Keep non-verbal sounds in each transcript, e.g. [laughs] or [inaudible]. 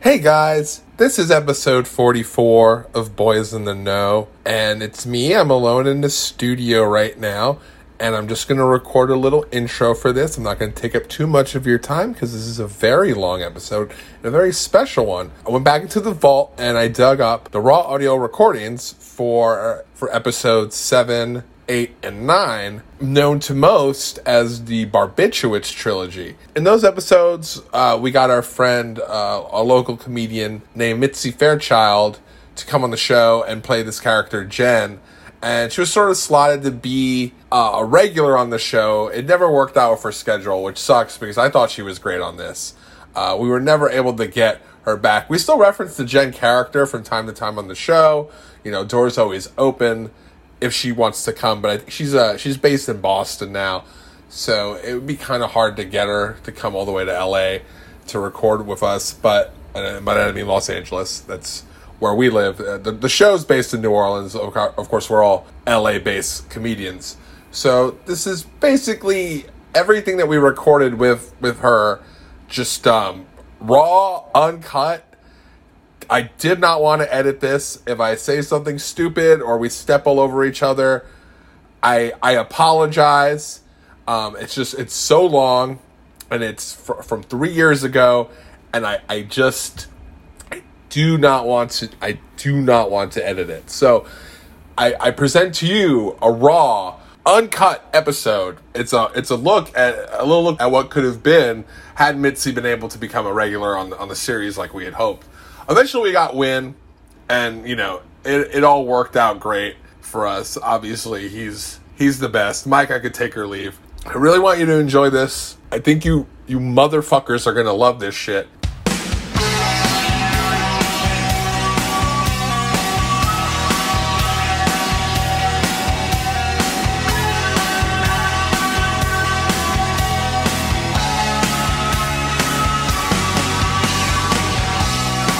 Hey guys, this is episode 44 of Boys in the Know, and it's me. I'm alone in the studio right now, and I'm just going to record a little intro for this. I'm not going to take up too much of your time because this is a very long episode and a very special one. I went back into the vault and I dug up the raw audio recordings for for episodes 7, eight, and nine, known to most as the Barbiturates trilogy. In those episodes, uh, we got our friend, uh, a local comedian named Mitzi Fairchild, to come on the show and play this character, Jen. And she was sort of slotted to be uh, a regular on the show. It never worked out with her schedule, which sucks because I thought she was great on this. Uh, we were never able to get her back. We still reference the Jen character from time to time on the show. You know, doors always open if she wants to come, but I, think she's uh she's based in Boston now, so it would be kind of hard to get her to come all the way to L.A. to record with us. But uh, but I mean Los Angeles. That's where we live. Uh, the the show's based in New Orleans. Of co- of course, we're all L.A. based comedians, so this is basically everything that we recorded with with her, just um raw, uncut. I did not want to edit this. If I say something stupid or we step all over each other, I I apologize. Um, it's just it's so long, and it's fr- from three years ago, and I I just I do not want to I do not want to edit it. So I I present to you a raw uncut episode. It's a it's a look at a little look at what could have been had Mitzi been able to become a regular on the, on the series like we had hoped. Eventually, we got Win, and you know it, it all worked out great for us. Obviously, he's he's the best. Mike, I could take or leave. I really want you to enjoy this. I think you you motherfuckers are gonna love this shit.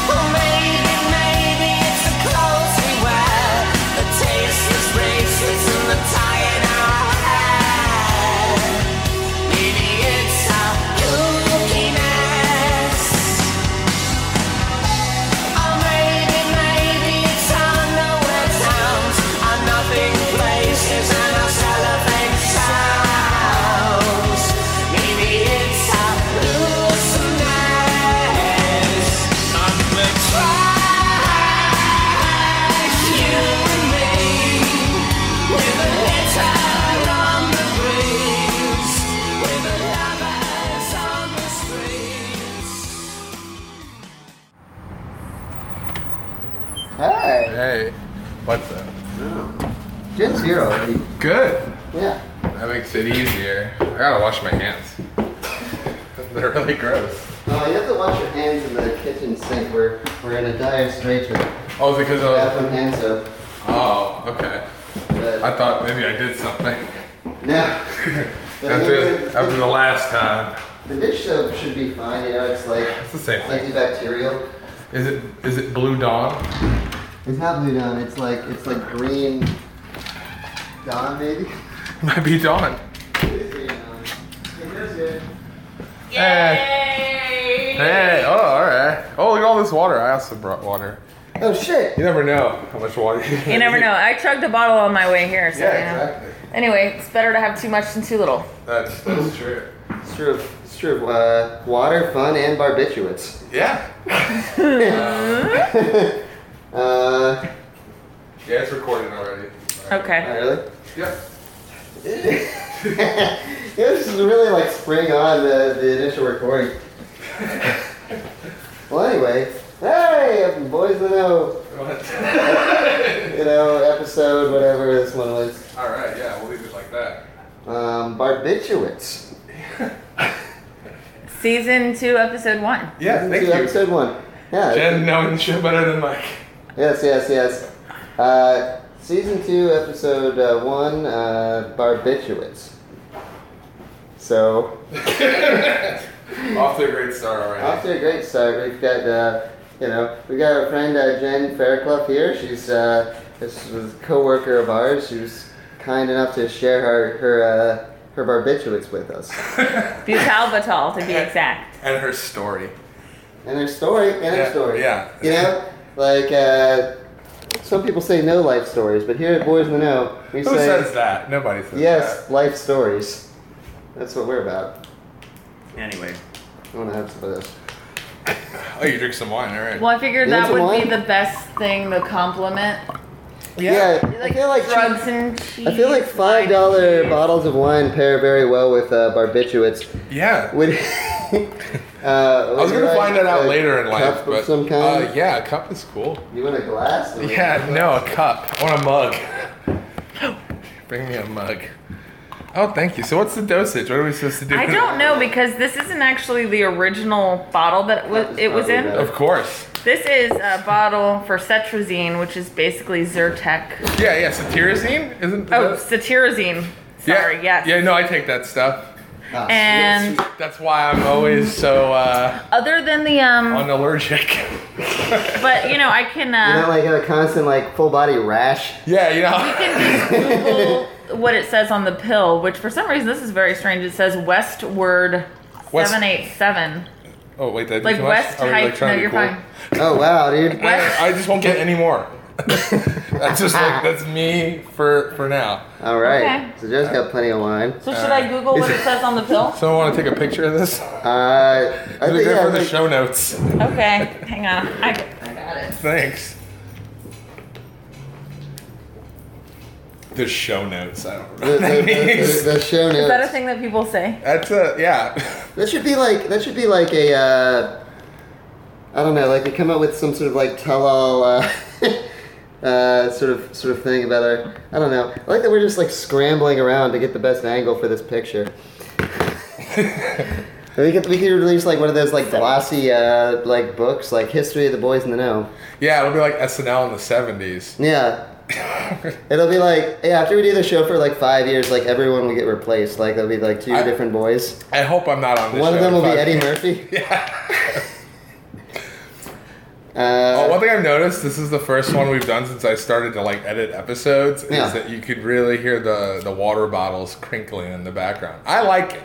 Well, maybe, maybe it's the clothes we wear, the tasteless racism that tie in our hair. Maybe it's our goofiness, or maybe, maybe it's our nowhere towns, our nothing places, and our cellophane sounds. Maybe it's our looseness. Hey, Hey, what's up? Jen's here already. Good. Yeah. That makes it easier. I gotta wash my hands. They're really gross. Uh, you have to wash your hands in the kitchen sink. We're, we're in a dire strait here. Oh, because Bathroom hand soap. oh okay. [laughs] But thought maybe I did something [laughs] no. But anyway, the last time. the dish soap should be fine. You know, it's like [laughs] It's the same thing. antibacterial. Is it is it [laughs] Blue Dawn? It's not blue dawn. It's like it's like green dawn maybe. Might be Dawn. Hey. Hey. Oh, all right. Oh, look at all this water. I also brought water. [laughs] Oh shit. You never know how much water. You never know. I chugged a bottle on my way here, [laughs] so Yeah, you know. exactly. Anyway, it's better to have too much than too little. That's that's true. It's true. It's true. Uh, water, fun, and barbiturates. Yeah. Uh, Yeah, it's recorded already. not Okay. really. Yep. Yeah, this is really like spring on the, the initial recording. well, anyway, hey, boys, you know, you know, episode whatever this one [laughs] was, all right. Yeah, we'll leave it like that. um, barbiturates. Season two, episode one. Yeah. Season Thank two, you. Episode one. Yeah. Jen knowing the shit better than Mike. Yes, yes, yes. Uh, season two, episode uh, one, uh, barbiturates. So Off to a great start already. Off to a great start. We've got, uh, you know, we got our friend uh, Jen Fairclough here. She's uh, this was a coworker of ours. She was kind enough to share her her uh, her barbiturates with us. Butalbital, to be exact. and her story. And her story. And her Yeah, story. yeah. You know, like uh, some people say no life stories, but here at Boys in the Know, we Who say says that? Nobody says yes, life stories. That's what we're about. Anyway, I want to have some of this. that. Oh, you drink some wine, all right. Well, I figured You want that would some be wine? the best thing, the compliment. Yeah, I Like, feel like drugs and cheese. I feel like five dollar bottles of wine pair very well with uh, barbiturates. Yeah. Would [laughs] uh, I was gonna find that out later in life, cup but of some kind. Uh, yeah, a cup is cool. You want a glass? Or- [laughs] Yeah, no, a cup. I want a mug. [laughs] Bring me a mug. Oh, thank you. So, what's the dosage? What are we supposed to do? I don't know because this isn't actually the original bottle that it was, it was [laughs] in. Of course. This is a bottle for cetrazine, which is basically Zyrtec. Yeah, yeah. Cetirizine isn't. Oh, that- cetirizine. Sorry, yeah. yes. Yeah, no, I take that stuff. Ah, sweet, And- sweet. That's why I'm always so uh, Other than the Oh, um, unallergic. [laughs] but you know, I can. you Uh, know, like a constant like full [laughs] body rash. yeah, you know. Google [laughs] what it says on the pill, which for some reason this is very strange. It says Westward West- seven eight seven. Oh wait, that Like too West much? Are we, like, Heights. trying No, to be you're cool? fine. Oh wow, dude. West- I, I just won't get any [laughs] more. that's just like that's me for for now. All right. Okay. So Joe's got plenty of wine. So should Uh, I Google what it says on the [laughs] pill? Someone want to take a picture of this? Uh, I It'll be think, good yeah, for the like- show notes. Okay, hang on. I, I got it. Thanks. The show notes. I don't The, remember. the, the, [laughs] the- the show notes. Is that a thing that people say? That's a yeah. That should be like that should be like a uh, I don't know, like they come up with some sort of like tell-all uh, [laughs] uh, sort of sort of thing about our I don't know. I like that we're just like scrambling around to get the best angle for [laughs] this picture. we could we could release like one of those like glossy uh, like books like history of the boys in the know. Yeah, it'll be like SNL in the seventies. [laughs] Yeah. It'll be like yeah, after we do the show for like five years, like everyone will get replaced. Like there'll be like two I- different boys. I hope I'm not on this. One of show them will be in five Eddie years. Murphy. [laughs] Yeah. Uh, Oh, one thing I've noticed, this is the first one we've done since I started to like edit episodes, Yeah. is that you could really hear the the water bottles crinkling in the background. I like it.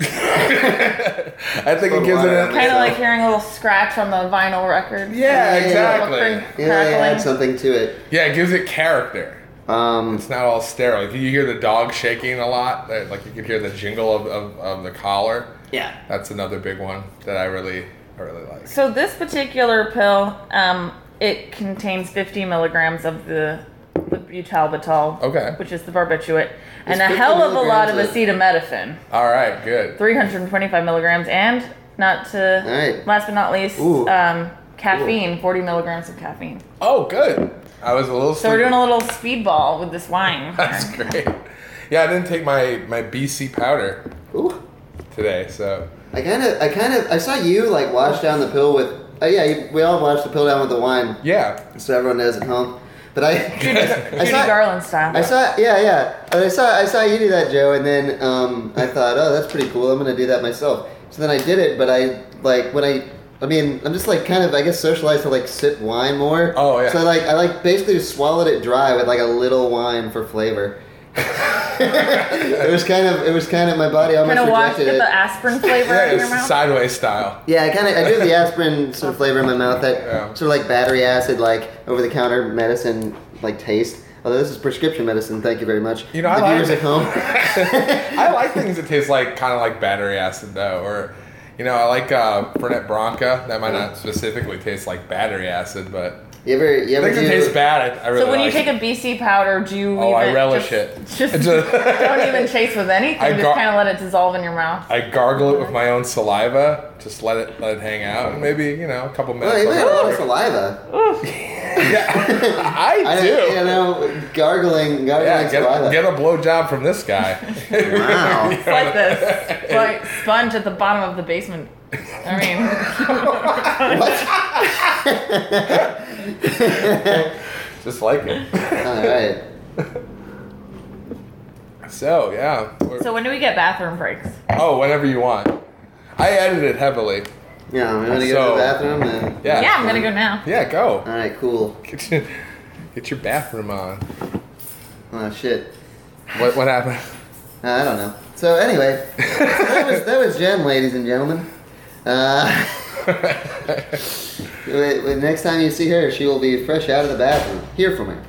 [laughs] I think it Put gives it water an on Kind So- of like hearing a little scratch on the vinyl record. yeah, Yeah, exactly. Yeah. Yeah, they add something to it. it gives it character. Um, It's not all sterile. Like, you hear the dog shaking a lot. that- Like you could hear the jingle of, of, of the collar. yeah. That's another big one that I really I really like. So this particular pill, um, it contains 50 milligrams of the, the butalbital, Okay. which is the barbiturate, Is and a 50 hell of a lot of milligrams a- acetaminophen, All right, good. 325 milligrams, and not to All right. last but not least, Ooh. um, caffeine, 40 milligrams of caffeine. Oh, good. I was a little. So we're doing a little speedball with this wine. [laughs] That's great. Yeah, I didn't take my my BC powder Ooh. today, so I kind of, I kind of, I saw you like wash down the pill with. Oh yeah, you, we all washed the pill down with the wine, [laughs] yeah. so everyone knows at home. [laughs] But I, I Judy saw, Garland style. I saw, yeah, yeah. And I saw, I saw you do that, Joe, and then um, [laughs] I thought, oh, that's pretty cool. I'm gonna do that myself. So then I did it, but I like when I. I mean, I'm just like kind of, I guess, socialized to like sip wine more. Oh, yeah. So like, I like basically just swallowed it dry with like a little wine for flavor. [laughs] it was kind of, it was kind of my body almost kind of washed rejected get it. the aspirin [laughs] flavor Yeah, in your it's mouth. sideways [laughs] style. Yeah, I kind of I do have [laughs] the aspirin sort of flavor in my mouth that Yeah. sort of like battery acid, like over the counter medicine like taste. Although this is prescription medicine, thank you very much. You know, the I like viewers it. at home. [laughs] I like things that taste like kind of like battery acid though, or you know, I like uh, Fernet Branca. That might not specifically taste like battery acid, but You ever you ever things that do? taste bad, I, I really. so when you like. take a BC powder, do you? oh, I even relish [laughs] just- it. Just don't even chase with anything. I just gar- kind of let it dissolve in your mouth. I gargle it with my own saliva. Just let it let it hang out, and maybe you know a couple Well, minutes. Oh, you I'll- had a [laughs] lot of saliva. [laughs] yeah, I I do. don't- You know, gargling, gargling yeah, get saliva. a, get a blowjob from this guy. [laughs] wow. It's like this it's like sponge at the bottom of the basement. I [laughs] mean, Just like it. [laughs] All right. So yeah. We're- so when do we get bathroom breaks? oh, whenever you want. I edited heavily. Yeah, I'm gonna go So- to the bathroom and. Yeah. yeah, I'm gonna go now. Yeah, go. All right, cool. Get your, get your bathroom on. Oh shit. What what happened? [laughs] I don't know. So anyway, so that was that was Jen, ladies and gentlemen. Uh, [laughs] Wait, wait, next time you see her, she will be fresh out of the bathroom. Hear from her.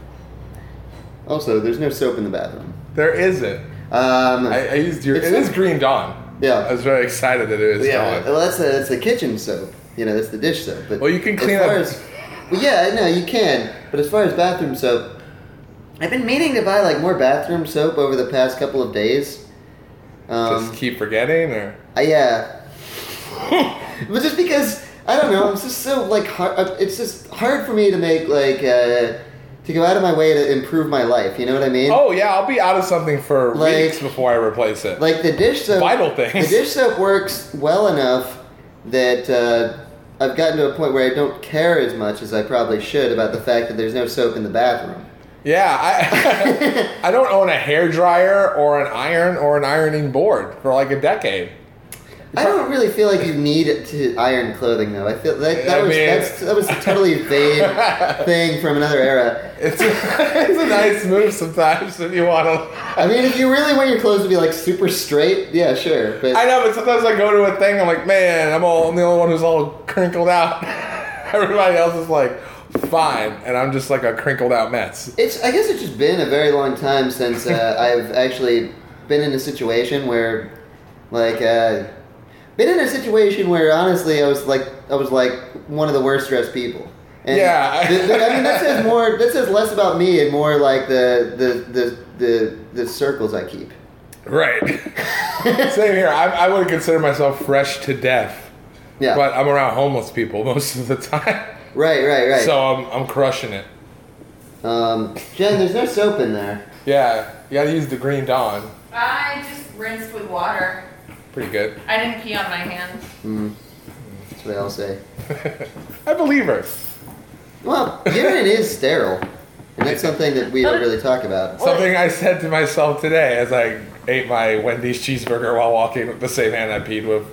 Also, there's no soap in the bathroom. There isn't. Um, I, I used your. It's it not- is Green Dawn. Yeah. I was very excited that it was yeah, gone. well, that's the, that's the kitchen soap. You know, that's the dish soap. But Well, you can as clean far up- As, well, yeah, no, you can. But as far as bathroom soap, I've been meaning to buy like more bathroom soap over the past couple of days. Um, Just keep forgetting, or I, Uh, yeah. [laughs] but just because I don't know, it's just so like hard. uh, It's just hard for me to make like uh, to go out of my way to improve my life. You know what I mean? oh yeah, I'll be out of something for Like- weeks before I replace it. Like the dish soap. Vital things. The dish soap works well enough that uh, I've gotten to a point where I don't care as much as I probably should about the fact that there's no soap in the bathroom. yeah, [laughs] I I don't own a hair dryer or an iron or an ironing board for like a decade. I don't really feel like you need it to iron clothing, though. I feel that, that I was mean- that's, that was a [laughs] totally vague thing from another era. It's it's a [laughs] nice move sometimes if you want to. I mean, if you really want your clothes to be like super straight, yeah, sure. But I know, but sometimes I go to a thing, I'm like, man, I'm all I'm the only one who's all crinkled out. [laughs] Everybody else is like, fine, and I'm just like a crinkled out mess. It's. I guess it's just been a very long time [laughs] since uh, I've actually been in a situation where, like, uh, been in a situation where honestly I was like I was like one of the worst dressed people. And Yeah. th- th- I mean that [laughs] says more. That says less about me and more like the the the the, the circles I keep. Right. [laughs] Same here. I, I would consider myself fresh to death, Yeah. but I'm around homeless people [laughs] most of the time, right. Right. Right. so I'm I'm crushing it. um, Jen, there's no soap in there. Yeah, you gotta use the Green Dawn. I just rinsed with water. Pretty good. I didn't pee on my hands. That's what I'll say. I believe her. Well, urine is sterile, and that's something that we don't really talk about. Something I said to myself today as I ate my Wendy's cheeseburger while walking with the same hand I peed with.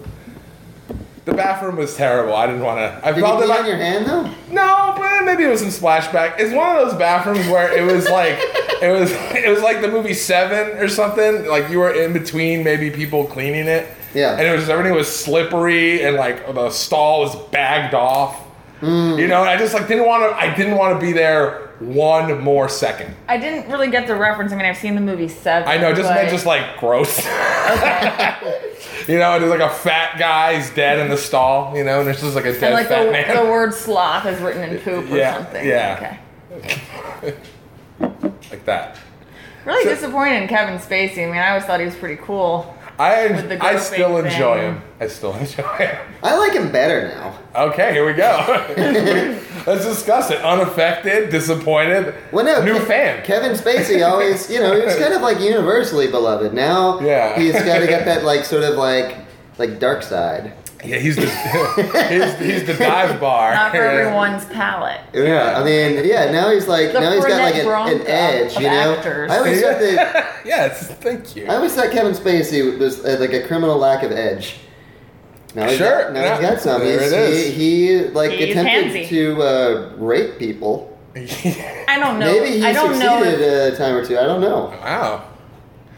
The bathroom was terrible. I didn't want to. I Did you felt pee that I- on your hand though? No, but maybe it was some splashback. It's one of those bathrooms where it was like it was [laughs] it was like the movie Seven or something. Like you were in between maybe people cleaning it. Yeah. And it was everything was slippery and like the stall was bagged off. Mm. You know, and I just like didn't want to I didn't want to be there one more second. I didn't really get the reference. I mean, I've seen the movie Seven. I know, just but- meant just like gross. [laughs] you know, and there's like a fat guy, he's dead in the stall, you know, and there's just like a dead And like fat the, man. the word sloth is [laughs] written in poop or Yeah, something. yeah. Okay. [laughs] like that. Really disappointed in Kevin Spacey. I mean, I always thought he was pretty cool. With I the I girl still face enjoy thing. him. I still [laughs] enjoy him. I like him better now. Okay, here we go. [laughs] Let's discuss it. Unaffected, disappointed, Well, no, new Ke- fan. Kevin Spacey always, you know, he was kind of like universally beloved. Now, Yeah. he's kind of got that like sort of like like dark side. yeah, he's the [laughs] he's, he's the dive bar. Not for Yeah. everyone's palate. Yeah. I mean, yeah. Now he's like The now he's got like Fernet an, an Branca edge, of you know. actors. I always thought that [laughs] yes, thank you. I always thought Kevin Spacey was uh, like a criminal lack of edge. Now he's Sure, got, now he's yeah, got some. there He's, it is. He, he like He's attempted handsy. to uh, rape people. I don't know. Maybe he I don't know. succeeded If, a time or two. I don't know. [laughs] wow.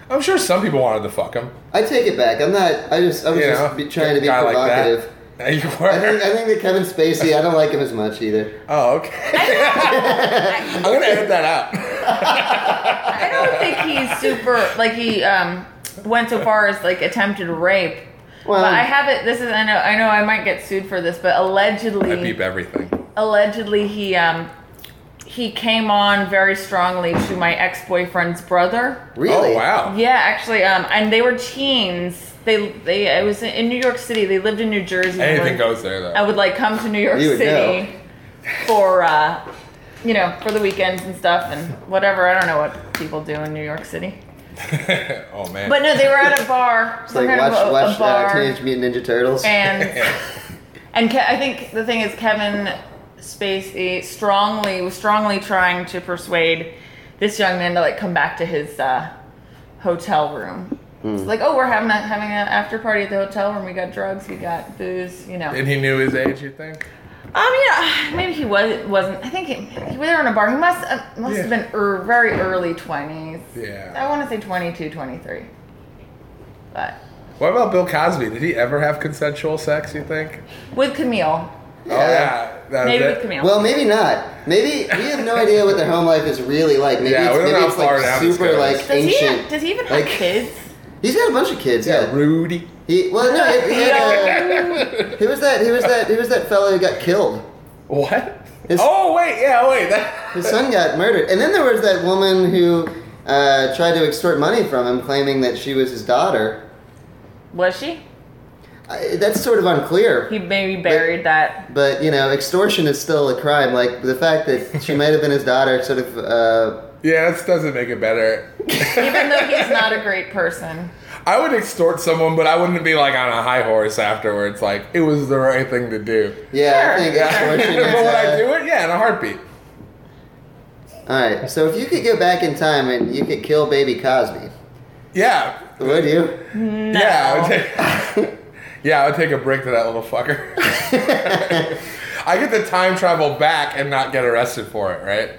I'm sure some people wanted to fuck him. I take it back. I'm not. I just. I was You just know, be, trying to be guy like that. provocative. Yeah, [laughs] you I think. were. I think that Kevin Spacey. I don't like him as much either. Oh, okay. [laughs] I'm gonna edit that out. I don't think he's super like he um went so far as like attempted rape. Well- but I have it. This is I know I know I might get sued for this, but allegedly I beep everything. allegedly he um he came on very strongly to my ex-boyfriend's brother. Really? Oh wow. Yeah, actually, um, and they were teens. They they I was in New York City. They lived in New Jersey. Anything Like, goes there though. I would like come to New York You would City know. for uh, you know for the weekends and stuff and whatever. I don't know what people do in New York City. [laughs] oh man. But no, they were at a [laughs] bar, It's some like kind watch of a, watch a bar, uh, Teenage Mutant Ninja Turtles. and and Ke- I think the thing is Kevin Spacey strongly was strongly trying to persuade this young man to like come back to his uh, hotel room. Hmm. It's like, oh, we're having a having an after party at the hotel room. We got drugs, we got booze, you know. and he knew his age, you think? Um, yeah, maybe he was wasn't. I think he, he was there in a bar. He must uh, must Yeah. have been er, very early twenties. Yeah. I want to say 22, 23. But What about Bill Cosby? Did he ever have consensual sex? You think? With Camille. Oh yeah, that was Maybe it. with Camille. Uh, Well, maybe not. Maybe we have no idea what their home life is really like. Maybe Yeah, it's, we don't maybe know how it's far like down this super goes. like Does he, ancient. does he even like, have kids? He's got a bunch of kids. Yeah, Yeah. Rudy. He well no. He, [laughs] he, had a- he was that. He was that. He was that fellow who got killed. What? His- oh wait, yeah, wait. [laughs] That, His son got murdered, and then there was that woman who uh, tried to extort money from him, claiming that she was his daughter. Was she? I, that's sort of unclear. He maybe buried that. But you know, extortion is still a crime. Like the fact that she might have been his daughter, sort of. Uh, yeah, that doesn't make it better. Even though [laughs] he's not a great person. I would extort someone, but I wouldn't be like on a high horse afterwards. Like it was the right thing to do. yeah, I Sure. think but [laughs] extortion. would is, I uh, do it? Yeah, in a heartbeat. All right, so if you could go back in time and you could kill Baby Cosby, Yeah, would you? yeah. I would take, [laughs] yeah, I would take a break to that little fucker. [laughs] I get the time travel back and not get arrested for it, right?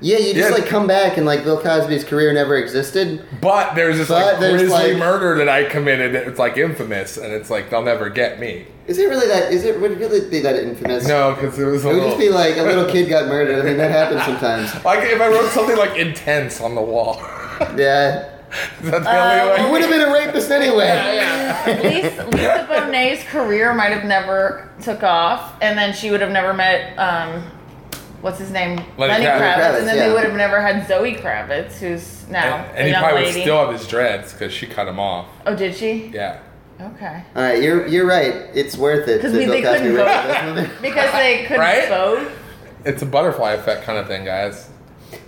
Yeah, you just Yeah. like come back and like Bill Cosby's career never existed. But there's this But like there's, grisly like- murder that I committed. It's like infamous, and it's like they'll never get me. Is it really that? Is it would it really be that infamous? No, because it was a It would little. just be like a little kid got murdered. I mean, that happens sometimes. Like if I wrote something like intense on the wall. [laughs] Yeah, Is that the you only way? [laughs] would have been a rapist anyway. Lisa, Lisa Bonet's career might have never took off, and then she would have never met um, what's his name, Lenny Kravitz. and then Yeah. they would have never had Zoe Kravitz, who's now And, a and he young probably would lady. still have his dreads because she cut him off. oh, did she? Yeah. Okay, All right, you're you're right. It's worth it. 'Cause that we- Bill they Cosby couldn't raped vote. [laughs] this woman. [laughs] because they couldn't Right? vote. It's a butterfly effect kind of thing, guys.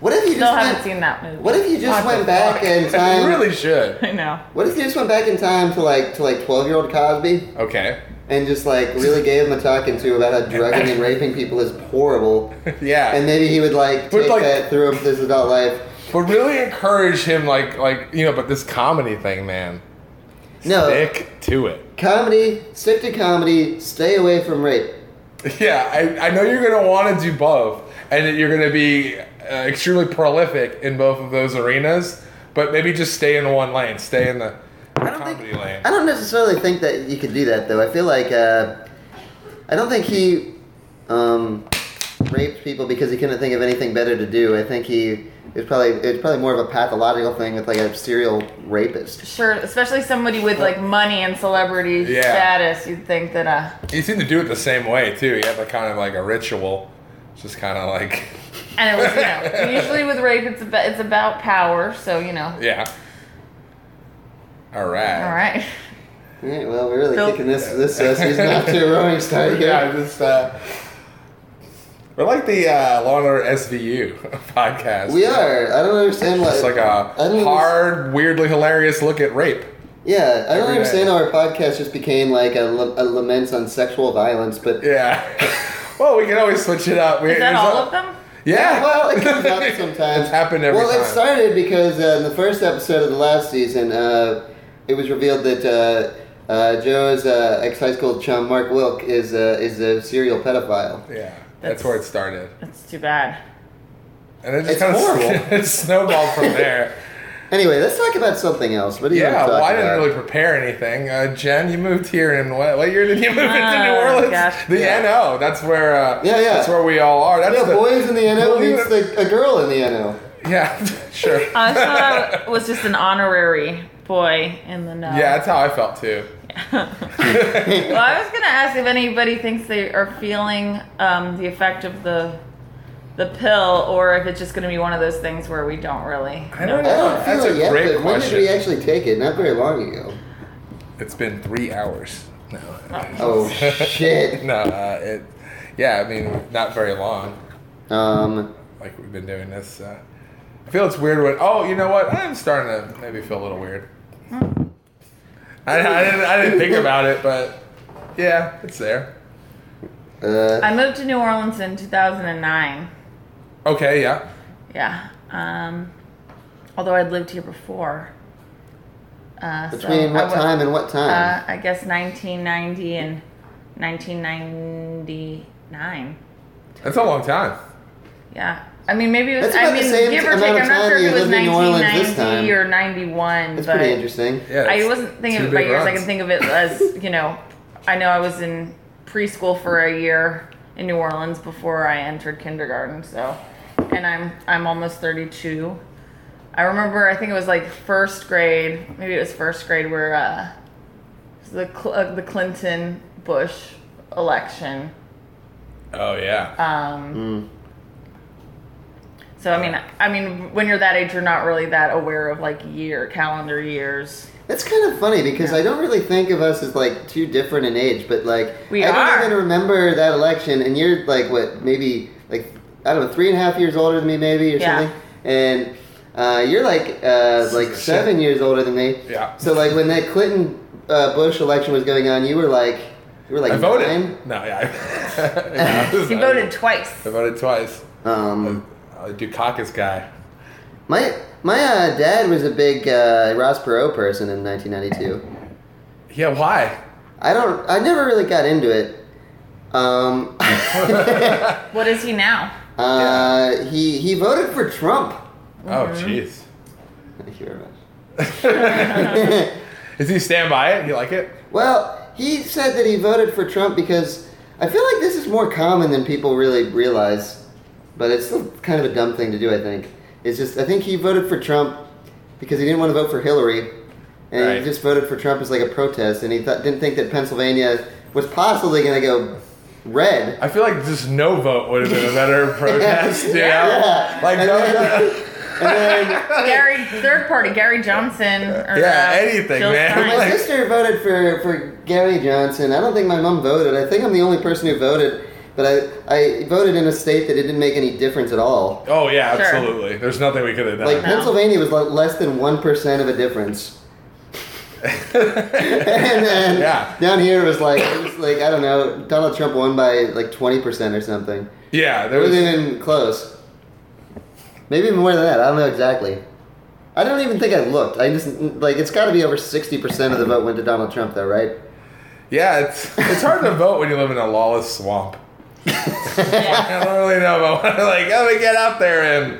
What if you Still just haven't went, seen that movie. What if you just What the went back fuck? [laughs] in You time? really should. [laughs] I know. What if you just went back in time to like to like twelve year old Cosby Okay. and just like really gave him a talking to about how drugging and raping people is horrible, [laughs] Yeah. and maybe he would like But, take like- that through him his adult life. but really encourage him, like, like you know. But this comedy thing, man. No, Stick to it. [laughs] comedy. Stick to comedy. Stay away from rape. Yeah, I, I know you're gonna want to do both, and that you're gonna be uh, extremely prolific in both of those arenas. But maybe just stay in one lane. Stay in the comedy lane. I don't necessarily think that you could do that though. I feel like uh, I don't think he um, raped people because he couldn't think of anything better to do. I think he it's probably it's probably more of a pathological thing with like a serial rapist. Sure, especially somebody with like money and celebrity Yeah. status, you'd think that uh, You seem to do it the same way too. You have a kind of like a ritual, just kind of like, [laughs] and it was you know usually with rape it's about it's about power, so you know. yeah. All right. All right. [laughs] All right, well, we're really Bill- kicking this this [laughs] uh, season off to a roaring start here. Yeah, I just uh, we're like the uh, Law and Order SVU [laughs] podcast. We are. I don't understand why. It's like a I don't hard, weirdly hilarious look at rape. Yeah, I don't every understand day. how our podcast just became like a, la- a lament on sexual violence, but Yeah. [laughs] well, we can always switch it up. We, Is that there's all a- of them? Yeah. [laughs] Well, it [laughs] comes up sometimes. It's happened every well, time. it started because uh, in the first episode of the last season, uh, it was revealed that uh, uh, Joe's uh, ex high school chum Mark Wilk is uh, is a serial pedophile. yeah. That's, where it started, That's too bad. and it just It's [laughs] kind horrible. of it snowballed from there. Anyway, let's talk about something else. What do you yeah. want to talk Well, I didn't about? really prepare anything. Uh, Jen, you moved here in what, what year did you move into New Oh, Orleans? gosh. The Yeah. NO. That's where. Uh, Yeah, yeah. That's where we all are. That's [laughs] Yeah, the boys in the NO Believe meets it- the, a girl in the NO. Yeah. [laughs] sure. I thought I was just an honorary boy in the know. yeah, that's how I felt too. Well, I was gonna ask if anybody thinks they are feeling um, the effect of the the pill, or if it's just gonna be one of those things where we don't really. I don't know. I don't feel That's it a yet, great but when did question. we actually take it? Not very long ago. it's been three hours. [laughs] No. Oh, [laughs] shit. No. Uh, it. Yeah. I mean, not very long. Um, like we've been doing this. Uh, I feel it's weird when. Oh, you know what? I'm starting to maybe feel a little weird. Hmm. I, I didn't. I didn't think about it, but yeah, it's there. uh, I moved to New Orleans in 2009. Okay. Yeah. Yeah. Um, although I'd lived here before. Uh, so between I what wa- time and what time? Uh, I guess 1990 and 1999. That's a long time. Yeah. I mean, maybe it was. That's about the I mean, same give or amount take. of I'm not time sure if you it was lived in New Orleans this 1990 time. or 91. That's but pretty interesting. Yeah, I it's wasn't thinking two of it by big years. I runs. can think of it as [laughs] you know. I know I was in preschool for a year in New Orleans before I entered kindergarten. So, and I'm I'm almost 32. I remember I think it was like first grade, maybe it was first grade where uh, the Cl- uh, the Clinton Bush election. Oh yeah. Um, Mm. So I mean, I mean, when you're that age, you're not really that aware of like year calendar years. That's kind of funny because I don't really think of us as like too different in age, but like We I are. don't even remember that election, and you're like what maybe like I don't know three and a half years older than me maybe or Yeah. something, and uh, you're like uh, like is seven years older than me. Yeah. So like when that Clinton uh, Bush election was going on, you were like you were like I voted. nine. No, [laughs] yeah. [laughs] I- He voted twice. I voted twice. Um, I do caucus guy. my my uh, dad was a big uh, Ross Perot person in 1992. Yeah, why? I don't. I never really got into it. Um, [laughs] What is he now? Uh, he he voted for Trump. Oh, Mm-hmm. jeez. Thank you very much. [laughs] Is he stand by it? You like it? Well, he said that he voted for Trump because I feel like this is more common than people really realize, but it's still kind of a dumb thing to do. I think it's just I think he voted for Trump because he didn't want to vote for Hillary, and Right. he just voted for Trump as like a protest, and he th- didn't think that Pennsylvania was possibly going to go red. I feel like just no vote would have been a [laughs] better protest. You Yeah. know? Like And no, then- no- And then Gary, third party, Gary Johnson. Or, Yeah, uh, anything, Jill man. Stein. My Like- sister voted for, for Gary Johnson. I don't think my mom voted. I think I'm the only person who voted, but I, I voted in a state that it didn't make any difference at all. oh yeah, Sure. absolutely. There's nothing we could have done. Like Pennsylvania was like less than one percent of a difference, [laughs] and then Yeah. down here it was like it was like I don't know. Donald Trump won by like twenty percent or something. [laughs] yeah, there It was. wasn't even close. Maybe even more than that. I don't know exactly. I don't even think I looked. I just like it's got to be over sixty percent of the vote went to Donald Trump, though, right? Yeah, it's it's hard to vote when you live in a lawless swamp. [laughs] I don't really know, but I wanna, like, let me get out there and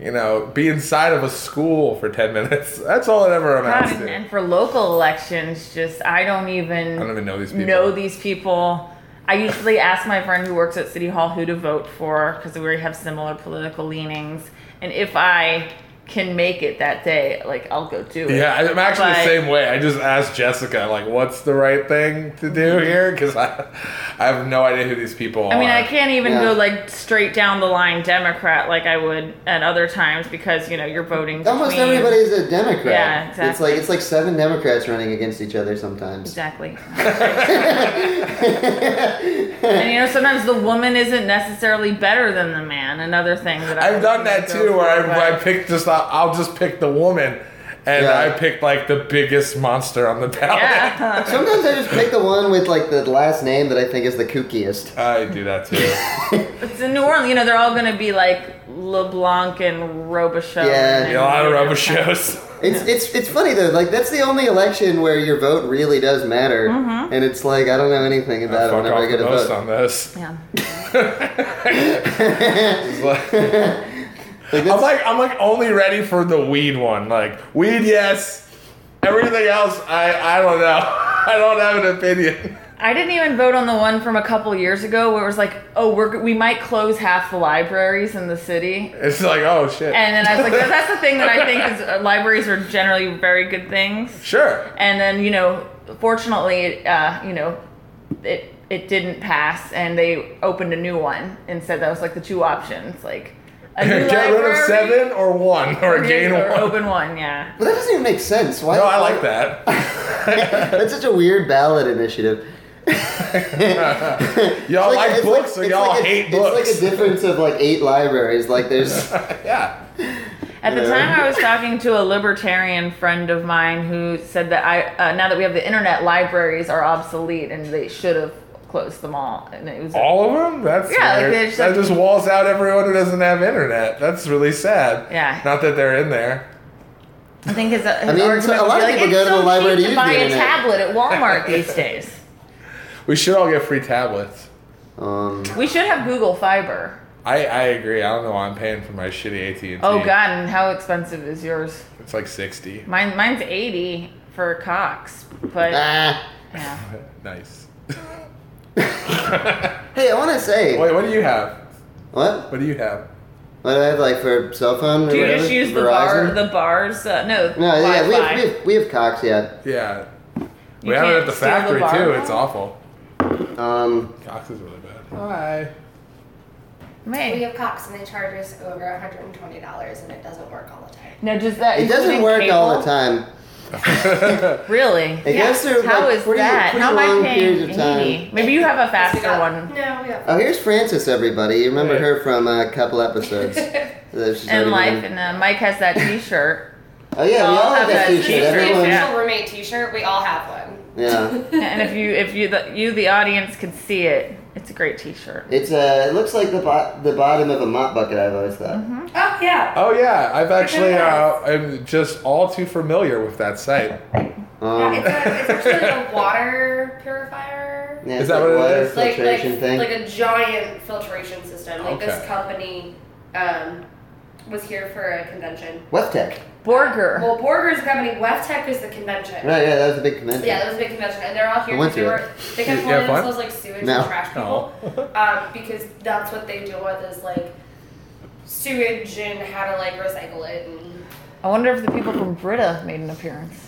you know be inside of a school for ten minutes. That's all it ever God, amounts and, to. and for local elections, just I don't even I don't even know these people. know these people. I usually ask my friend who works at City Hall who to vote for because we have similar political leanings, and if I can make it that day, like I'll go do it. Yeah, I- I'm actually But- the same way. I just asked Jessica, like, what's the right thing to do here? Because I, I have no idea who these people are. Mm-hmm. I mean, I can't even Yeah. go like straight down the line Democrat like I would at other times because you know you're voting. Almost between- everybody's a Democrat. Yeah, It's like exactly. it's like seven Democrats running against each other sometimes. Exactly. and you know, sometimes the woman isn't necessarily better than the man. Another thing that I I've done that go too, for, where I, I [laughs] but- picked just I'll just pick the woman, and Yeah. I picked like the biggest monster on the ballot. [laughs] yeah. Sometimes I just pick the one with like the last name that I think is the kookiest. I do that too. It's in New Orleans. You know, they're all going to be like LeBlanc and Robichaux. Yeah. and a lot of rubber shows. It's it's it's funny though. Like that's the only election where your vote really does matter, Mm-hmm. and it's like I don't know anything about it Fuck whenever off I the get a most vote. on this. Yeah. It's like- Like, I'm that's- like I'm like only ready for the weed one. Like weed, yes. Everything else, I I don't know. [laughs] I don't have an opinion. I didn't even vote on the one from a couple years ago where it was like, oh, we're, we might close half the libraries in the city. It's like oh shit. And then I was like, "That's- that's the thing that I think is uh, libraries are generally very good things. Sure. And then you know, fortunately, uh, you know, it it didn't pass, and they opened a new one and said that was like the two options, like [laughs] a new [laughs] Get rid of library seven or one or gain or one. open one, yeah. but that doesn't even make sense. [laughs] Why? No, I like [laughs] that. That's such a weird ballot initiative. Y'all It's like, it's books or it's y'all like a- hate books? It's like a difference of like eight libraries. [laughs] Like there's yeah. At the Yeah. time, I was talking to a libertarian friend of mine who said that I uh, now that we have the internet, libraries are obsolete, and they should have closed them all. And it was All of them? That's Yeah, like, weird. they just, that like- just walls out everyone who doesn't have internet. That's really sad. Yeah. Not that they're in there. I think his, his I mean, argument so a would lot be of like, people "It's go to the so library to cheap use the buy a internet." tablet at Walmart these days. We should all get free tablets. um. We should have Google Fiber. I, I agree. I don't know why I'm paying for my shitty AT&T. Oh God, and how expensive is yours? It's like 60. Mine, mine's eighty for Cox, but Ah. yeah. nice. [laughs] Hey, I want to say. Wait, what do you have? What? What do you have? What do I have, like, for cell phone? Or Do you whatever? just use the Verizon? bar? The bars? Uh, no, No, yeah, Wi-Fi. we have, we have, we have Cox yet. Yeah. You we have it can't at the steal the factory, bar too. now? It's awful. Um, Cox is really bad. Hi. Man. We have Cox and they charge us over $120 and it doesn't work all the time. Now, does that it doesn't include work all cable? the time. Really? It goes through How like is pretty, that? pretty How am long I periods of paying time. 80? Maybe you have a We faster got- one. No, we got Oh, here's Frances, everybody. You remember Hey. her from a couple [laughs] episodes. That she's already And life, been in. and uh, Mike [laughs] has that T-shirt, Oh yeah, we Y'all all have have that that t-shirt. t-shirt, Everyone. yeah. Yeah. official roommate T-shirt. We all have one. and if you, if you, the, you, the audience, can see it, it's a great T-shirt. It's uh, it looks like the bo- the bottom of a mop bucket. I've always thought. Mm-hmm. Oh yeah. [laughs] Oh, yeah. I've actually, uh, I'm just all too familiar with that site. Um, it's, a, it's actually [laughs] like a water purifier. yeah, Is it's that like what it water is? like, like, filtration thing. like a giant filtration system. Like Okay. this company um, was here for a convention. West Tech. Borger. Well, Borger's the company. West Tech is the convention. Right, yeah, that was a big convention. Yeah, that was a big convention, and they're all here I went because they to it. were they kept You calling have fun? themselves like sewage No. Oh. and trash No. people, [laughs] um, because that's what they deal with is like sewage and how to like recycle it. And I wonder if the people from Brita made an appearance.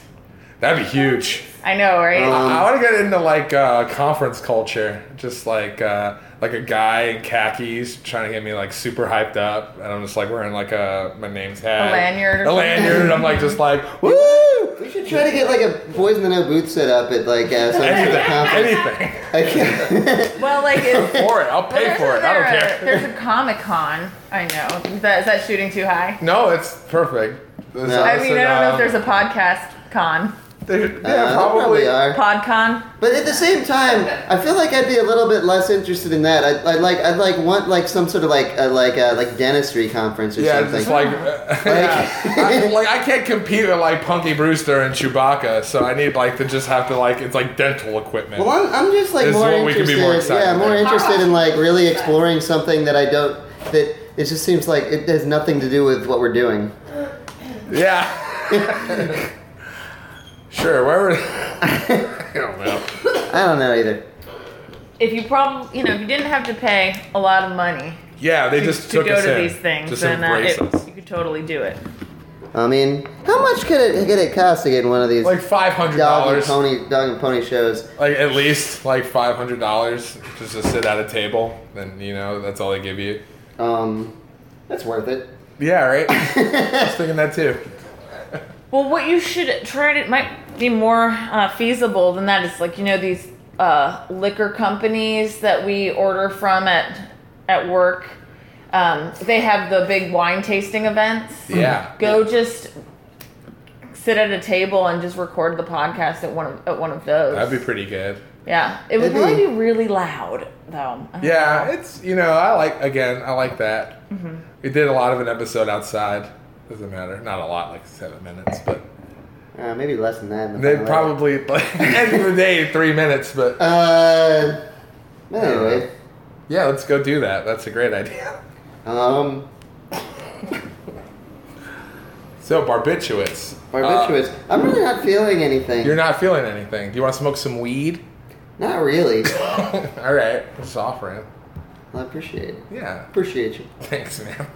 That'd be huge. I know, right? Um, I want to get into like uh, conference culture, just like uh, like a guy in khakis trying to get me like super hyped up, and I'm just like wearing like a my name tag, A lanyard or a something. lanyard, and I'm like just [laughs] like woo, We should try to get like a boys in the know booth set up at like [laughs] uh, some sort anything, of conference. anything I can't- well, like [laughs] it's. for it, I'll Oh. pay Well, for it. isn't I don't there care. a- There's a Comic Con. I know. Is that, is that shooting too high? No, it's perfect. It's No. I mean, I don't know if there's awesome, a podcast con. um, there- Uh, yeah, there probably. are. PodCon. But at the same time, I feel like I'd be a little bit less interested in that. I'd, I'd like, I'd like want like some sort of like, uh, like, uh, like dentistry conference or Yeah, it's something. just like, [laughs] yeah. I, like I can't compete with like Punky Brewster and Chewbacca, so I need like to just have to like it's like dental equipment. well, I'm, I'm just like This is more what we interested. could be more excited yeah, more about. interested in like really exploring something that I don't. That it just seems like it has nothing to do with what we're doing. Yeah. [laughs] sure, wherever. I [laughs] don't know. I don't know either. If you prob, you know, if you didn't have to pay a lot of money Yeah, they to, just to took go us to in. these things, Just then uh, embrace it- us. you could totally do it. I mean, how much could it could it cost to get one of these Like five hundred dog dollars, and pony dog and pony shows? like at least like five hundred dollars, just to sit at a table. Then you know that's all they give you. Um, that's worth it. Yeah, right. I was thinking that too. Well, what you should try to might be more uh, feasible than that is like you know these uh, liquor companies that we order from at at work. Um, they have the big wine tasting events. Yeah. Go just sit at a table and just record the podcast at one of at one of those. That'd be pretty good. Yeah, it would Maybe- probably be really loud though. I don't Yeah, know. it's you know I like again I like that. Mm-hmm. We did a lot of an episode outside. Doesn't matter, not a lot, like seven minutes, but Uh, maybe less than that. in the they final probably [laughs] edit. like, end of the day three minutes, but Uh, anyway, Yeah, let's go do that. That's a great idea. um, So barbiturates. barbiturates. I'm really not feeling anything. Uh, You're not feeling anything. Do you want to smoke some weed? [laughs] Not really. All right, just offering. I appreciate it. Yeah, Appreciate you. [laughs] thanks, man.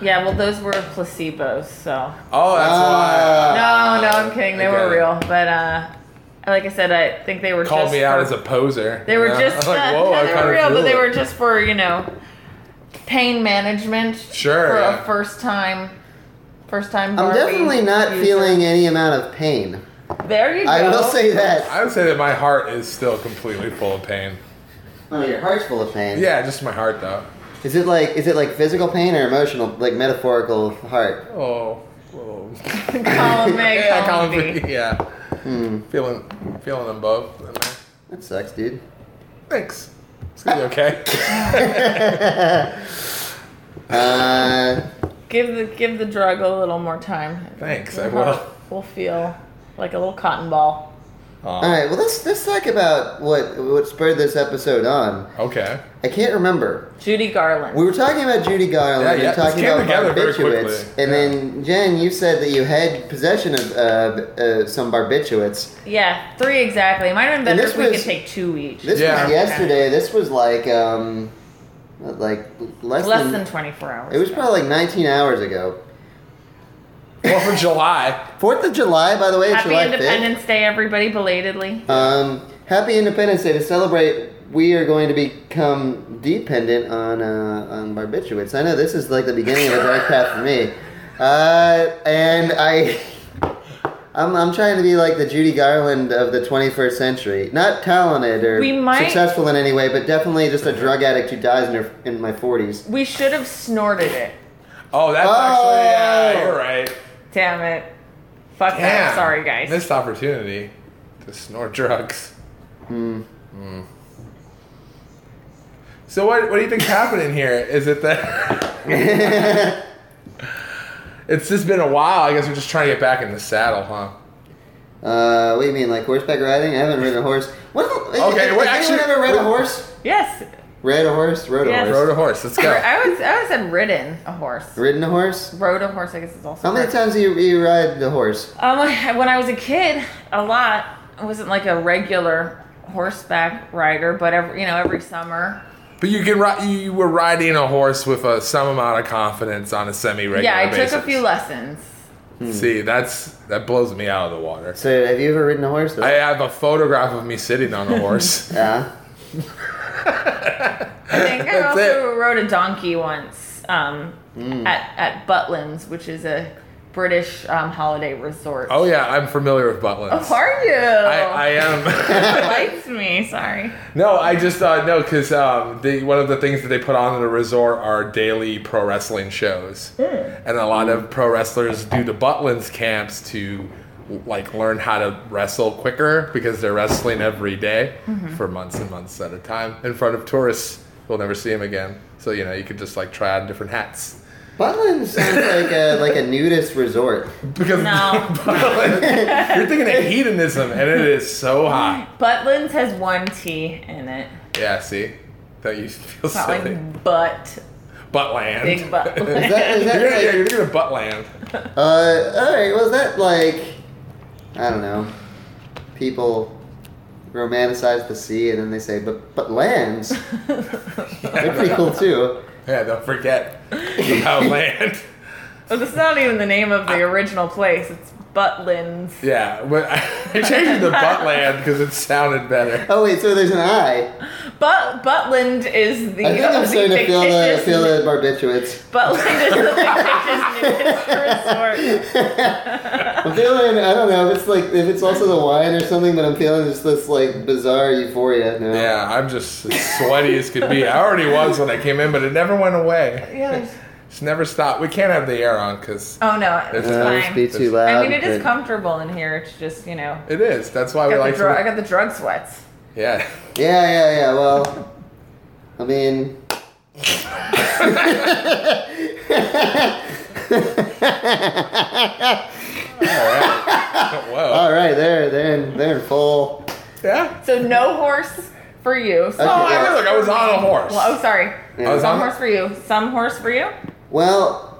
yeah. Well, those were placebos, so Oh, that's Ah. why. no, no, I'm kidding. They I were got it. real, but uh, like I said, I think they were Called just me out for- as a poser. They were you know? just [laughs] I was uh, [laughs] like, whoa, no, I they kinda were real, blew but they it. were just for you know pain management. Sure, For yeah. a first time, first time. I'm Barbie definitely not user. feeling any amount of pain. There you go. I will [laughs] say that. I would say that my heart is still completely full of pain. Oh, your heart's full of pain. Yeah, just my heart though. Is it like is it like physical pain or emotional, like metaphorical heart? Oh, whoa. [laughs] [laughs] column A, yeah, column Colin B. Fee, Yeah, Hmm. feeling feeling them both. in there. That [laughs] sucks, dude. Thanks. It's gonna be [laughs] okay. Uh, Give the give the drug a little more time. Thanks, I Your will. heart will feel like a little cotton ball. Um, All right. Well, let's let's talk about what what spurred this episode on. Okay. I can't remember. Judy Garland. We were talking about Judy Garland Yeah, yeah, and talking this came about together very barbiturates, quickly. and then Jen, you said that you had possession of uh, uh, some barbiturates. yeah, three exactly. Might have been And better this if we could was- take two each. This Yeah. was yesterday. This was like um, like less, Less than 24 hours. It was ago. probably like 19 hours ago. Well, for July, Fourth of July, by the way. Happy July 5th. Independence Day, everybody, belatedly. Um, happy Independence Day to celebrate. We are going to become dependent on uh, on barbiturates. I know this is like the beginning of a dark path for me, uh, and I. [laughs] I'm, I'm trying to be like the Judy Garland of the 21st century. Not talented or We might- successful in any way, but definitely just a drug addict who dies in, her, in my 40s. We should have snorted it. oh, that's Oh! actually yeah, you're right. Damn it. Fuck Damn. that. Sorry, guys. Missed opportunity to snort drugs. Hmm. So what? What do you think's happening here? Is it that? [laughs] [laughs] it's just been a while. I guess we're just trying to get back in the saddle, huh? Uh, what do you mean, like horseback riding? I haven't ridden a horse. What? Okay, wait, anyone actually- ever ride a wait. horse? yes. Ride a horse? Rode a Yes. horse? Rode a horse. Let's go. I would I would have said ridden a horse. Ridden a horse? Rode a horse, I guess it's also. How many correct. times do you, you ride the horse? Um, when I was a kid, a lot. I wasn't like a regular horseback rider, but every you know every summer. But you can ride. You were riding a horse with a, some amount of confidence on a semi-regular. yeah, I basis. took a few lessons. See, that's that blows me out of the water. So have you ever ridden a horse? though? I have a photograph of me sitting on a [laughs] horse. yeah. [laughs] I think I That's Mm. also rode a donkey once um, at at Butlins, which is a British um, holiday resort. oh yeah, I'm familiar with Butlins. Oh, are you? I, I am. liked me. Sorry. no, I just uh, no, because um, the one of the things that they put on at a resort are daily pro wrestling shows, Hmm. and a lot of pro wrestlers do the Butlins camps to like learn how to wrestle quicker because they're wrestling every day Mm-hmm. for months and months at a time in front of tourists. We'll never see them again. So you know, you could just like try on different hats. [laughs] Butlin sounds like a [laughs] like a nudist resort. Because No. [laughs] you're thinking of hedonism, and it is so [gasps] hot. Butlins has one T in it. Yeah, see, that you feel It's not silly. like butt, Buttland. [laughs] big butt. Is that, is You're that gonna, yeah, like, you're gonna Buttland. uh, all right? Was that like I don't know? People romanticize the sea and then they say, but but lands. They're pretty cool too. [laughs] Yeah, don't forget about land. Well, it's not even the name of the original place. It's Butlins. Yeah, but [laughs] I changed it to Buttland because it sounded better. Oh wait, so there's an I. But Butland is the. I think I'm the starting to feel the fictitious- feel the barbiturates. Butland is the fictitious nudist [laughs] resort. I'm feeling I don't know if it's like if it's also the wine or something, but I'm feeling just this like bizarre euphoria now. Yeah, I'm just as sweaty as could be. I already was when I came in, but it never went away. Yeah, there's- It's never stopped. We can't have the air on because oh no, There's it's no Uh, it'd be fine. too loud. I mean, it is but- comfortable in here. It's just you know, it is. That's why I we got, like. the drug, I To, got the drug sweats. yeah. [laughs] Yeah, yeah, yeah. Well, I [laughs] mean, [laughs] Whoa. all right, they're they're in, they're in full. yeah. So no horse for you. Some Okay. Oh, I horse mean, look, I was for on a me. horse. Well, oh, sorry. Yeah. I was Some on a- horse for you. Some horse for you. Well,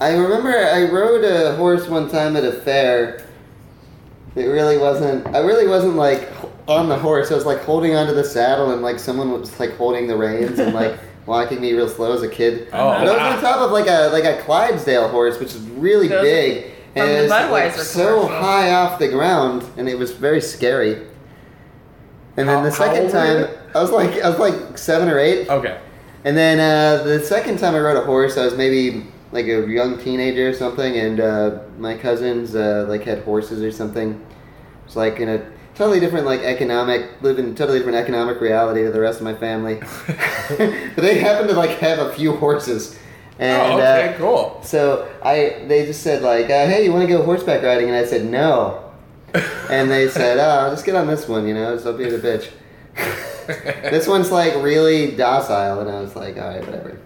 I remember I rode a horse one time at a fair. It really wasn't. I really wasn't like h- on the horse. I was like holding onto the saddle, and like someone was like holding the reins and [laughs] like walking me real slow as a kid. Oh, but I was wow. on top of like a like a Clydesdale horse, which is really Those- big. And from it the was like, Budweiser so commercial. high off the ground, and it was very scary. And then How- the how second old were Oh, you? time, I was like I was like seven or eight. Okay. And then uh, the second time I rode a horse, I was maybe like a young teenager or something, and uh, my cousins uh, like had horses or something. It's like in a totally different like economic, live in totally different economic reality to the rest of [laughs] my family. but they happened to like have a few horses, and oh, okay, uh, cool. so I they just said like, uh, hey, you want to go horseback riding? And I said no. and they said, oh, just get on this one, you know, just don't be a bitch. this one's like really docile, and I was like, all right, whatever.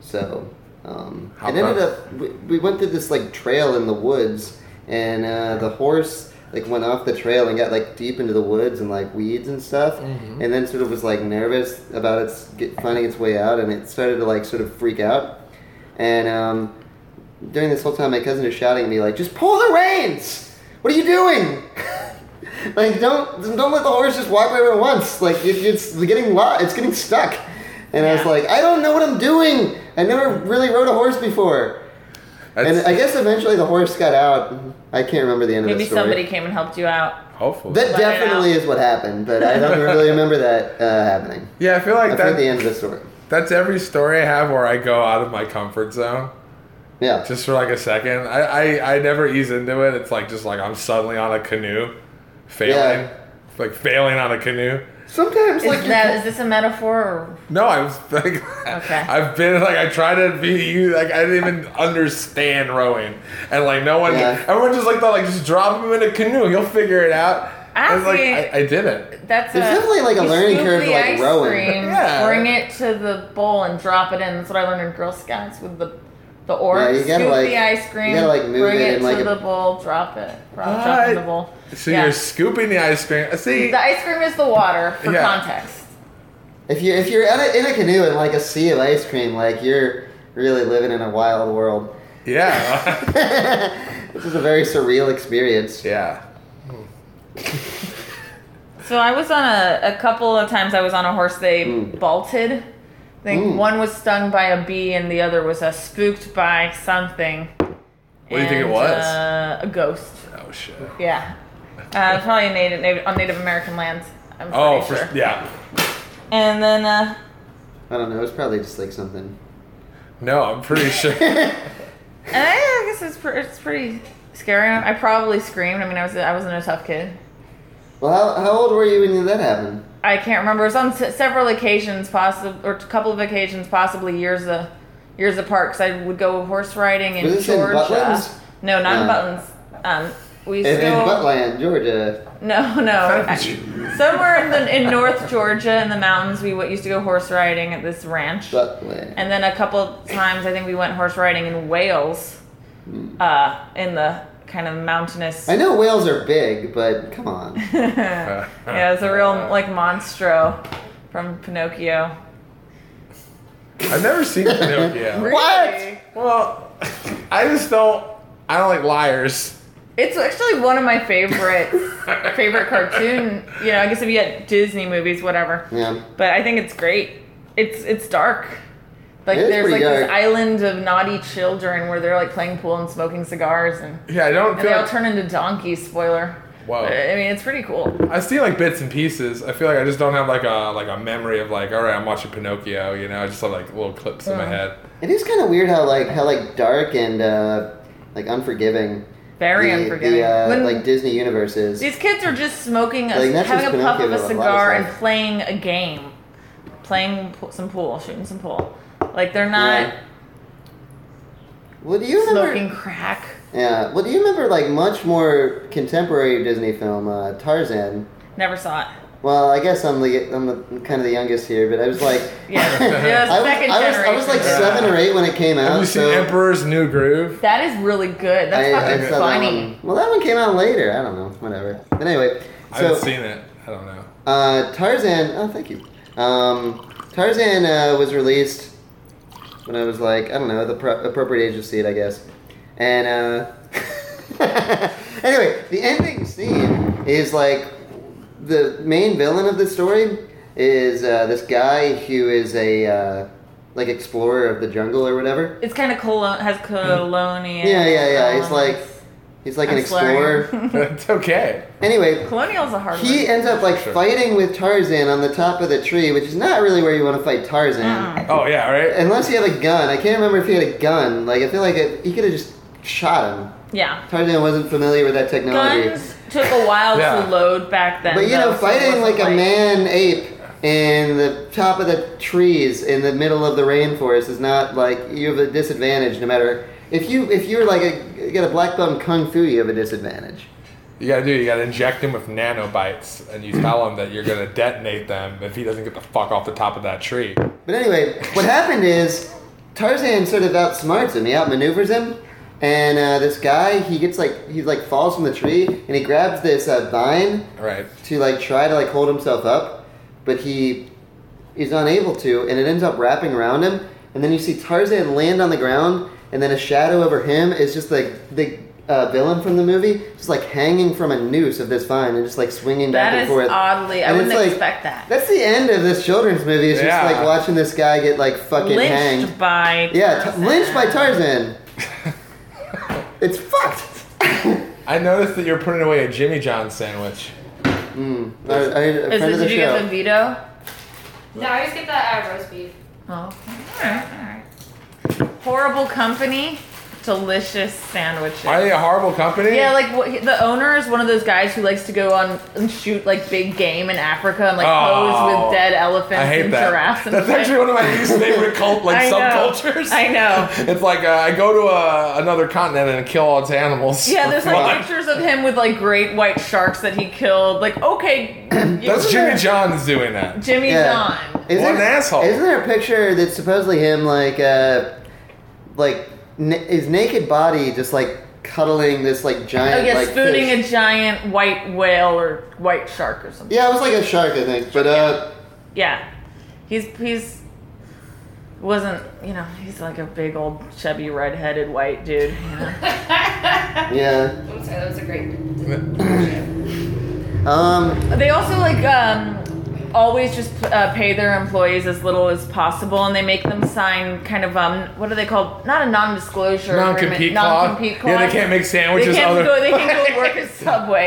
So, um, How it ended about- up we, we went through this like trail in the woods, and uh, the horse like went off the trail and got like deep into the woods and like weeds and stuff, and then sort of was like nervous about its get, finding its way out, and it started to like sort of freak out. And um, during this whole time, my cousin is shouting at me like, "Just pull the reins! What are you doing?" [laughs] like don't don't let the horse just walk everywhere at once. Like it, it's getting lo- it's getting stuck. And I was Yeah. like, I don't know what I'm doing. I never really rode a horse before. And That's- I guess eventually the horse got out. I can't remember the end Maybe of the story. somebody came and helped you out. hopefully. That let it definitely out. is what happened, but I don't really remember that uh, happening. yeah, I feel [laughs] like I've heard the that, end of the story. that's every story I have where I go out of my comfort zone. Yeah. just for like a second. I, I, I never ease into it. It's like just like I'm suddenly on a canoe, failing, Yeah. like failing on a canoe. Sometimes, Is like, that is this a metaphor? Or, No, I was [laughs] like, Okay. I've been like I try to be you. Like I didn't even understand rowing, and like no one, Yeah. everyone just like thought like just drop him in a canoe, he'll figure it out. I And, like Ah, see. I, I didn't. that's There's a, definitely, like, a you learning scoop curve to, the like, ice rowing. cream, Yeah. Bring it to the bowl and drop it in. That's what I learned in Girl Scouts with the the Yeah, orange. you gotta, scoop like- the ice cream. you gotta, like, move bring it it, in, like, to a- the bowl. Drop it. Drop, drop it in the What? bowl. So Yeah. you're scooping the ice cream. Uh, See, The ice cream is the water for Yeah. context. if you if you're in a, in a canoe in like a sea of ice cream, like you're really living in a wild world. [laughs] yeah, [laughs] This is a very surreal experience. yeah. So I was on a, a couple of times I was on a horse they bolted. I think Mm. one was stung by a bee and the other was uh, spooked by something. What do you think it was? Uh, a ghost. Oh shit. Yeah. Uh, probably a native, native on Native American lands. I'm pretty Oh, for, sure. yeah. And then uh, I don't know. It's probably just like something. [laughs] No, I'm [laughs] pretty sure. and I, I guess it's pre- it's pretty scary. I probably screamed. I mean, I was I wasn't a tough kid. Well, how, how old were you when that happened? I can't remember. It was on s- several occasions, possibly, or a couple of occasions, possibly years a, years apart. Because I would go horse riding in Was this in Georgia. Butlins? no, not in No. Buttons. Um, we In, in still Buttland, Georgia. [laughs] no, no. I- somewhere in the in North Georgia in the mountains, we w- used to go horse riding at this ranch. Buttland. And then a couple times, I think we went horse riding in Wales, uh, in the kind of mountainous. I know whales are big, but come [laughs] on. Yeah, it's a real like monstro from Pinocchio. I've never seen [laughs] Pinocchio. What? Well, I just don't. I don't like liars. It's actually one of [laughs] my favorite favorite cartoon. You know, I guess if you had Disney movies, whatever. Yeah. But I think it's great. It's it's dark. Like It is there's like pretty this dark. island of naughty children where they're like playing pool and smoking cigars, and, Yeah, I don't and they feel. all Like, turn into donkeys. Spoiler. Wow. Oh. But, I mean, it's pretty cool. I see like bits and pieces. I feel like I just don't have like a like a memory of like all right, I'm watching Pinocchio. You know, I just have like little clips in my Yeah. head. It is kind of weird how like how like dark and uh, like unforgiving. Very the, unforgiving. The, uh, When- like Disney universe is. These kids are just smoking, a, Like, that's having just a puff of Pinocchio a with a lot of cigar and stuff. playing a game, playing po- some pool, shooting some pool. Like they're not Yeah. Well, do you remember? smoking crack. Yeah. Well, do you remember like much more contemporary Disney film uh, Tarzan? Never saw it. Well, I guess I'm the I'm the, kind of the youngest here, but I was like, [laughs] [laughs] Yeah, yeah I, was, second I was I generation. was like Yeah. seven or eight when it came out. Have you seen so Emperor's New Groove? that is really good. That's I, I fucking saw that funny. one. Well, that one came out later. I don't know. Whatever. But anyway, I so haven't seen it. I don't know. [laughs] Uh, Tarzan. Oh, thank you. Um, Tarzan uh, was released when I was like, I don't know, the pro- appropriate age to see it, I guess. And uh, [laughs] anyway, the ending scene is like the main villain of the story is uh, this guy who is a uh, like explorer of the jungle or whatever. It's kind of colon has colonial. um, Yeah, yeah, yeah. He's elements. like he's like an Oh. I'm slurring. [laughs] explorer. it's okay. anyway, Colonial's a hard He word. ends up like Sure. fighting with Tarzan on the top of the tree, which is not really where you want to fight Tarzan, Hmm. Oh yeah, right. unless you have a gun. I can't remember if he had a gun. Like I feel like it, he could have just shot him. Yeah. Tarzan wasn't familiar with that technology. Guns took a while Yeah. to load back then. but you know, though, so it fighting wasn't like a man ape in the top of the trees in the middle of the rainforest is not like you have a disadvantage. No matter if you if you're like a you got a black belt in kung fu, you have a disadvantage. You gotta do. You gotta inject him with nanobites, and you tell him that you're gonna detonate them if he doesn't get the fuck off the top of that tree. But anyway, what happened is Tarzan sort of outsmarts him. He outmaneuvers him, And uh, this guy, he gets like he like falls from the tree, and he grabs this uh, vine Right. to like try to like hold himself up, but he is unable to, and it ends up wrapping around him. And then you see Tarzan land on the ground, and then a shadow over him is just like the uh, villain from the movie, just like hanging from a noose of this vine and just like swinging back That and is forth. oddly. I And it's wouldn't like- expect that. That's the end of this children's movie. It's Yeah. just like watching this guy get like fucking Lynched hanged. by. Yeah, t- Tarzan. lynched by Tarzan. it's fucked. I noticed that you're putting away a Jimmy John sandwich. Our- our- a Is friend this, of the did you show. get the veto? No, I just get that uh, roast beef. [laughs] Oh, okay. all right, all right. Horrible company, delicious sandwiches. Are they a horrible company? yeah, like what, the owner is one of those guys who likes to go on and shoot like big game in Africa and like pose Oh, with dead elephants I hate and that. giraffes. And That's shit. actually one of my least favorite cult like [laughs] I know. subcultures. I know. It's like uh, I go to uh, another continent and kill all its animals. Yeah, there's like Like, pictures of him with like great white sharks that he killed. [clears throat] Like, okay, That's Jimmy John's doing that. Jimmy Yeah. John. Is What there- an asshole. Isn't there a picture that's supposedly him like uh like na- his naked body just like cuddling this like Oh giant yeah, like spooning fish? a giant white whale or white shark or something. Yeah, it was like a shark I think. But uh Yeah, he's he's wasn't you know he's like a big old chubby redheaded white dude. you [laughs] know? yeah. I'm sorry, that was a great. Um They also like um, always just uh, pay their employees as little as possible, and they make them sign kind of um what are they called? Not a non-disclosure Non compete agreement, clause. non-compete clause. Yeah, they can't make They sandwiches. can't other. go. They can go work at Subway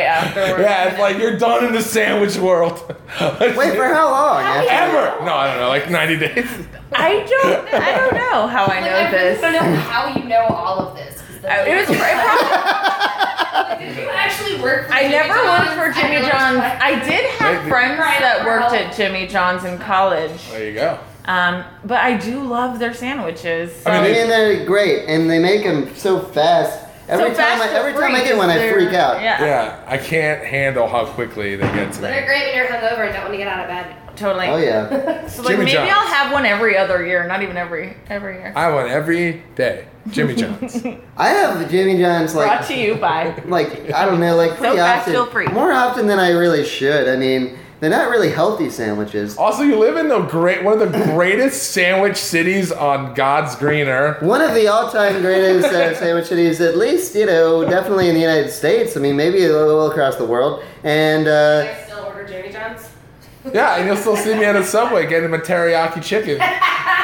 [laughs] afterwards. yeah, it's like you're done in the sandwich world. [laughs] wait for how long? After- Ever? No, I don't know. Like 90 days. I don't. I don't know how I Like, know I really this. don't know how you know all of this. 'cause I- that's- It was. I probably- Like, did you actually work? For I Jimmy never John's? worked for Jimmy really John's. tried- I did have Maybe. friends Right, that worked well. at Jimmy John's in college, There you [laughs] go. um, but I do love their sandwiches. So. I I mean, mean they're great and they make them so fast. Every time fast I, to every time I freeze, get one I they're- freak out. Yeah, Yeah, I can't handle how quickly they get to me. They're great when you're hungover and don't want to get out of bed. totally. Oh [laughs] yeah. So like Jimmy maybe John's. I'll have one every other year, not even every every year. I want every day. Jimmy [laughs] John's. I have Jimmy John's like Brought to [laughs] you by. like I don't know, like pretty fast, often, feel free. more often than I really should. I mean, they're not really healthy sandwiches. also, you live in the great one of the greatest sandwich cities on God's green earth. One of the all-time [laughs] greatest uh, sandwich cities, at least you know, definitely in the United States. I mean, maybe a little across the world. And uh, I still order Jimmy John's. Yeah, and you'll still see me at a subway getting a teriyaki chicken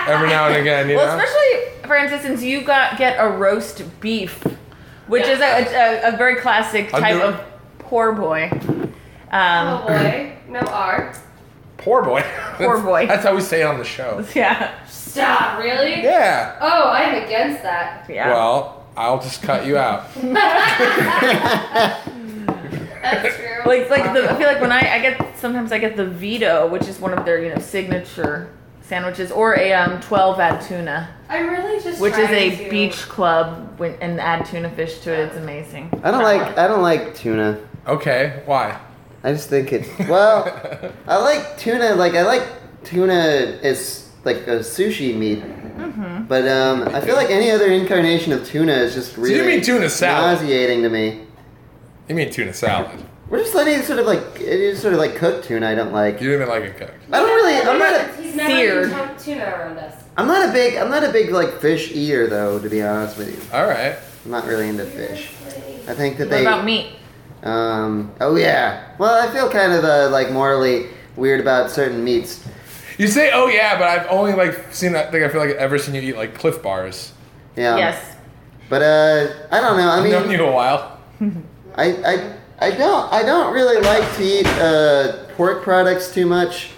every now and again. You Well, know. especially Francis, since you got get a roast beef, which is a, a, a very classic I'll type do it. of poor boy. Oh Um, boy, no R. Poor boy. Poor That's- boy. That's how we say it on the show. [laughs] yeah, Stop, really? Yeah. Oh, I am against that. [laughs] yeah. Well, I'll just cut you [laughs] out. That's true. like like the, I feel like when I, I get sometimes I get the Vito, which is one of their you know signature sandwiches, or a um, twelve ad tuna, I'm really just which is trying a to- beach club when, and add tuna fish to it. It's amazing. I don't like I don't like tuna. Okay. Why? I just think it's [laughs] well, I like tuna. Like I like tuna as like a sushi meat. Mm-hmm. But um, I feel like any other incarnation of tuna is just really you mean tuna salad? nauseating to me. You mean tuna salad? We're just letting sort of like it is sort of like cooked tuna. I don't like. You didn't even like it cooked. I don't really. I'm not. A, He's never eaten Seared. tum- tuna around us. I'm not a big. I'm not a big like fish eater though. To be honest with you, All right. I'm not really into fish. I think that they. what about meat? Um. Oh yeah. Well, I feel kind of uh, like morally weird about certain meats. You say, oh yeah, but I've only like seen. I think I feel like I've ever seen you eat like Cliff Bars. Yeah. yes. But uh, I don't know. I I've known mean, you a while. I I. I don't. I don't really like to eat uh, pork products too much,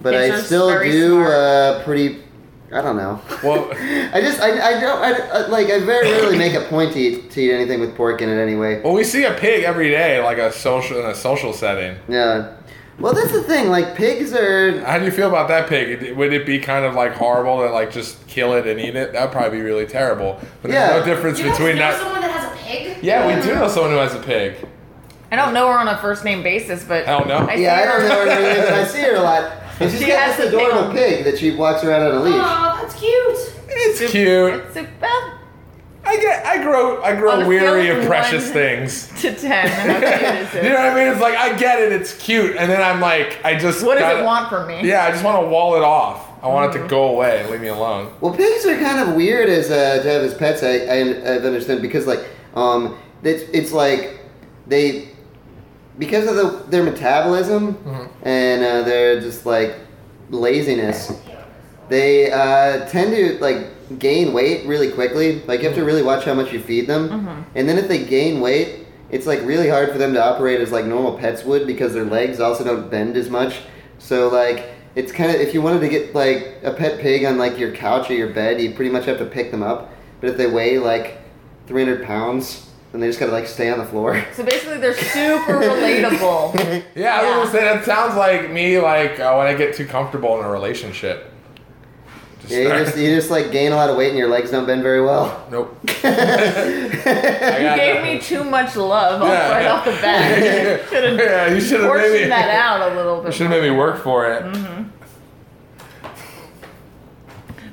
but Yes, I you're still very do smart. uh, pretty. I don't know. Well, [laughs] [laughs] I just I, I don't I, I- like I very rarely make a point to eat, to eat anything with pork in it anyway. well, we see a pig every day, like a social in a social setting. Yeah. Well, that's the thing. Like pigs are. How do you feel about that pig? Would it be kind of like horrible to like just kill it and eat it? That would probably be really terrible. But Yeah. there's no difference You between guys know that. someone that has a pig? Yeah, we do know someone who has a pig. I don't know her on a first name basis, but I don't know. I- Yeah, I don't know her name, but I see her a lot. And she's She got has this a pig adorable on. pig that she walks around on a leash. Oh, that's cute. It's cute. it's a, well, I get. I grow I On grow a weary scale of of precious one- things. to ten. How cute is You know it? what I mean? It's like I get it, it's cute, and then I'm like, I just What does gotta- it want from me? Yeah, I just want to wall it off. I want it to go away. Leave me alone. Well, pigs are kind of weird as uh, to have as pets. I, I I've understood because like um, it's it's like they because of the, their metabolism and uh, their just like laziness, they uh, tend to like gain weight really quickly. Like you have to really watch how much you feed them, and then if they gain weight. It's like really hard for them to operate as like normal pets would because their legs also don't bend as much. So like it's kind of if you wanted to get like a pet pig on like your couch or your bed, you pretty much have to pick them up. But if they weigh like 300 pounds, then they just gotta like stay on the floor. [laughs] So basically, they're super relatable. Yeah, I Yeah. was gonna say that sounds like me. Like uh, when I get too comfortable in a relationship. Just Yeah, you just e- you just like gain a lot of weight and your legs don't bend very well. [laughs] [laughs] nope. yeah, You [laughs] gave me too much love off- Yeah. right off [laughs] the bat. should have. Yeah, you should have made me. [laughs] Portion that out a little bit. Should have made me work for it.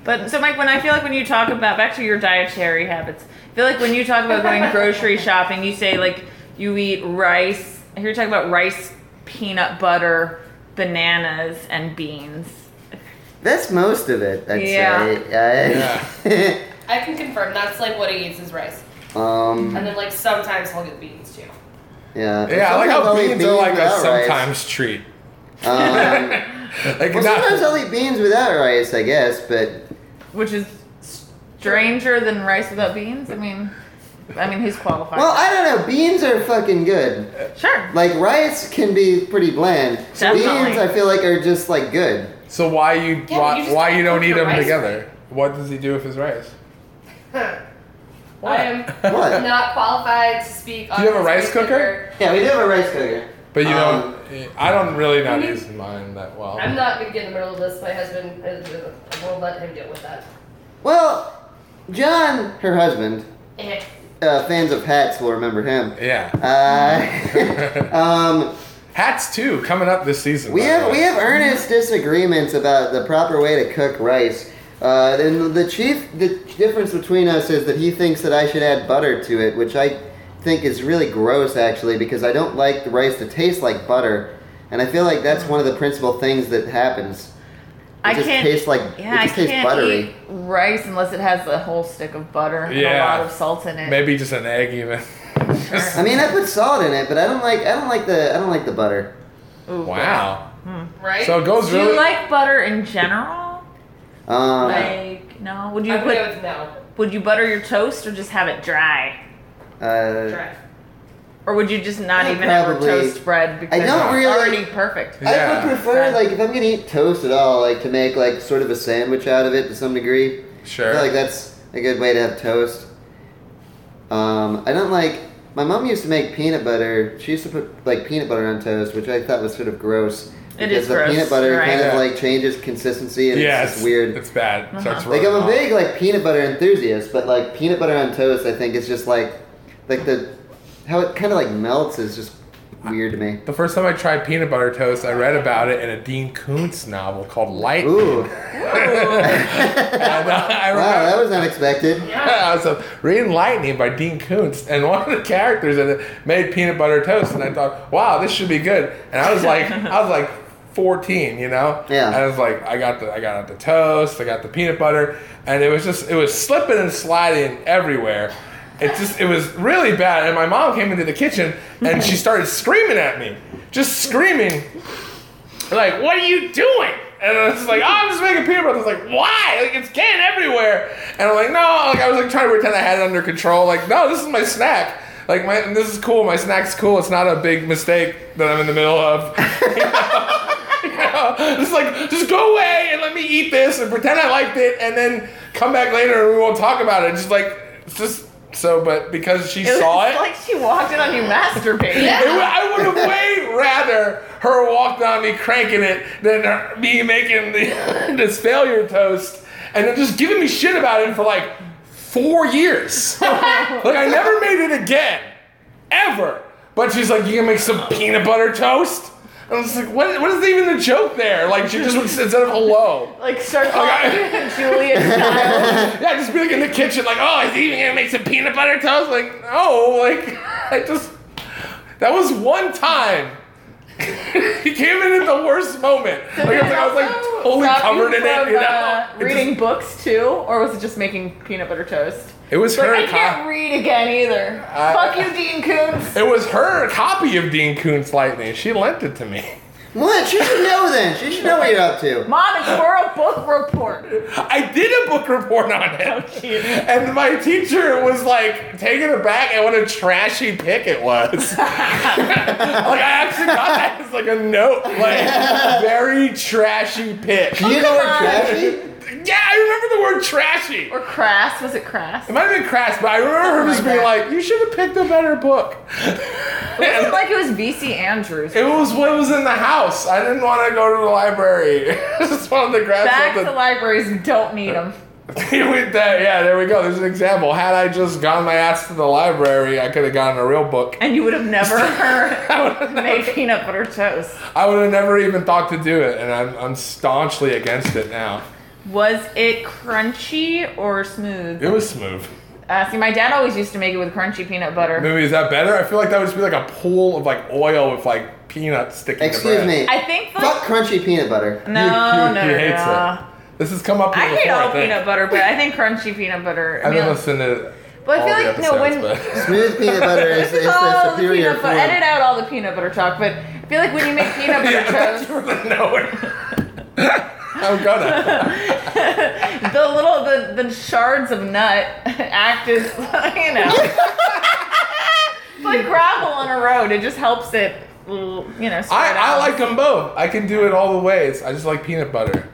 But so, Mike, when I feel like when you talk about back to your dietary habits, I feel like when you talk about going grocery shopping, you say like you eat rice. I hear you talk about rice, peanut butter, bananas, and beans. That's most of it. I'd Yeah. [laughs] say. I can confirm that's like what he eats is rice, Yeah. um. and then like sometimes he'll get beans too. Yeah. Yeah, I like Sometimes how I'll eat beans, are like a without rice. sometimes [laughs] treat. [laughs] Um, Like well, not. sometimes I'll eat beans without rice, I guess. But which is stranger than rice without beans. I mean, I mean, who's qualified? well, I don't know. Beans are fucking good. sure. Like rice can be pretty bland. Definitely. Beans, I feel like are just like good. So why you Yeah, why, but you just why don't you don't cook eat your them rice together? What does he do with his rice? Huh. What? I am What? not qualified to speak. on you have a this rice cooker? Yeah, we do have a rice cooker. [laughs] But you Um, don't. eh, I don't really not Mhm. use mine that well. I'm not gonna get in the middle of this. My husband is, will let him deal with that. Well, John, her husband, Eh. uh, fans of hats will remember him. Yeah. [laughs] Uh, [laughs] um, Hats too coming up this season. we by the have we way. have earnest disagreements about the proper way to cook rice. Uh, and the chief the difference between us is that he thinks that I should add butter to it, which I think is really gross actually because I don't like the rice to taste like butter, and I feel like that's one of the principal things that happens. I It just can't. tastes like yeah, it just I tastes can't buttery. eat rice unless it has a whole stick of butter and Yeah. a lot of salt in it. Maybe just an egg even. [laughs] I mean, I put salt in it, but I don't like I don't like the I don't like the butter. [laughs] Ooh. wow. Right? So it Do goes you really. like butter in general? Um, Like no? Would you I'm gonna go put, with no. would you butter your toast or just have it dry? uh, Dry. Or would you just not I even have probably- toast bread because don't it's really- already perfect? I Yeah. would prefer like if I'm gonna eat toast at all, like to make like sort of a sandwich out of it to some degree. I Sure. feel like that's a good way to have toast. Um, I don't like. My mom used to make peanut butter. She used to put like peanut butter on toast, which I thought was sort of gross. It because is the gross, peanut butter right. kind of Yeah. like changes consistency and yeah, it's just weird. It's bad. It starts Like rolling I'm a off. big like peanut butter enthusiast, but like peanut butter on toast, I think is just like, like the, how it kind of like melts is just weird [laughs] to me. The first time I tried peanut butter toast, I read about it in a Dean Koontz novel called Light. Ooh, [laughs] wow, And, uh, I remember- that was unexpected. I was uh, reading Lightning by Dean Koontz, and one of the characters in it made peanut butter toast, and I thought, wow, this should be good. And I was like, I was like 14, you know? Yeah. And I was like, I got the, I got the toast, I got the peanut butter, and it was just, it was slipping and sliding everywhere. It just, it was really bad. And my mom came into the kitchen, and she started screaming at me, just screaming, like, what are you doing? And I was like, oh, I'm just making peanut butter. I was like, why? Like, it's getting everywhere. And I'm like, no. Like, I was like trying to pretend I had it under control. Like, no, this is my snack. Like, my this is cool. My snack's cool. It's not a big mistake that I'm in the middle of. [laughs] you know? [laughs] Just like, just go away and let me eat this and pretend I liked it, and then come back later and we won't talk about it. Just like, it's just so. But because she It [laughs] saw was it, like she walked in on you masturbating. it would- I would have way rather her walked on me cranking it than her, me making the, [laughs] this failure toast and then just giving me shit about it for like four years. like I never made it again, ever. But she's like, "You can make some peanut butter toast." And I was like, "What? What is even the joke there?" Like she just would- instead of hello. Like start I- [laughs] calling Julia child. Yeah, just be like in the kitchen, like, oh, is he even gonna make some peanut butter toast? Like, no, like, [laughs] I just, that was one time. [laughs] he came in at the worst moment. [laughs] Like, I was like, I was like totally Stop covered you in it, from, you know? uh, It reading just- books too, or was it just making peanut butter toast? It was Like, her. I co- can't read again either. I- Fuck you, Dean Koontz. It was her copy of Dean Koontz Lightning. She lent it to me. What? She should know then. She should know what you're up to. Mom, it's for a book report. I did a book report on it. And my teacher was like taken aback at what a trashy pick it [laughs] was. like I actually got that as like a note, like very trashy pick. Do you know come where on. trashy? Yeah, I remember the word trashy. Or crass? Was it crass? It might have been crass, but I remember her just being like, "You should have picked a better book." It wasn't like it was VC Andrews. It was what was in the house. I didn't want to go to the library. [laughs] I just wanted to grab Back something. to libraries, we don't need them. [laughs] With that, yeah, there we go. There's an example. Had I just gone my ass to the library, I could have gotten a real book. And you would have never I would have made peanut butter toast. never even thought to do it, and I'm, I'm staunchly against it now. Was it crunchy or smooth? It was smooth. Uh, see, my dad always used to make it with crunchy peanut butter. Maybe is that better? I feel like that would just be like a pool of like oil with like peanuts sticking. to Excuse bread. me. I think like Fuck crunchy peanut butter. no, he, no, he no, hates no. it. This has come up. Here I hate before, all I think. peanut butter, but I think crunchy peanut butter. I I've mean, been listening to. But I all feel the like, no, episodes, when- but- Smooth peanut butter is, is [laughs] the all the superior Oh, peanut butter. Edit form. out all the peanut butter talk, but I feel like when you make [laughs] peanut butter yeah, [laughs] that's from toast, the nowhere. [laughs] I'm [laughs] gonna. the little the, the shards of nut act as [laughs] you know it's like gravel on a road it just helps it you know spread I, I out. like them both. I can do it all the ways. I just like peanut butter.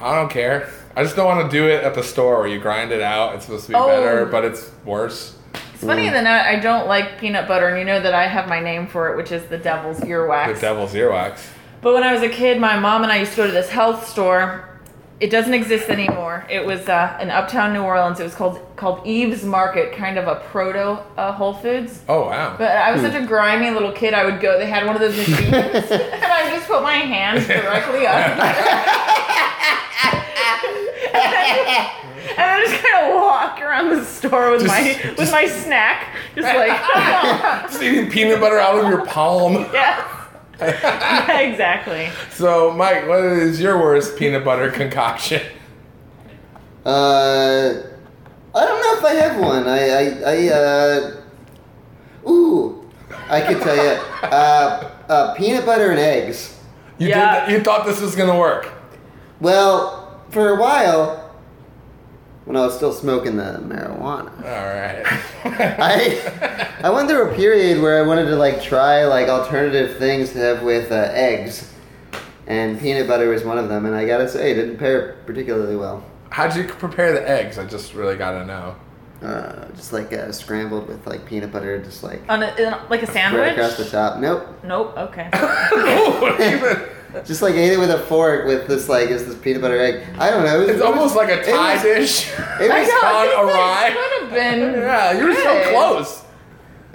I don't care. I just don't want to do it at the store where you grind it out. It's supposed to be Oh. better, but it's worse. it's funny that I, I don't like peanut butter and you know that i have my name for it which is the devil's The earwax devil's earwax. But when I was a kid, my mom and I used to go to this health store. It doesn't exist anymore. It was uh, in uptown New Orleans. It was called called Eve's Market, kind of a proto uh, Whole Foods. Oh wow. But I was such a grimy little kid. I would go. They had one of those [laughs] machines, and I just put my hand directly up. and [laughs] I just kind of walk around the store with my Just- with my snack, just like [laughs] just eating peanut butter out of your palm. [laughs] yeah, yeah, exactly. So Mike, what is your worst peanut butter concoction? Uh, I don't know if I have one. I, I, I uh, ooh, I could tell you. Uh, uh, peanut butter and eggs. You Yeah. did. You thought this was gonna work. Well, for a while, when I was still smoking the marijuana, All right. I, [laughs] I went through a period where I wanted to like try like alternative things to have with uh, eggs, and peanut butter was one of them. And I gotta say, it didn't pair particularly well. [laughs] How'd you prepare the eggs? I just really gotta know. [laughs] Uh, just like uh, scrambled with like peanut butter, just like On a, in a- like a right across the sandwich? top. Nope. Nope. [laughs] Okay. Just like ate it with a fork with this like is this peanut butter egg. I don't know. It was, It's it almost was- like a it Thai was- dish. It I was, know, I gone was gonna say, awry. it could have been. Yeah, you were so good. close.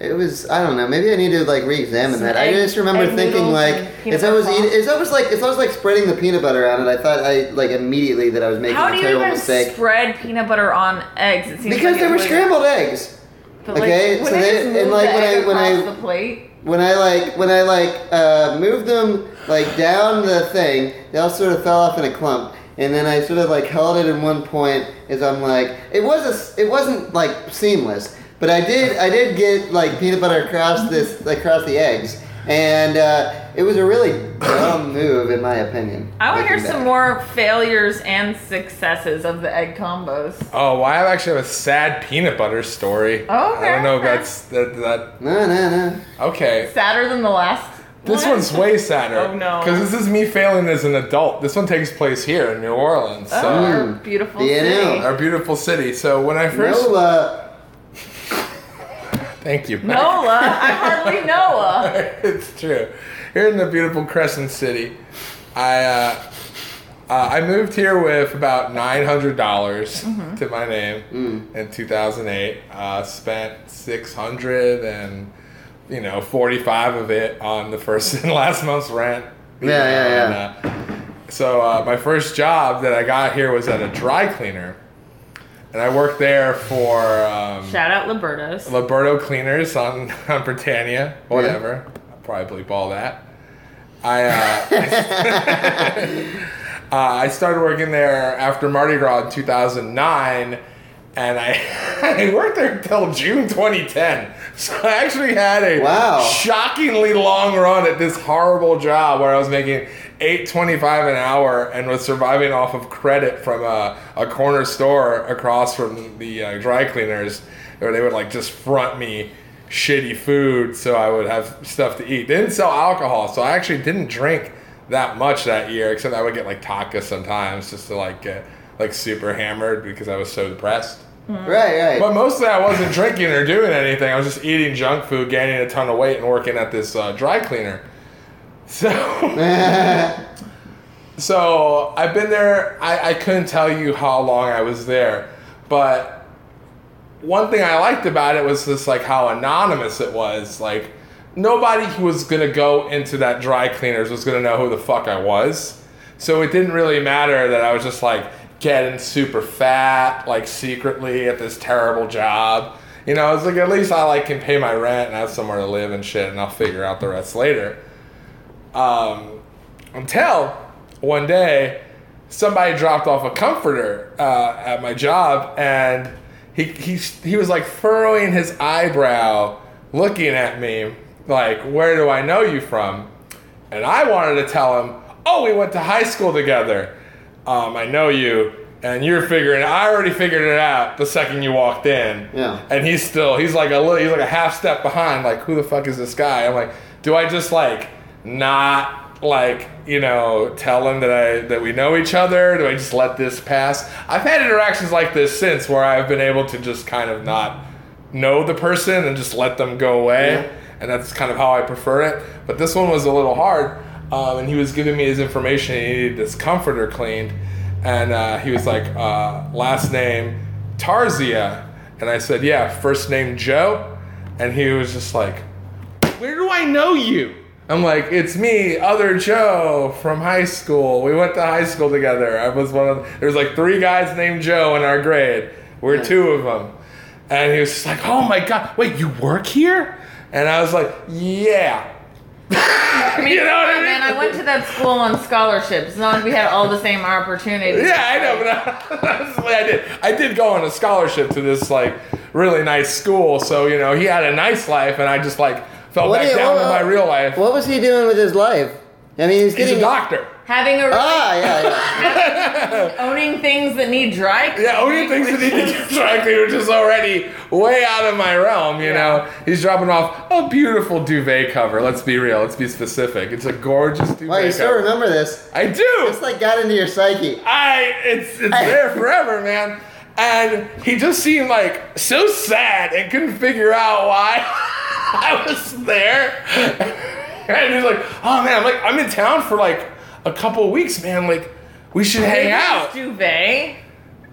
it was. I don't know. Maybe I need to like re-examine Some that. egg- I just remember egg thinking noodles like and peanut it's always butter eat, sauce. it's always like it's always like spreading the peanut butter on it. I thought I like immediately that I was making How a do you terrible even mistake spread peanut butter on eggs? It seems because like they it were would- scrambled eggs. but, like, okay, wouldn't so it they- just and, move like, the when I- egg when I- across the plate. When I like when I like uh, moved them like down the thing, they all sort of fell off in a clump. And then I sort of like held it in one point as I'm like it was a, s- it wasn't like seamless, but I did I did get like peanut butter across this across the eggs, and uh, it was a really dumb move in my opinion. I want to hear looking some back. more failures and successes of the egg combos. Oh, well, I actually have a sad peanut butter story. I Okay, don't know if okay. that's that. that No no no. okay. Sadder than the last. This one? one's way sadder. Oh, no. Because this is me failing as an adult. This one takes place here in New Orleans, Oh, so our Mm. beautiful Yeah, I know. city. our beautiful city. So when I first, Nola. thank you. Nola, I hardly Noah. [laughs] it's true. Here in the beautiful Crescent City, I uh, uh, I moved here with about nine hundred dollars Mm-hmm. to my name Mm. in two thousand eight. Uh, spent six hundred and you [laughs] know forty five of it on the first and last month's rent. Yeah, yeah, yeah. And, uh, So uh, my first job that I got here was at a dry cleaner, and I worked there for um, Shout out Libertos. Liberto Cleaners on [laughs] on Britannia, whatever. I'll probably bleep all that. I uh, [laughs] uh, I started working there after Mardi Gras in 2009, and I [laughs] I worked there until June 2010. So I actually had a Wow. shockingly long run at this horrible job where I was making. 825 an hour and was surviving off of credit from a, a corner store across from the uh, dry cleaners where they would like just front me shitty food so I would have stuff to eat. They didn't sell alcohol, so I actually didn't drink that much that year, except I would get like tacos sometimes just to like get like super hammered because I was so depressed. Right, But right. mostly I wasn't drinking or doing anything. I was just eating junk food, gaining a ton of weight, and working at this uh, dry cleaner. So [laughs] so I've been there. I, I couldn't tell you how long I was there, but one thing I liked about it was just like how anonymous it was. Like nobody who was gonna go into that dry cleaners was gonna know who the fuck I was. So it didn't really matter that I was just like getting super fat, like secretly at this terrible job. You know, it's like at least I like can pay my rent and have somewhere to live and shit, and I'll figure out the rest later um, until one day somebody dropped off a comforter uh, at my job and he, he, he was like furrowing his eyebrow looking at me like where do i know you from and i wanted to tell him oh we went to high school together um, i know you and you're figuring i already figured it out the second you walked in Yeah. and he's still he's like a little, he's like a half step behind like who the fuck is this guy i'm like do i just like not like you know tell him that i that we know each other do i just let this pass i've had interactions like this since where i've been able to just kind of not know the person and just let them go away Yeah. and that's kind of how i prefer it but this one was a little hard um, and he was giving me his information he needed this comforter cleaned and uh, he was like uh, last name tarzia and i said yeah first name joe and he was just like where do I know you? I'm like, it's me, other Joe from high school. We went to high school together. I was one of there was like three guys named Joe in our grade. We're two of them. And he was just like, oh my god, wait, you work here? And I was like, yeah. you know what I Yeah, man, I mean? went to that school on scholarships. As long as we had all the same opportunities. Yeah, I know, but [laughs] I, that's the way I did. I did go on a scholarship to this like really nice school, so you know he had a nice life, and I just like fell What back do you- down what- to my real life. What was he doing with his life? I mean, he's He's getting a doctor. Having a Ah, yeah, yeah. owning things that need dry. Ah. Yeah, only things that he [laughs] did directly which is already way out of my realm, you know. He's dropping off a beautiful duvet cover. Let's be real, let's be specific. It's a gorgeous duvet Wow, you still cover. remember this? I do! It's like got into your psyche. I it's it's there forever, man. And he just seemed like so sad and couldn't figure out why [laughs] I was there. And he's like, oh man, I'm like I'm in town for like a couple of weeks, man. Like, we should hang out. Duvet.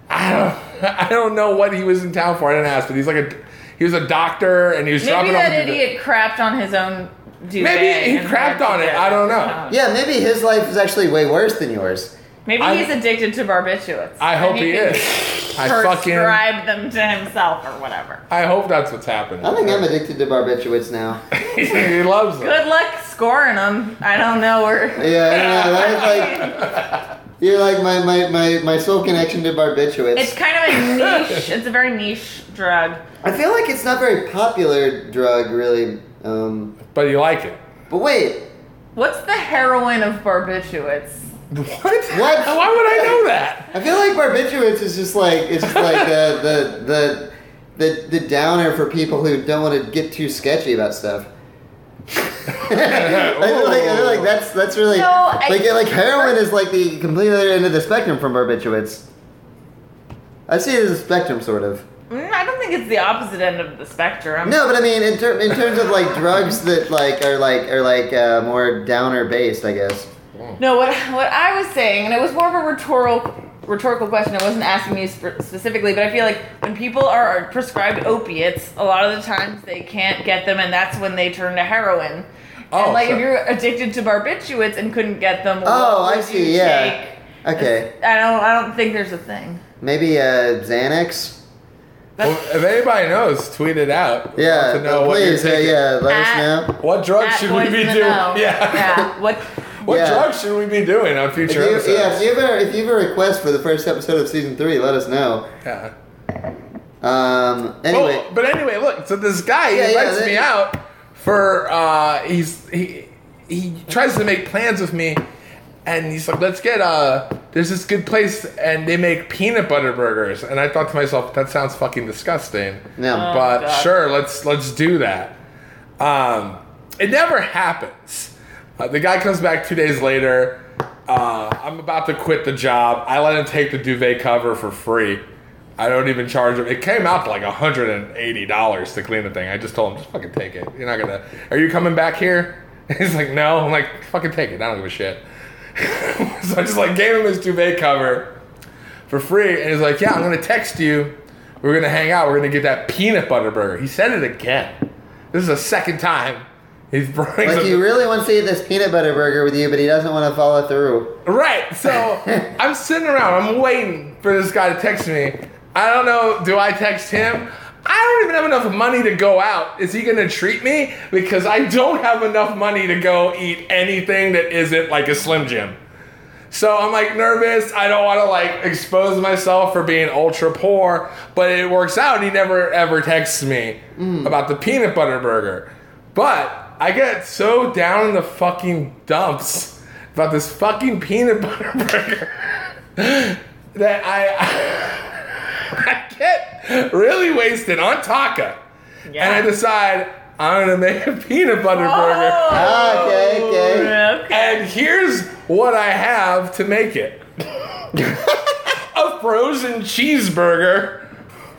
I don't, [laughs] I don't know what he was in town for. I didn't ask, but he's like a, he was a doctor and he was Maybe dropping off. that a duvet. idiot crapped on his own duvet. Maybe he and Uh-huh. crapped had on it. to- I don't know. Yeah, maybe his life is actually way worse than yours. Maybe I- he's addicted to barbiturates. I hope and [laughs] he can is. I fucking, prescribe them to himself or whatever. I hope that's what's happening. I think I'm addicted to barbiturates now. [laughs] he loves it. Good luck scoring them. I don't know where. Yeah, I don't know, right? Like, you're like my, my, my, my sole connection to barbiturates. It's kind of a [laughs] niche. It's a very niche drug. I feel like it's not very popular drug, really. Um, But you like it. but wait, What's the heroin of barbiturates? What? What? Why What? would I know that? I feel like barbiturates is just like it's just like the the the the, the downer for people who don't want to get too sketchy about stuff. [laughs] I feel like I feel like that's that's really No, I- like like heroin is like the complete other end of the spectrum from barbiturates. I see it as a spectrum, sort of. Mm, I don't think it's the opposite end of the spectrum. No, but I mean, in, ter- in terms of like drugs that like are like are like uh, more downer based, I guess. No, what what I was saying, and it was more of a rhetorical rhetorical question. I wasn't asking you sp- specifically, but I feel like when people are prescribed opiates, a lot of the times they can't get them, and that's when they turn to heroin. Oh, and like sure. if you're addicted to barbiturates and couldn't get them, Oh, what I would see. you Yeah. take? Okay. I don't. I don't think there's a thing. Maybe uh, Xanax. Well, if anybody knows, tweet it out. We Yeah. want to know what you're please. yeah, taking. yeah. Let us At- know. What drug At Oh, should we Boys be in the doing? Know. Yeah. Yeah. What? [laughs] What Yeah. drugs should we be doing on If future you, episodes? yeah, if you have a if you have a request for the first episode of season three, let us know. Yeah. Um. Anyway. Oh, but anyway, look. So this guy Yeah, he yeah, invites that- me out for uh, he's he he tries to make plans with me, and he's like, "Let's get uh, there's this good place, and they make peanut butter burgers." And I thought to myself, "That sounds fucking disgusting." No. but God. sure, let's let's do that. Um, it never happens. Uh, the guy comes back two days later. Uh, I'm about to quit the job. I let him take the duvet cover for free. I don't even charge him. It came out to like $180 to clean the thing. I just told him, just fucking take it. You're not gonna. Are you coming back here? [laughs] He's like, no. I'm like, fucking take it. I don't give a shit. [laughs] so I just like gave him his duvet cover for free, and he's like, "Yeah, I'm gonna text you. We're gonna hang out. We're gonna get that peanut butter burger." He said it again. This is the second time he's [laughs] brings up- Like he really wants to eat this peanut butter burger with you, but he doesn't want to follow through. right. So [laughs] I'm sitting around. I'm waiting for this guy to text me. I don't know. Do I text him? I don't even have enough money to go out. Is he gonna treat me? Because I don't have enough money to go eat anything that isn't like a Slim Jim. So I'm like nervous. I don't want to like expose myself for being ultra poor, but it works out. He never ever texts me about the peanut butter burger. But I get so down in the fucking dumps about this fucking peanut [laughs] butter burger that I [laughs] I, get really wasted on Taka. And I decide I'm gonna make a peanut butter burger. Oh, Ah, Okay. Okay. okay. And here's what I have to make it [laughs] a frozen cheeseburger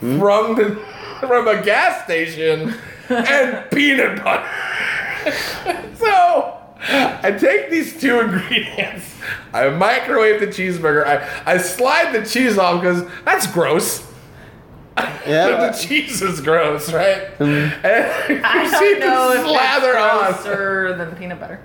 from the from a gas station [laughs] and peanut butter. [laughs] so I take these two ingredients. I microwave the cheeseburger. I, I slide the cheese off because that's gross. [laughs] Yeah. the cheese is gross, right? And [laughs] I I proceed don't know to if slather that's on. grosser than peanut butter.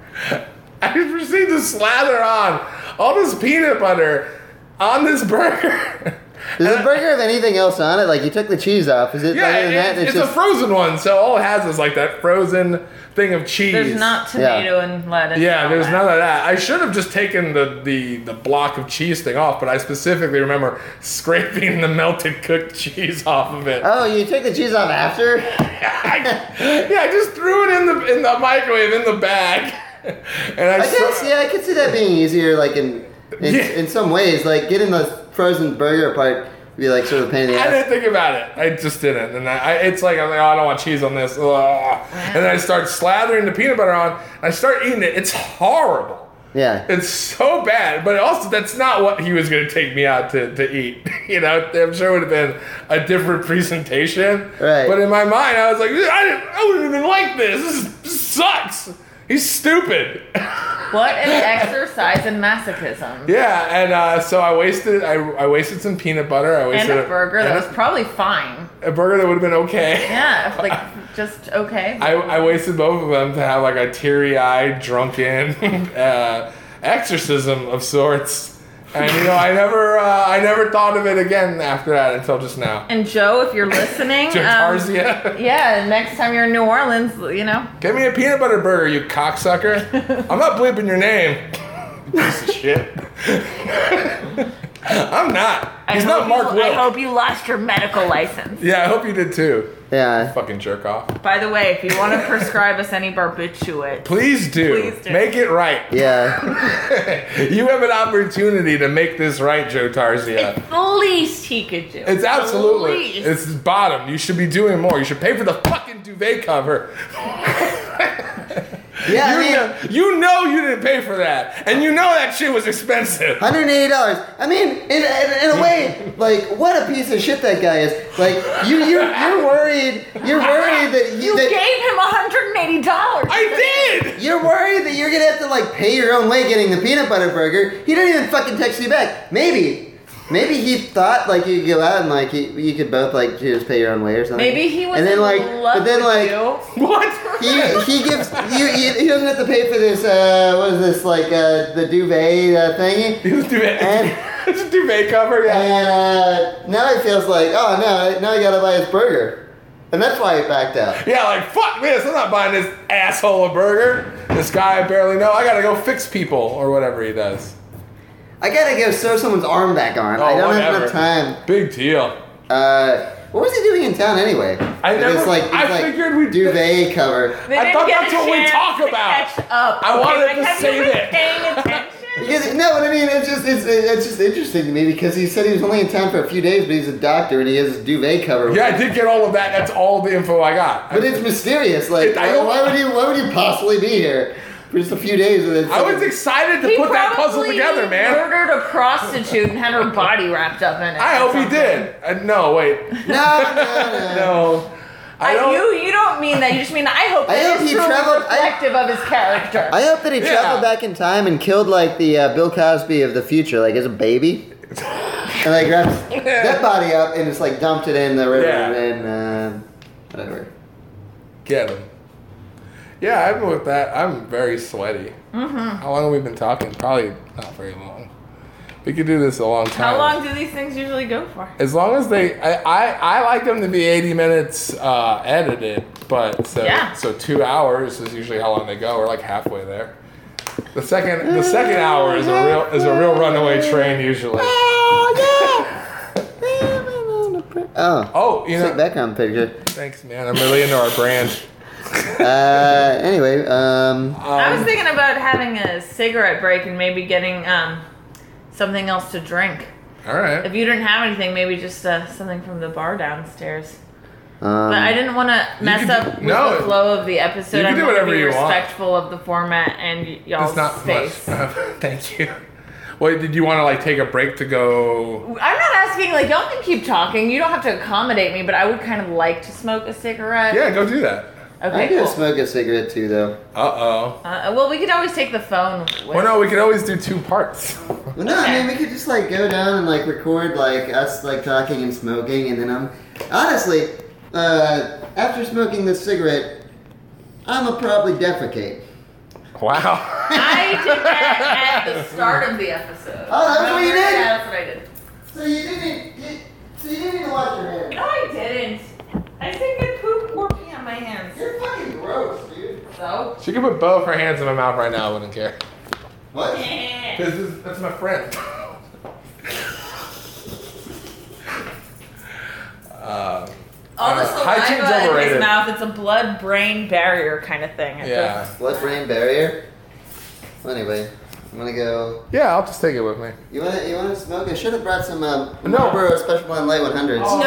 I proceed to slather on all this peanut butter on this burger. Does the burger have anything else on it? Like you took the cheese off. Is it yeah, other than that? it- it's, a frozen one, so all it has is like that frozen thing of cheese. There's not tomato and lettuce. Yeah, and all there's that. none of that. I should have just taken the, the, the block of cheese thing off, but I specifically remember scraping the melted cooked cheese off of it. oh, you took the cheese off after? [laughs] I, yeah, I just threw it in the in the microwave in the bag, [laughs] and I, I saw- guess yeah, I could see that being easier. Like in in, Yeah. in some ways, like getting the frozen burger part would be like sort of a pain in the I ass. didn't think about it. I just didn't. And I, I, it's like, I'm like, oh, I don't want cheese on this. Ugh. And then I start slathering the peanut butter on. And I start eating it. It's horrible. Yeah. It's so bad. But also, that's not what he was going to take me out to, to eat. [laughs] You know, I'm sure it would have been a different presentation. Right. But in my mind, I was like, I, didn't, I wouldn't even like this. This sucks. He's stupid. [laughs] What an exercise in masochism. yeah. And uh, so I wasted, I, I wasted some peanut butter. I And wasted a burger and that a- was probably fine. a burger that would have been okay. Yeah, like just okay. I, I wasted both of them to have like a teary eyed, drunken [laughs] uh, exorcism of sorts. And you know, I never, uh, I never thought of it again after that until just now. And Joe, if you're listening, um, Jacarzia, [laughs] yeah, next time you're in New Orleans, you know, give me a peanut butter burger, you cocksucker. I'm not bleeping your name. Piece of shit. [laughs] I'm not. I He's not hope Mark you, I Will. hope you lost your medical license. Yeah, I hope you did too. Yeah. Fucking jerk off. By the way, if you want [laughs] to prescribe us any barbiturate, Please do. Please do. Make it right. [laughs] Yeah. You have an opportunity to make this right, Joe Tarzia. the least he could do. It's absolutely. least. It's bottom. You should be doing more. You should pay for the fucking duvet cover. [laughs] Yeah. I you, mean, know, you know you didn't pay for that, and you know that shit was expensive. Hundred eighty dollars. I mean, in, in, in a way, like what a piece of shit that guy is. Like you, you, you're worried. You're worried that you that, gave him $180. I did. [laughs] You're worried that you're gonna have to like pay your own way getting the peanut butter burger. He didn't even fucking text you back. Maybe. Maybe he thought like you could go out and like you, you could both like just pay your own way or something. Maybe he was and then in like love but then with like you. What? [laughs] he he gives you, you he doesn't have to pay for this uh what is this like uh the duvet uh, thingy It's a duvet. [laughs] And- it's a duvet cover. Yeah. and uh now he feels like oh no now I gotta buy his burger and that's why he backed out. Yeah, like fuck this. I'm not buying this asshole a burger. This guy I barely know. I gotta go fix people or whatever he does. I gotta go sew someone's arm back on. Oh, I don't have whatever. enough time. Big deal. Uh, what was he doing in town anyway? I With never- this, like, this, I like, figured we'd- duvet cover. They I didn't thought get that's a what we chance talk to about. Catch up. I wanted like, to have say you been that. [laughs] Paying attention. Because, no, what I mean, it's just it's, it's just interesting to me because he said he was only in town for a few days, but he's a doctor and he has his duvet cover. Yeah, I did get all of that. That's all the info I got. but it's mysterious. Like, It- I why, don't- why would he? Why would he possibly be here for just a few days? With I was excited to He put that puzzle probably together, man. Murdered a prostitute and had her body wrapped up in it. I or hope he something. did. Uh, [laughs] no, wait. no, no, no. No. I I, don't. you you don't mean that. You just mean that. I hope I that hope it's he truly traveled- I- reflective of his character. I hope that he Yeah. traveled back in time and killed like the uh, Bill Cosby of the future, like as a baby, and like [laughs] wraps that body up and just like dumped it in the river Yeah. and then uh, whatever. [laughs] Get him. Yeah, I've been with that. I'm very sweaty. Mm-hmm. How long have we been talking? Probably not very long. We could do this a long time. How long do these things usually go for? As long as they, I, I, I like them to be 80 minutes uh, edited, but so Yeah. so two hours is usually how long they go. We're like halfway there. The second the second hour is a real is a real runaway train usually. Oh, Oh, you sick know, background picture. thanks, man. I'm really into our brand. Uh, anyway, um, I was thinking about having a cigarette break and maybe getting um, something else to drink. All right. If you didn't have anything, maybe just uh, something from the bar downstairs. But um, I didn't want to mess can do- up with no, the flow of the episode. you can I do wanted whatever to be you want. respectful of the format and y- y'all's It's not space. much. [laughs] Thank you. Wait, did you want to like take a break to go? I'm not asking like y'all can keep talking. You don't have to accommodate me, but I would kind of like to smoke a cigarette. Yeah, go do that. Okay. I'm gonna cool. smoke a cigarette too, though. Uh oh. Uh, well, we could always take the phone. With. Well, no, we could always do two parts. [laughs] Well, no, I mean we could just like go down and like record like us like talking and smoking, and then I'm honestly uh, after smoking this cigarette, I'm gonna probably defecate. Wow. I did that at the start of the episode. Oh, that's what you Remember? did? Yeah, that's what So I did. you didn't. You, so you didn't even wash your hands. No, I didn't. I think I pooped working on my hands. You're fucking gross, dude. So. she could put both her hands in my mouth right now. I wouldn't care. What? eh. This is that's my friend. um, All the Uh, hygiene's saliva in overrated. his mouth, it's a blood brain barrier kind of thing. It yeah. just- Blood brain barrier. Well, anyway, I'm gonna go. Yeah, I'll just take it with me. You wanna you wanna smoke? I should have brought some um, No. Marlboro Special Blend Light 100s. Oh, no, no, no, no, do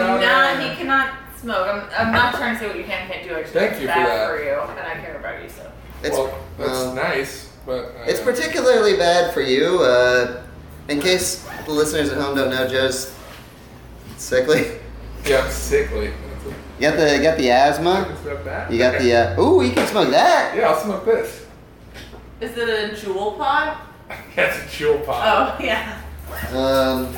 no, not. no, no. He cannot smoke. I'm, I'm not trying to say what you can and can't do. I just Thank it's you for bad that. for you, and I care about you, so. It's well, that's well, nice, but uh, It's particularly bad for you. Uh, in case the listeners at home don't know, Joe's sickly. yeah, I'm sickly. That's You got the you got the a- I can asthma. smoke that. You got Okay. the uh, ooh, you can smoke that. Yeah, I'll smoke this. [laughs] Is it a jewel pod? That's a chill pop. Oh, yeah. Um,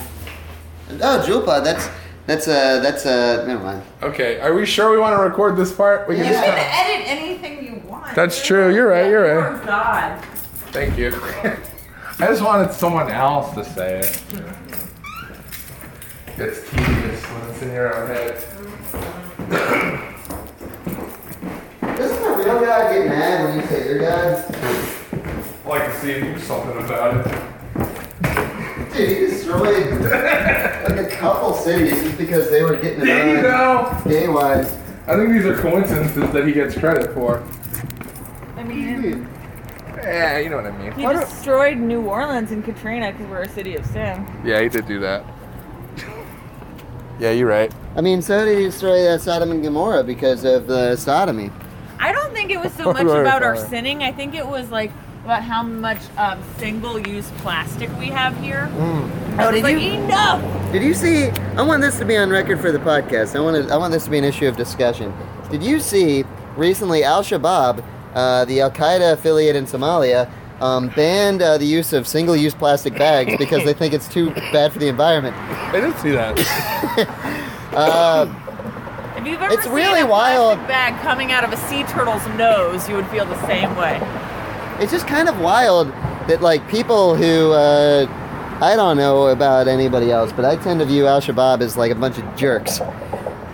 oh, Jewel Pod. That's that's uh that's uh never mind. Okay, are we sure we want to record this part? We can Yeah. just You cut. can edit anything you want. That's true. You're right. You're right. God. Thank you. [laughs] I just wanted someone else to say it. It's tedious when it's in your own head. Doesn't a real guy get mad when you say your guy? I like to see you do something [laughs] about it. Dude, he destroyed like a couple cities just because they were getting Did you [laughs] it on know? gay wise. I think these are coincidences that he gets credit for. I mean, Yeah, you know what I mean. he Why don't- destroyed New Orleans and Katrina because we're a city of sin. Yeah, he did do that. [laughs] yeah, you're right. I mean, so did he destroy uh, Sodom and Gomorrah because of the sodomy. I don't think it was so much [laughs] Right, about our right. sinning. I think it was like about how much um, single-use plastic we have here. Mm. I Oh, was did like, you- Enough. Did you see? I want this to be on record for the podcast. I want to, I want this to be an issue of discussion. Did you see recently Al Shabaab, uh, the Al Qaeda affiliate in Somalia, um, banned uh, the use of single-use plastic bags because they think it's too bad for the environment. I didn't see that. [laughs] Uh, If you've ever It's seen really a plastic wild. bag coming out of a sea turtle's nose, you would feel the same way. It's just kind of wild that like people who uh, I don't know about anybody else, but I tend to view Al Shabaab as like a bunch of jerks,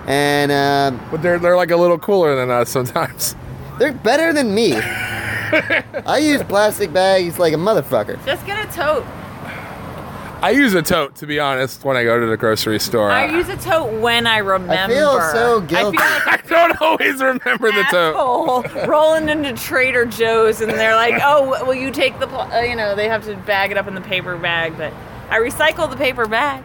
and um, But they're they're like a little cooler than us sometimes. they're better than me. I use plastic bags like a motherfucker. Just get a tote. I use a tote to be honest when I go to the grocery store. I use a tote when I remember. so guilty. [laughs] I [laughs] feel I don't always remember the like an tote. asshole rolling into Trader Joe's, and they're like, "Oh, w- will you take the? Pl-? uh, You know, they have to bag it up in the paper bag, but I recycle the paper bag.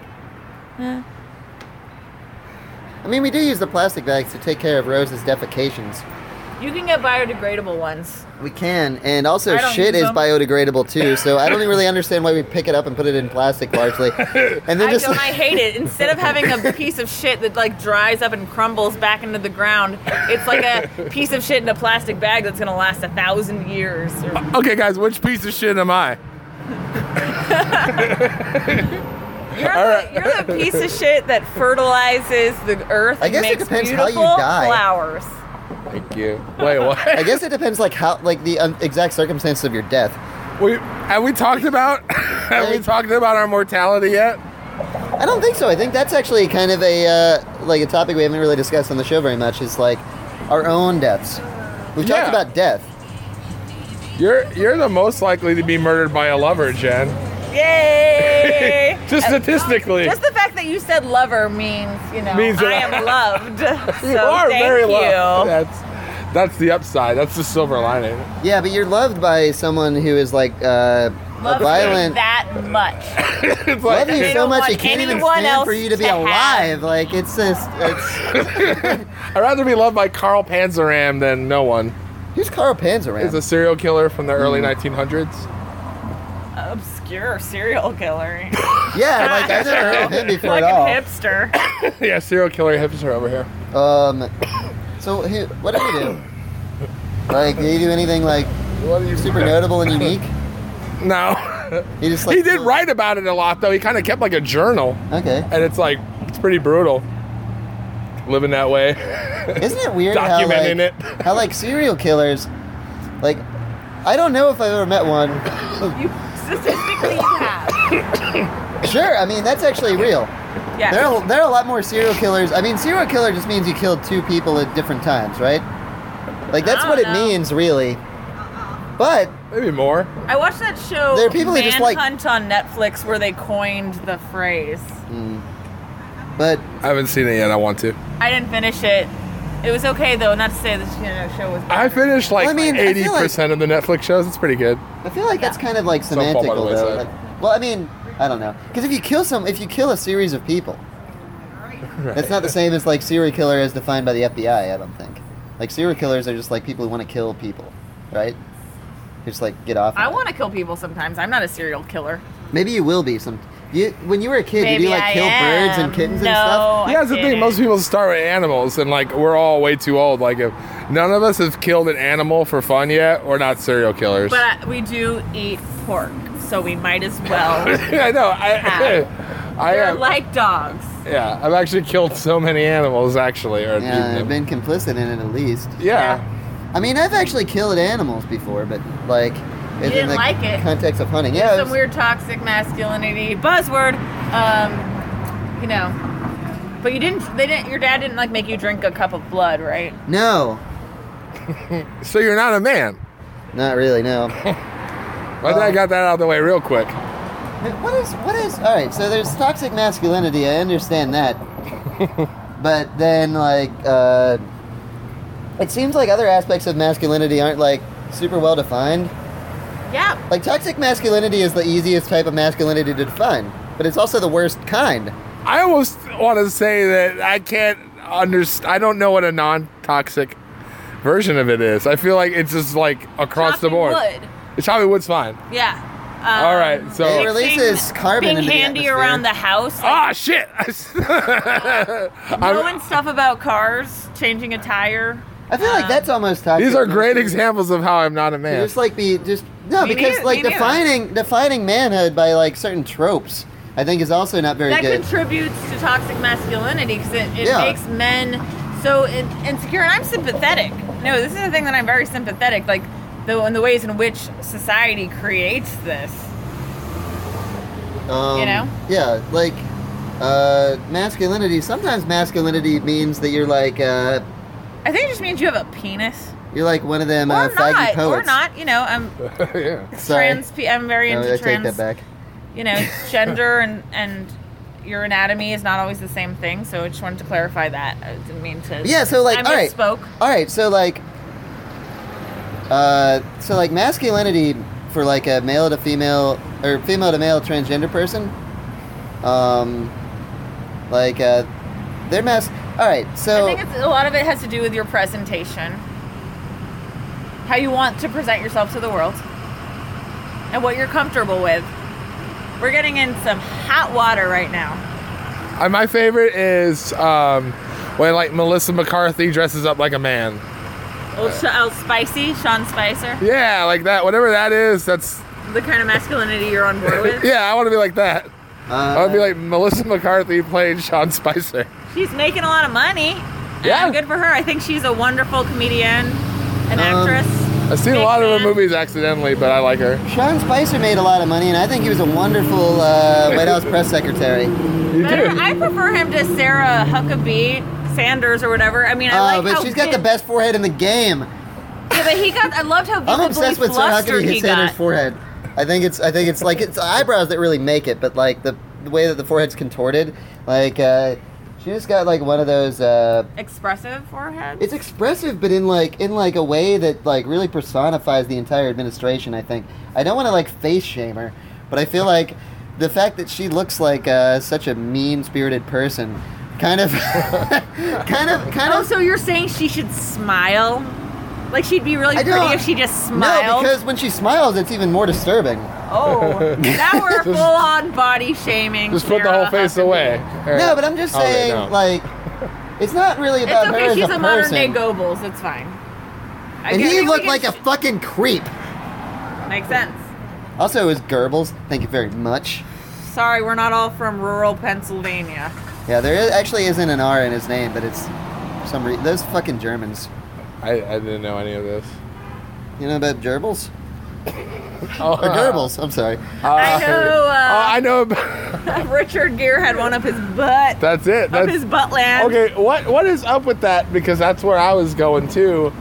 I mean, we do use the plastic bags to take care of Rose's defecations. You can get biodegradable ones. We can, and also I don't shit is use them. biodegradable [laughs] too. So I don't really understand why we pick it up and put it in plastic largely, and then I just don't. I hate it. Instead of having a piece of shit that like dries up and crumbles back into the ground, it's like a piece of shit in a plastic bag that's gonna last a thousand years. Or, Okay, guys, which piece of shit am I? you're, the, you're the piece of shit that fertilizes the earth. I and guess it makes depends how you beautiful die. Flowers. Thank you. Wait, what? [laughs] I guess it depends like how like the um, exact circumstances of your death. We have we talked about [laughs] have we Like- talked about our mortality yet? I don't think so. I think that's actually kind of a uh, like a topic we haven't really discussed on the show very much. Is like our own deaths. We've Yeah. talked about death. You're you're the most likely to be murdered by a lover, Jen. Yay! [laughs] Just statistically. Uh, Just the fact that you said lover means, you know, Means that I am loved. [laughs] So you are thank very you. loved. That's that's the upside. That's the silver lining. [laughs] Yeah, but you're loved by someone who is like uh, a Loved violent. that much. It's Love like you They so don't much want you can't even anyone stand for else you to be to have. alive. Like it's just it's [laughs] I'd rather be loved by Carl Panzeram than no one. who's Carl He's a Panzeram? serial killer from the Mm. early 1900s. Obscure [laughs] serial killer. Yeah, like I've never heard of him before like at all. a hipster. [laughs] yeah, serial killer hipster over here. Um, so who, what do we do? Like, do you do anything like What do you super notable and unique? [laughs] [laughs] No. You just like he did feel- write about it a lot though. He kind of kept like a journal, Okay, and it's like it's pretty brutal. Living that way. [laughs] isn't it weird how like, Documenting it. how like serial killers, like I don't know if I've ever met one. You statistically you have. Sure, I mean that's actually real. Yes. There are, there are a lot more serial killers. I mean, serial killer just means you killed two people at different times, right? Like that's I what it don't know. means, really. But Maybe more. I watched that show There are people who just like- Manhunt on Netflix where they coined the phrase. but I haven't seen it yet. I want to. I didn't finish it. It was okay though, not to say this you know, show was I finished like Well, I mean, I eighty feel like- percent of the Netflix shows. It's pretty good. I feel like that's kind of like Some fall by the semantical, though. wayside. Like, well, I mean, I don't know, because if you kill some, if you kill a series [laughs] of people, that's not the same as like serial killer as defined by the FBI. I don't think. Like serial killers are just like people who want to kill people, right? Who Just like get off. I on it. want to kill people sometimes. I'm not a serial killer. Maybe you will be some. You when you were a kid, Maybe did you like I kill am. birds and kittens no, and stuff? Oh, I yeah, that's the didn't. thing. Most people start with animals, and like we're all way too old. Like if none of us have killed an animal for fun yet, we're not serial killers. But we do eat pork, so we might [laughs] as [laughs] well. I know. I. [laughs] I They're uh, am. like dogs. yeah, I've actually killed so many animals. Actually, or Yeah, I've eaten them. been complicit in it at least. yeah. I mean, I've actually killed animals before, but like in didn't the like it. context of hunting. Yeah, There's it some was- weird toxic masculinity buzzword. Um, you know, but you didn't. They didn't. Your dad didn't like make you drink a cup of blood, right? no, So you're not a man. not [laughs] really. No. I think I got that out of the way real quick. What is what is all right? So there's toxic masculinity. I understand [laughs] that, but then like uh, it seems like other aspects of masculinity aren't like super well defined. Yeah. Like toxic masculinity is the easiest type of masculinity to define, but it's also the worst kind. I almost want to say that I can't understand. I don't know what a non-toxic version of it is. I feel like it's just like across the Chopping board. wood. It's probably wood's fine. Yeah. Um, All right, so- It releases carbon Being into the handy atmosphere. around the house. Ah, shit! [laughs] I'm- Ah, Knowing stuff about cars, changing a tire. I feel like that's almost toxic. [laughs] These are great masculinity. examples of how I'm not a man. [laughs] Just like [laughs] be just no, Me because neither- like me neither. defining defining manhood by like certain tropes, I think is also not very that good. contributes to toxic masculinity because it, it Yeah. makes men so in, insecure. And I'm sympathetic. No, this is the thing that I'm very sympathetic. Like the in the ways in which society creates this. Um, you know? Yeah, like uh, masculinity. Sometimes masculinity means that you're like uh, I think it just means you have a penis, you're like one of them uh, or faggy not, poets. or not. You know, I'm yeah. [laughs] Sorry. trans. pe- I'm very No, into I take trans. that back. [laughs] You know, gender and and your anatomy is not always the same thing. So I just wanted to clarify that. I didn't mean to. Yeah, so like, I all right, misspoke. all right. So like, uh, so like masculinity for like a male to female or female to male transgender person, um, like uh, their mas. All right, so I think it's, a lot of it has to do with your presentation, how you want to present yourself to the world, and what you're comfortable with. We're getting in some hot water right now. Uh, my favorite is um, when like Melissa McCarthy dresses up like a man. Old, Sh- old Oh, Spicy, Sean Spicer, Yeah, like that. Whatever that is, that's the kind of masculinity you're on board [laughs] with. yeah. I want to be like that. I uh, want to be like Melissa McCarthy playing Sean Spicer. She's making a lot of money. and Yeah. good for her. I think she's a wonderful comedian, Um, an actress. I've seen a Big lot of her fan. movies accidentally, but I like her. Sean Spicer made a lot of money, and I think he was a wonderful uh, White House press secretary. You Better- I prefer him to Sarah Huckabee Sanders or whatever. I mean, I Oh, like but how she's got the big- best forehead in the game. Yeah, but he got. I loved how I'm visibly obsessed with Sarah flustered Huckabee he Sanders' got. forehead. I think it's I think it's like it's eyebrows that really make it, but like the, the way that the forehead's contorted, like uh, she just got like one of those. Uh, expressive forehead. it's expressive, but in like in like a way that like really personifies the entire administration. I think I don't want to like face shame her, but I feel like the fact that she looks like uh, such a mean spirited person, kind of, [laughs] kind of, kind oh, of so you're saying she should smile? Like she'd be really I pretty don't- if she just No, smiled. because when she smiles, it's even more disturbing. [laughs] oh, now we're full on body shaming. Just put the Sarah whole face Huckabee. away. No, but I'm just Oh, wait, saying, no. like, it's not really It's about her okay. as She's a, a, modern person. day Goebbels. It's fine. I and guess- I he think we looked can like a sh- fucking creep. makes sense. Also, it was Goebbels. Thank you very much. Sorry, we're not all from rural Pennsylvania. [laughs] Yeah, there is, actually isn't an R in his name, but it's for some re- those fucking Germans. I, I didn't know any of [laughs] this. You know about gerbils? Oh, Or Goebbels, I'm sorry. I know. Oh, Uh, I know. ab- Richard Gere had one up his [laughs] butt. That's it. up That's his butt land. okay. What what is up with that? Because that's where I was going too.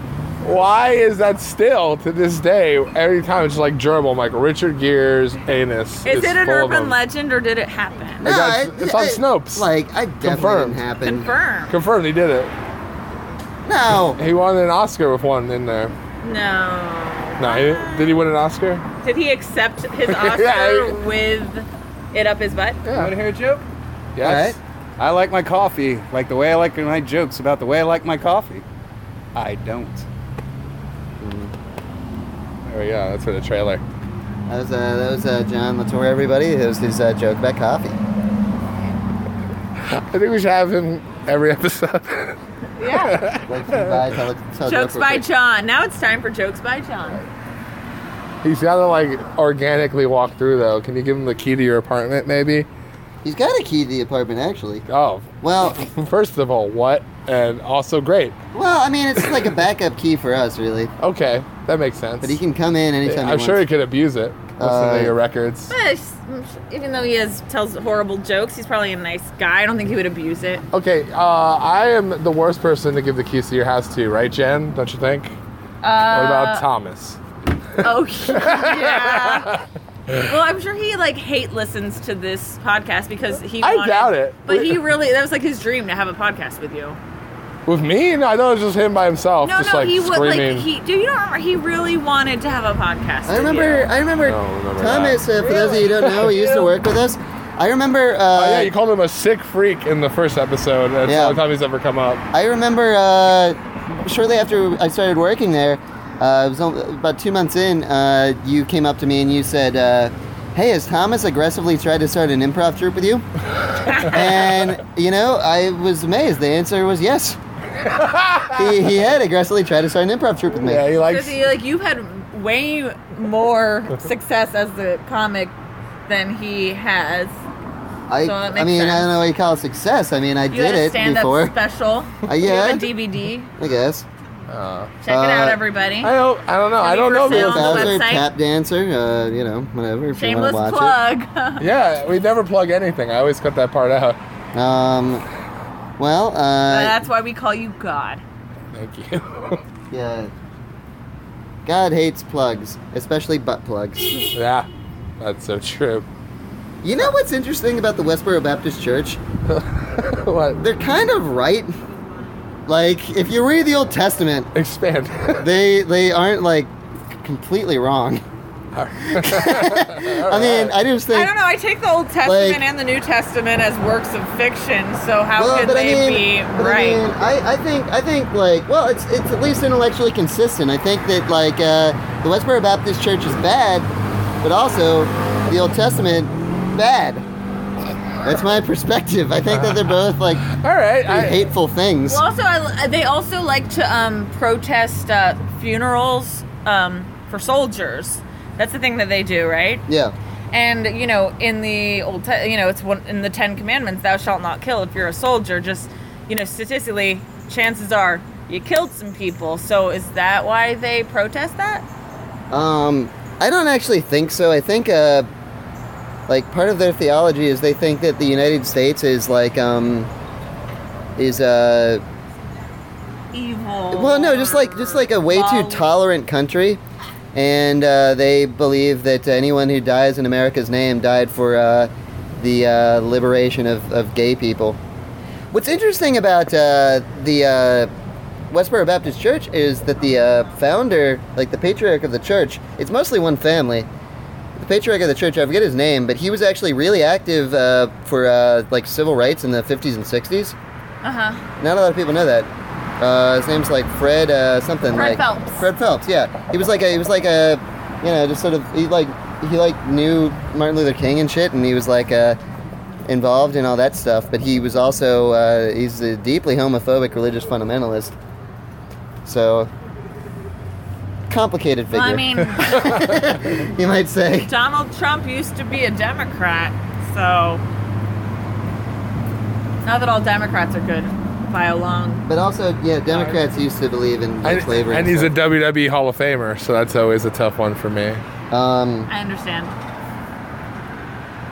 Why is that still to this day? Every time it's like gerbil, I'm like Richard Gere's anus. Is it an full of urban them. legend or did it happen? No. got- I- it's on I- Snopes. Like, I definitely Confirmed. didn't happen. Confirm. Confirmed, he did it. No. He won an Oscar with one in there. No. No, he didn't- did he win an Oscar? Did he accept [laughs] his Oscar I- with it up his butt? Want to hear a joke? Yes. All I like my coffee like the way I like my jokes about the way I like my coffee. I don't. There we go. Oh, That's for the trailer. That was, uh, that was uh, John Latour, everybody. It was his uh, joke about coffee. I think we should have him every [laughs] episode. [laughs] Yeah. Like, bye, tell, tell [laughs] jokes real by quick. John. Now it's time for jokes by John. He's gotta like organically walk through though. Can you give him the key to your apartment maybe? He's got a key to the apartment, actually. Oh, [laughs] Well, first of all, what? And also great. Well, I mean, it's like a backup key for us, really. Okay, that makes sense. But he can come in anytime. I'm he sure he wants. could abuse it. Listen Uh, to your records. But it's- Eh, even though he has tells horrible jokes, he's probably a nice guy. I don't think he would abuse it. Okay, uh, I am the worst person to give the keys to your house to, right, Jen? Don't you think? what about Uh, Thomas? Oh [laughs] yeah. Well, I'm sure he like hate listens to this podcast because he. I wanted- doubt it. But he really that was like his dream to have a podcast with you. With me? No, I thought it was just him by himself, No, just no, like he would screaming. like he. Do you don't remember? He really wanted to have a podcast. I remember. I remember. I don't remember Thomas, uh, for those of you who don't know, he used to work with us. I remember. Uh, Oh yeah, you called him a sick freak in the first episode. That's Yeah. the only time he's ever come up. I remember uh, shortly after I started working there, uh, it was on- about two months in, uh, you came up to me and you said, uh, Hey, has Thomas aggressively tried to start an [laughs] [laughs] improv troupe with you? and, you know, I was amazed. The answer was yes. he, he had aggressively tried to start an improv troupe with me. Yeah, he likes. Chrissy, like you've had way more success as the comic than he has. I, so I that makes mean, I sense. don't know what you call it success. I mean, I You did had a it stand-up before. special. Uh, You yeah, have a DVD. I guess. Check it out, Uh, everybody. I don't. I don't know. I don't know. Twenty if it's- percent on the Dancer, website. tap dancer, uh, you know, whatever. If Shameless you want to watch plug. [laughs] Yeah, we never plug anything. I always cut that part out. it. Um, well, uh, That's why we call you God. Thank you. [laughs] yeah. God hates plugs, especially butt plugs. yeah, that's so true. [laughs] You know what's interesting about the Westboro Baptist Church? what? They're kind of right. Like, if you read the Old Testament, Expand. [laughs] they they aren't like completely wrong. [laughs] I mean, I just think. I don't know. I take the Old Testament Like- and the New Testament as works of fiction. So how Well, could but they I mean, be but I, right? mean I, I think I think like well, it's it's at least intellectually consistent. I think that like uh, the Westboro Baptist Church is bad, but also the Old Testament bad. That's my [laughs] perspective. I think that they're both like All right. I, pretty hateful things. Well, also I, they also like to um, protest uh, funerals um, for soldiers. That's the thing that they do, right? Yeah. And you know, in the old, te- you know, it's one in the Ten Commandments: "Thou shalt not kill." If you're a soldier, just you know, statistically, chances are you killed some people. So is that why they protest that? Um, I don't actually think so. I think, uh, like, part of their theology is they think that the United States is like, um, is uh, Evil. well, no, just like just like a way too lawless. tolerant country, and uh, they believe that anyone who dies in America's name died for uh, the uh, liberation of, of gay people. What's interesting about uh, the uh, Westboro Baptist Church is that the uh, founder, like the patriarch of the church, it's mostly one family. The patriarch of the church, I forget his name, but he was actually really active uh, for uh, like civil rights in the 50s and 60s. Uh huh. Not a lot of people know that. Uh, his name's like Fred uh, something. like, Fred Phelps. Fred Phelps. Yeah, he was like a he was like a you know just sort of he like he like knew Martin Luther King and shit, and he was like uh, involved in all that stuff. But he was also uh, he's a deeply homophobic religious fundamentalist. So complicated figure. Well, I [laughs] mean, you might say. Donald Trump used to be a Democrat, so not that all Democrats are good by a long. But also, yeah, Democrats used to believe in like, and, slavery. and he's a WWE Hall of Famer, so that's always a tough one for me. a. Um, I understand.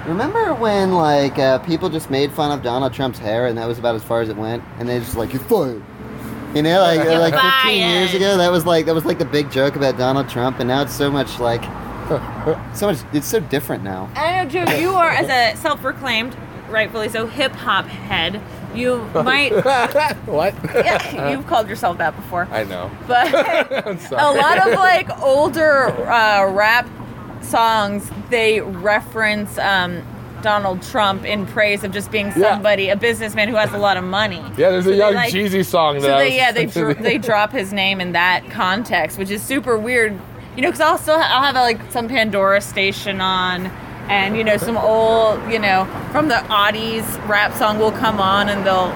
Remember when like uh, people just made fun of Donald Trump's hair, and that was about as far as it went, and they just like you're fired. You [laughs] know, like You're like 15 years fired. ago, that was like that was like the big joke about Donald Trump, and now it's so much [laughs] like so much. It's so different now. I know, Joe. You are as a self-proclaimed, rightfully so, hip hop head. You [laughs] might. what? yeah, you've called yourself that before, [laughs] I know. but I'm [laughs] a sorry. lot of like older uh, rap songs they reference um, Donald Trump in praise of just being Yeah. somebody, a businessman who has a lot of money. Yeah, there's So a they, young like- Jeezy song that So I they, was [laughs] yeah, they listening dro- to. they drop his name in that context, which is super weird. You know, because I'll still I'll have like some Pandora station on, and you know some old you know from the oddies rap song will come on and they'll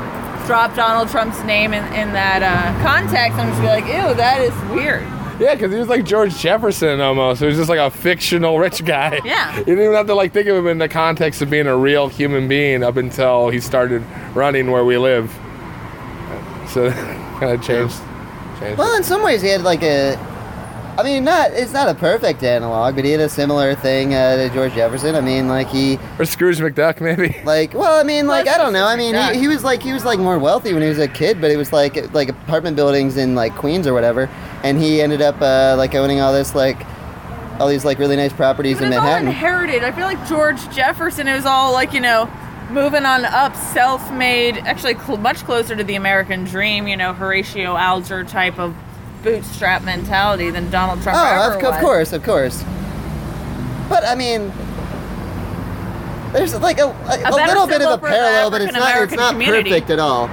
drop Donald Trump's name in, in that uh, context. I'm just be like, ew, that is weird. Yeah, because he was like George Jefferson almost. He was just like a fictional rich guy. Yeah. [laughs] You didn't even have to like think of him in the context of being a real human being up until he started running where we live. So [laughs] kind of changed. changed. Well, in some ways, he had like a. I mean, not it's not a perfect analog, but he had a similar thing uh, to George Jefferson. I mean, like he Or Scrooge McDuck, maybe. [laughs] Like, well, I mean, like, I don't know. I mean, Yeah. he, he was like, he was like more wealthy when he was a kid, but it was like, like apartment buildings in like Queens or whatever, and he ended up uh, like owning all this like, all these like really nice properties But in it's all Manhattan. inherited. I feel like George Jefferson it was all like you know, moving on up, self-made, actually cl- much closer to the American dream. You know, Horatio Alger type of bootstrap mentality than Donald Trump. oh, ever of, was. of course, of course. But I mean, there's like a, a, better little bit symbol of a for the parallel, but it's not, it's African-American not community. perfect at all.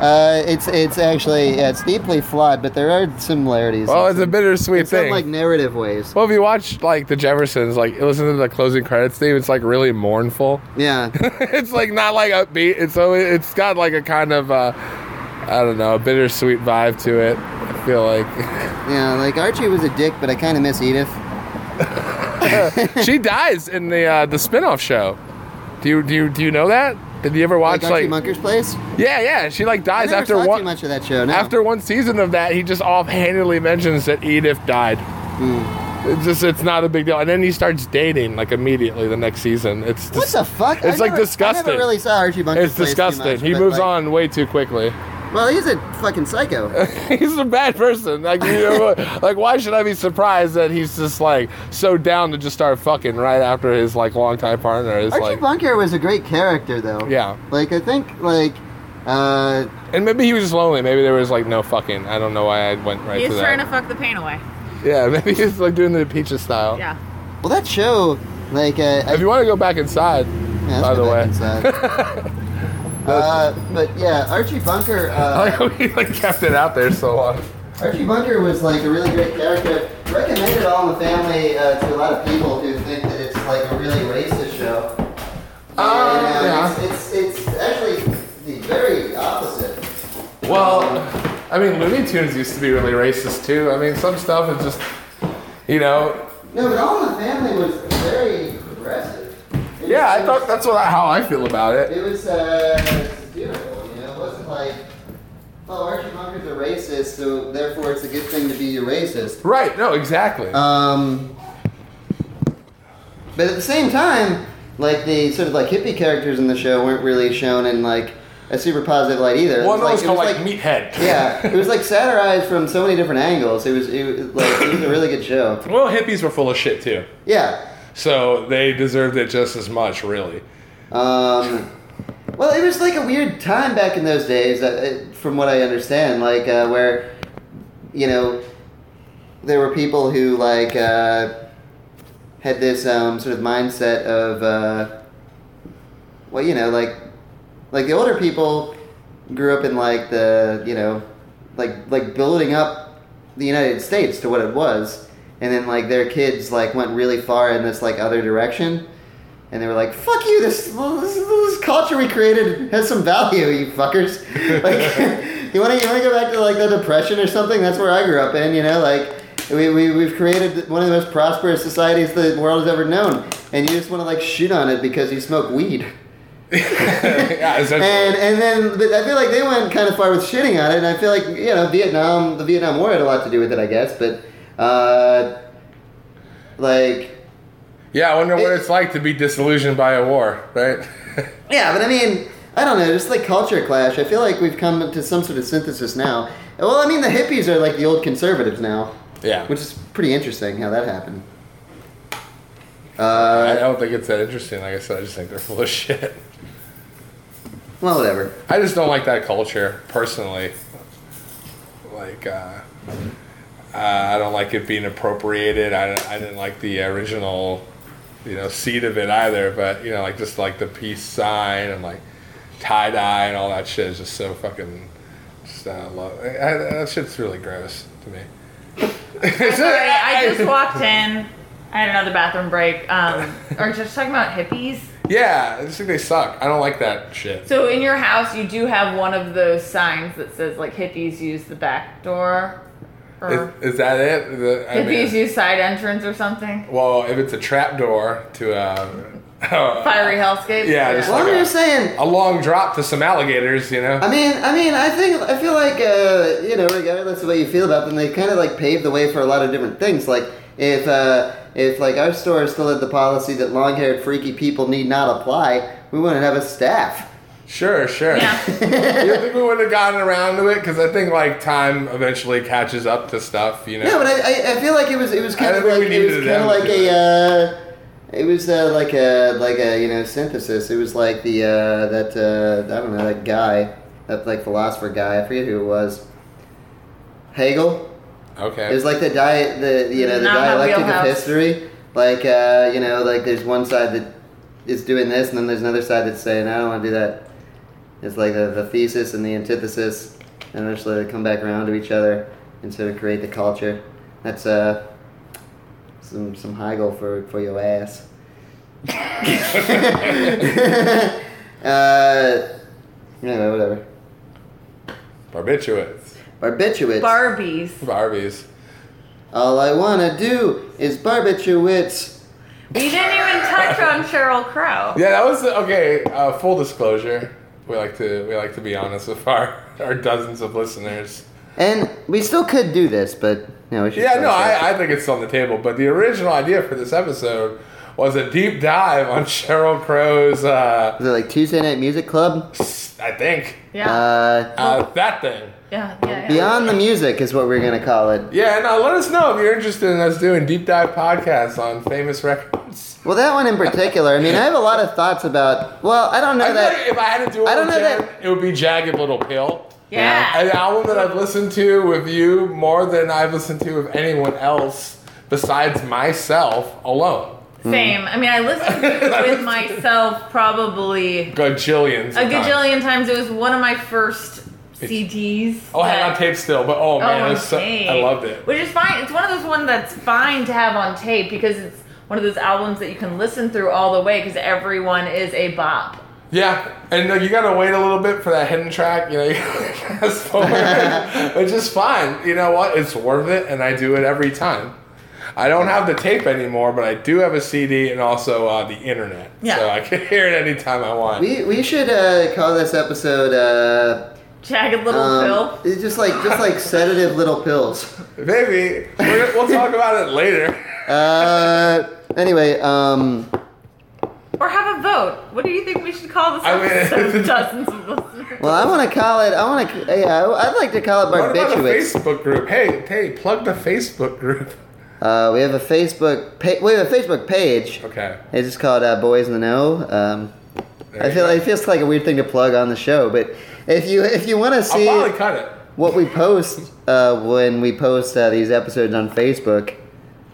Uh, it's it's actually yeah, it's deeply flawed, but there are similarities. well, in it's a some- in bittersweet some thing. like narrative ways. well, if you watch like the Jeffersons, like listen to the closing credits theme, it's like really mournful. [laughs] Yeah. it's like not like upbeat. It's so it's got like a kind of uh, I don't know, a bittersweet vibe to it. I feel like [laughs] Yeah, like Archie was a dick, but I kind of miss Edith. [laughs] she dies in the uh, the spinoff show. Do you do you do you know that? Did you ever watch Like Archie like, Bunker's place. yeah yeah she like I dies never after saw one too much of that show. No. after one season of that he just offhandedly mentions that Edith died. Hmm. It's just it's not a big deal, and then he starts dating like immediately the next season. It's what dis- the fuck? I It's like never- I disgusting. never really saw Archie Bunker's It's place too disgusting. much, he but, moves like- on way too quickly. [laughs] Well, he's a fucking psycho. he's a bad person. Like, you [laughs] know, like why should I be surprised that he's just like so down to just start fucking right after his like longtime partner is Archie like, Bunker was a great character, though. Yeah. Like I think like. Uh, and maybe he was just lonely. Maybe there was like no fucking. I don't know why I went right He's to trying that. to fuck the pain away. yeah, [laughs] maybe he's like doing the peaches style. Yeah. well, that show, like, uh, I If you want to go back inside, Yeah, by let's the go back way. inside. uh, but yeah, Archie [laughs] Bunker. I Uh, like how he like kept it out there so long. Archie Bunker was like a really great character. Recommended All in the Family uh, to a lot of people who think that it's like a really racist show. Ah, And, uh, yeah. it's, it's it's actually the very opposite. Well, I mean, Looney Tunes used to be really racist too. I mean, some stuff is just, you know, No, but All in the Family was very progressive. It yeah. was- I thought that's what I, how I feel about it. It was uh, beautiful, you know. It wasn't like, oh, Archie Bunker's a racist, so therefore it's a good thing to be a racist. Right? No, exactly. Um, but at the same time, like the sort of like hippie characters in the show weren't really shown in like a super positive light either. It One was of those it called was like, Meathead. [laughs] yeah, it was like satirized from so many different angles. It was, it was like it was a really good show. [laughs] Well, hippies were full of shit too, Yeah. so they deserved it just as much, really. [laughs] Um, well, it was like a weird time back in those days, uh, uh, from what I understand, like uh, where, you know, there were people who like uh, had this um, sort of mindset of, uh, well, you know, like, like the older people grew up in like the, you know, like like building up the United States to what it was, and then like their kids like went really far in this like other direction and they were like, "Fuck you! This this, this culture we created has some value, you fuckers." Like, [laughs] you want to you want to go back to like the depression or something? That's where I grew up in. You know, like we, we we've created one of the most prosperous societies the world has ever known, and you just want to like shoot on it because you smoke weed. yeah, essentially. And and then but I feel like they went kind of far with shitting on it, and I feel like you know Vietnam, the Vietnam War had a lot to do with it, I guess, but. Uh, like yeah, I wonder what it- it's like to be disillusioned by a war, right? Yeah, but I mean, I don't know, just like culture clash. I feel like we've come to some sort of synthesis now. Well, I mean, the hippies are like the old conservatives now, yeah, which is pretty interesting how that happened. I Uh, don't think it's that interesting. Like I said, I just think they're full of [laughs] shit. well, whatever. I just don't like that culture personally. Like, uh, uh, I don't like it being appropriated. I, I didn't like the original, you know, seed of it either. But you know, like just like the peace sign and like tie dye and all that shit is just so fucking. Just uh, love. I, I, that shit's really gross to me. [laughs] [laughs] Sorry, I [laughs] just walked in. I had another bathroom break. Um, are you just talking about hippies? yeah, I just think they suck. I don't like that shit. So in your house, you do have one of those signs that says like hippies use the back door, or Is, is that it? The- I mean- hippies use side entrance or something. well, if it's a trap door to uh, Fiery hellscape. Yeah, just Well, I'm Okay. just saying. [laughs] a long drop to some alligators, you know. I mean, I mean, I think I feel like uh, you know, regardless of what you feel about them, they kind of like paved the way for a lot of different things. Like if uh, if like our store still had the policy that long-haired freaky people need not apply, we wouldn't have a staff. Sure, sure. Yeah. [laughs] you think we would have gotten around to it? Because I think like time eventually catches up to stuff, you know. No, but I, I, I feel like it was it was kind I of think like we it was needed kind of them like to- a uh, it was uh, like a like a you know synthesis. It was like the uh, that uh, I don't know that guy that like philosopher guy. I forget who it was. Hegel. It okay. was like the diet the you know the Not my dialectic of wheelhouse. history. Like uh, you know like there's one side that is doing this, and then there's another side that's saying I don't want to do that. It's like the, the thesis and the antithesis, and eventually they come back around to each other and sort of create the culture. That's uh, some some Hegel for for your ass. [laughs] uh, yeah, whatever. Barbiturates. Barbiturates. Barbies. Barbies. All I wanna do is barbiturates. We didn't even touch on Cheryl Crow. Yeah, that was okay. Uh, full disclosure, we like to we like to be honest with our our dozens of listeners. And we still could do this, but no, we should. Yeah, no, I, I think it's on the table. But the original idea for this episode was a deep dive on [laughs] Cheryl Crow's. Uh, Is it like Tuesday Night Music Club? I think Yeah. Uh, uh, that thing. yeah. Yeah. yeah. Beyond the Music is what we're gonna call it. Yeah, and uh, let us know if you're interested in us doing deep dive podcasts on famous records. Well, that one in particular. I mean, I have a lot of thoughts about. Well, I don't know I feel like that. if I had to do it, I don't with know Jan, that- it would be Jagged Little Pill. Yeah. An album that I've listened to with you more than I've listened to with anyone else besides myself alone. Same. I mean, I listened [laughs] to it with myself probably Gajillions. a of times. gajillion times. It was one of my first CDs. Oh, I had it that- on tape still, but oh man, on it was so, tape. I loved it. Which is fine. It's one of those ones that's fine to have on tape because it's one of those albums that you can listen through all the way because everyone is a bop. Yeah, and uh, you gotta wait a little bit for that hidden track, you know, [laughs] you gotta fast [laughs] forward, which is fine. You know what? It's worth it, and I do it every time. I don't have the tape anymore, but I do have a CD and also uh, the internet, Yeah. so I can [laughs] hear it anytime I want. We we should uh, call this episode. Uh, Jagged Little um, Pill. it's just like just like sedative little pills. Maybe we're, we'll talk about it [laughs] later. Uh, anyway, um, Or have a vote. What do you think we should call this I mean- [laughs] episode? Dozens of listeners. well, I want to call it. I want to. Yeah, I- I'd like to call it What about the barbiturates. Facebook group? Hey, hey, plug the Facebook group. [laughs] Uh, we have a Facebook. Pa- we have a Facebook page. Okay. It's just called uh, Boys in the Know. Um, there I you feel go. it feels like a weird thing to plug on the show, but if you if you want to I'll see probably cut it. what we post uh, when we post uh, these episodes on Facebook,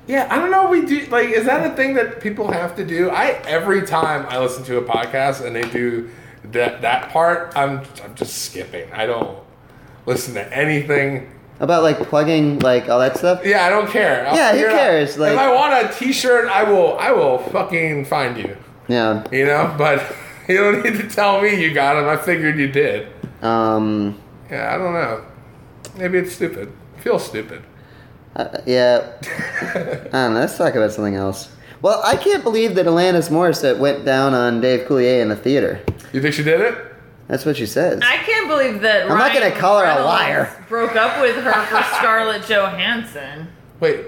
Yeah, I don't know. if We do like is that a thing that people have to do? I every time I listen to a podcast and they do that that part, I'm I'm just skipping. I don't listen to anything. about like plugging like all that stuff. Yeah, I don't care. I'll Yeah, who figure it out. cares? Like- if I want a T-shirt, I will. I will fucking find you. Yeah. You know, [laughs] but you don't need to tell me you got them. I figured you did. Um. Yeah, I don't know. Maybe it's stupid. Feels stupid. [laughs] uh, yeah. I don't know. Let's talk about something else. Well, I can't believe that Alanis Morissette went down on Dave Coulier in the theater. You think she did it? That's what she says. I can't believe that. I'm not Ryan gonna call her a Reynolds liar. Broke up with her for Scarlett Johansson. Wait.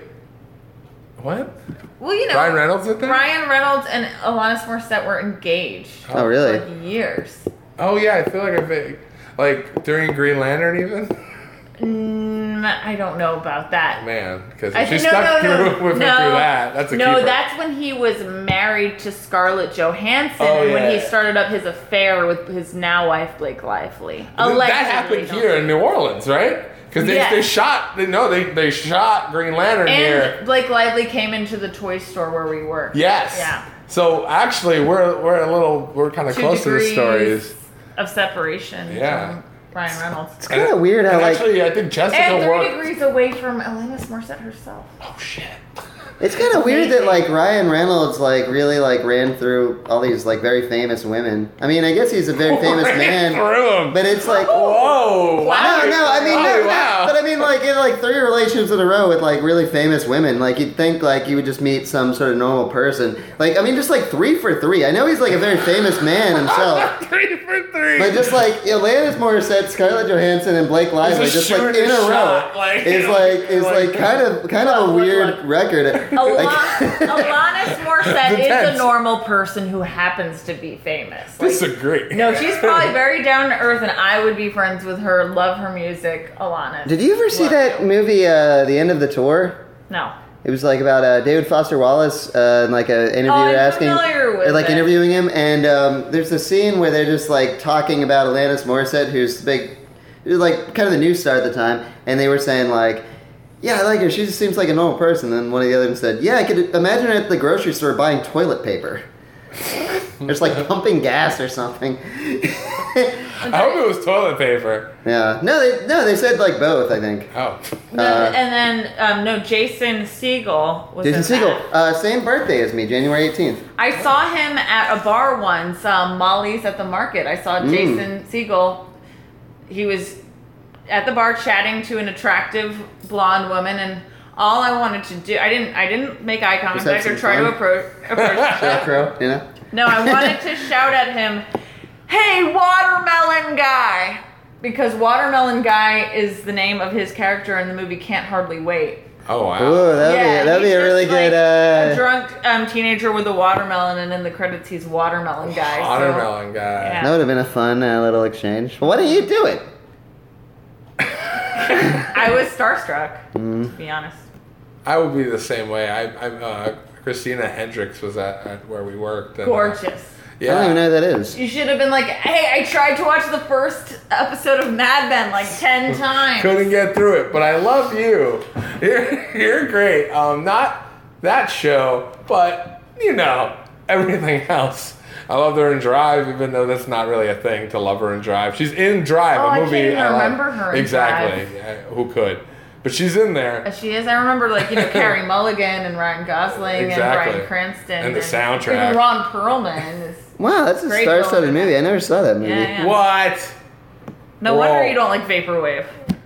What? Well, you know, Ryan Reynolds did that? Ryan Reynolds and Alanis Morissette were engaged oh, really? for years. Oh yeah, I feel like I think like during Green Lantern even. Mm, I don't know about that. Man, because I she think- no, stuck no, no, through [laughs] with him no. through that. That's a no. keeper. That's when he was married to Scarlett Johansson, Oh, and when yeah, he yeah. started up his affair with his now wife Blake Lively. Allegedly, that happened don't- here in New Orleans, right? Because they, Yes. they shot. They, no, they they shot Green Lantern here. And Blake Lively came into the toy store where we work. Yes. Yeah. So actually, we're we're a little we're kind of Two close to the degrees stories. of separation. Yeah. from Ryan Reynolds. It's kind of weird how And like actually, I think Jessica And three worked. degrees away from Alanis Morissette herself. Oh shit. It's kind of weird that Amazing. like Ryan Reynolds like really like ran through all these like very famous women. I mean, I guess he's a very [laughs] [laughs] famous Ran man, Through him. but it's like Whoa. no, no. I mean, Oh, no, no, wow. but I mean, like in like three relationships in a row with like really famous women. Like you'd think like you would just meet some sort of normal person. Like I mean, just like three for three. I know he's like a very famous man himself. [laughs] three for three. But just like Alanis Morissette, Scarlett Johansson, and Blake Lively, It's a just like shooting in a row, shot, like, is you know, like [laughs] is like- like kind of kind [laughs] of a Well, weird like- record. [laughs] Like- Alon- Alanis Morissette is Depends. a normal person who happens to be famous. Like, disagree. no, she's probably very down to earth, and I would be friends with her. Love her music, Alanis. Did you ever see Love that you. movie, uh, The End of the Tour? No. It was like about uh, David Foster Wallace, uh, and like an interviewer Oh, I'm asking, familiar with or, like it. interviewing him, and um, there's this scene where they're just like talking about Alanis Morissette, who's the big, who's, like kind of the news star at the time, and they were saying like, yeah, I like her, she just seems like a normal person. And one of the other them said, yeah, I could imagine her at the grocery store buying toilet paper, [laughs] or just like pumping gas or something. [laughs] I hope it was toilet paper. yeah, no, they no, they said like both, I think. Oh. No, Uh, and then um, no, Jason Siegel was. Jason in Siegel, that. uh, same birthday as me, January 18th. I saw him at a bar Mm. once, um, Molly's at the market. I saw Jason Siegel. He was at the bar chatting to an attractive blonde woman and all I wanted to do I didn't I didn't make eye Just have contact or some try to fun. approach, [laughs] approach Velcro, you know? No, I wanted to shout at him, "Hey, watermelon guy!" Because watermelon guy is the name of his character in the movie Can't Hardly Wait. Oh wow. Ooh, that'd Yeah, be, that'd be he's a just really like good. Uh, a drunk um, teenager with a watermelon, and in the credits he's watermelon guy. so- Watermelon guy. Yeah. that would have been a fun uh, little exchange. Well, why don't you do it? I was starstruck, Mm-hmm. to be honest. I would be the same way. I, I'm uh, Christina Hendricks was at, at where we worked. And, uh, Gorgeous. I don't yeah. even know who that is. You should have been like, "Hey, I tried to watch the first episode of Mad Men like [laughs] ten times." Couldn't get through it, but I love you. [laughs] You're, you're great. Um, not that show, but you know everything else. I loved her in Drive, even though that's not really a thing to love her in Drive. She's in Drive, Oh, I a can't movie. even love. remember her in exactly. Yeah, Who could? But she's in there. As she is. I remember like you know [laughs] Carrie Mulligan and Ryan Gosling Exactly. and Brian Cranston And the soundtrack. Even Ron Perlman. Is, Wow, that's a Great star-studded film. movie. I never saw that movie. yeah, yeah. What? No Whoa. wonder you don't like vaporwave. [laughs]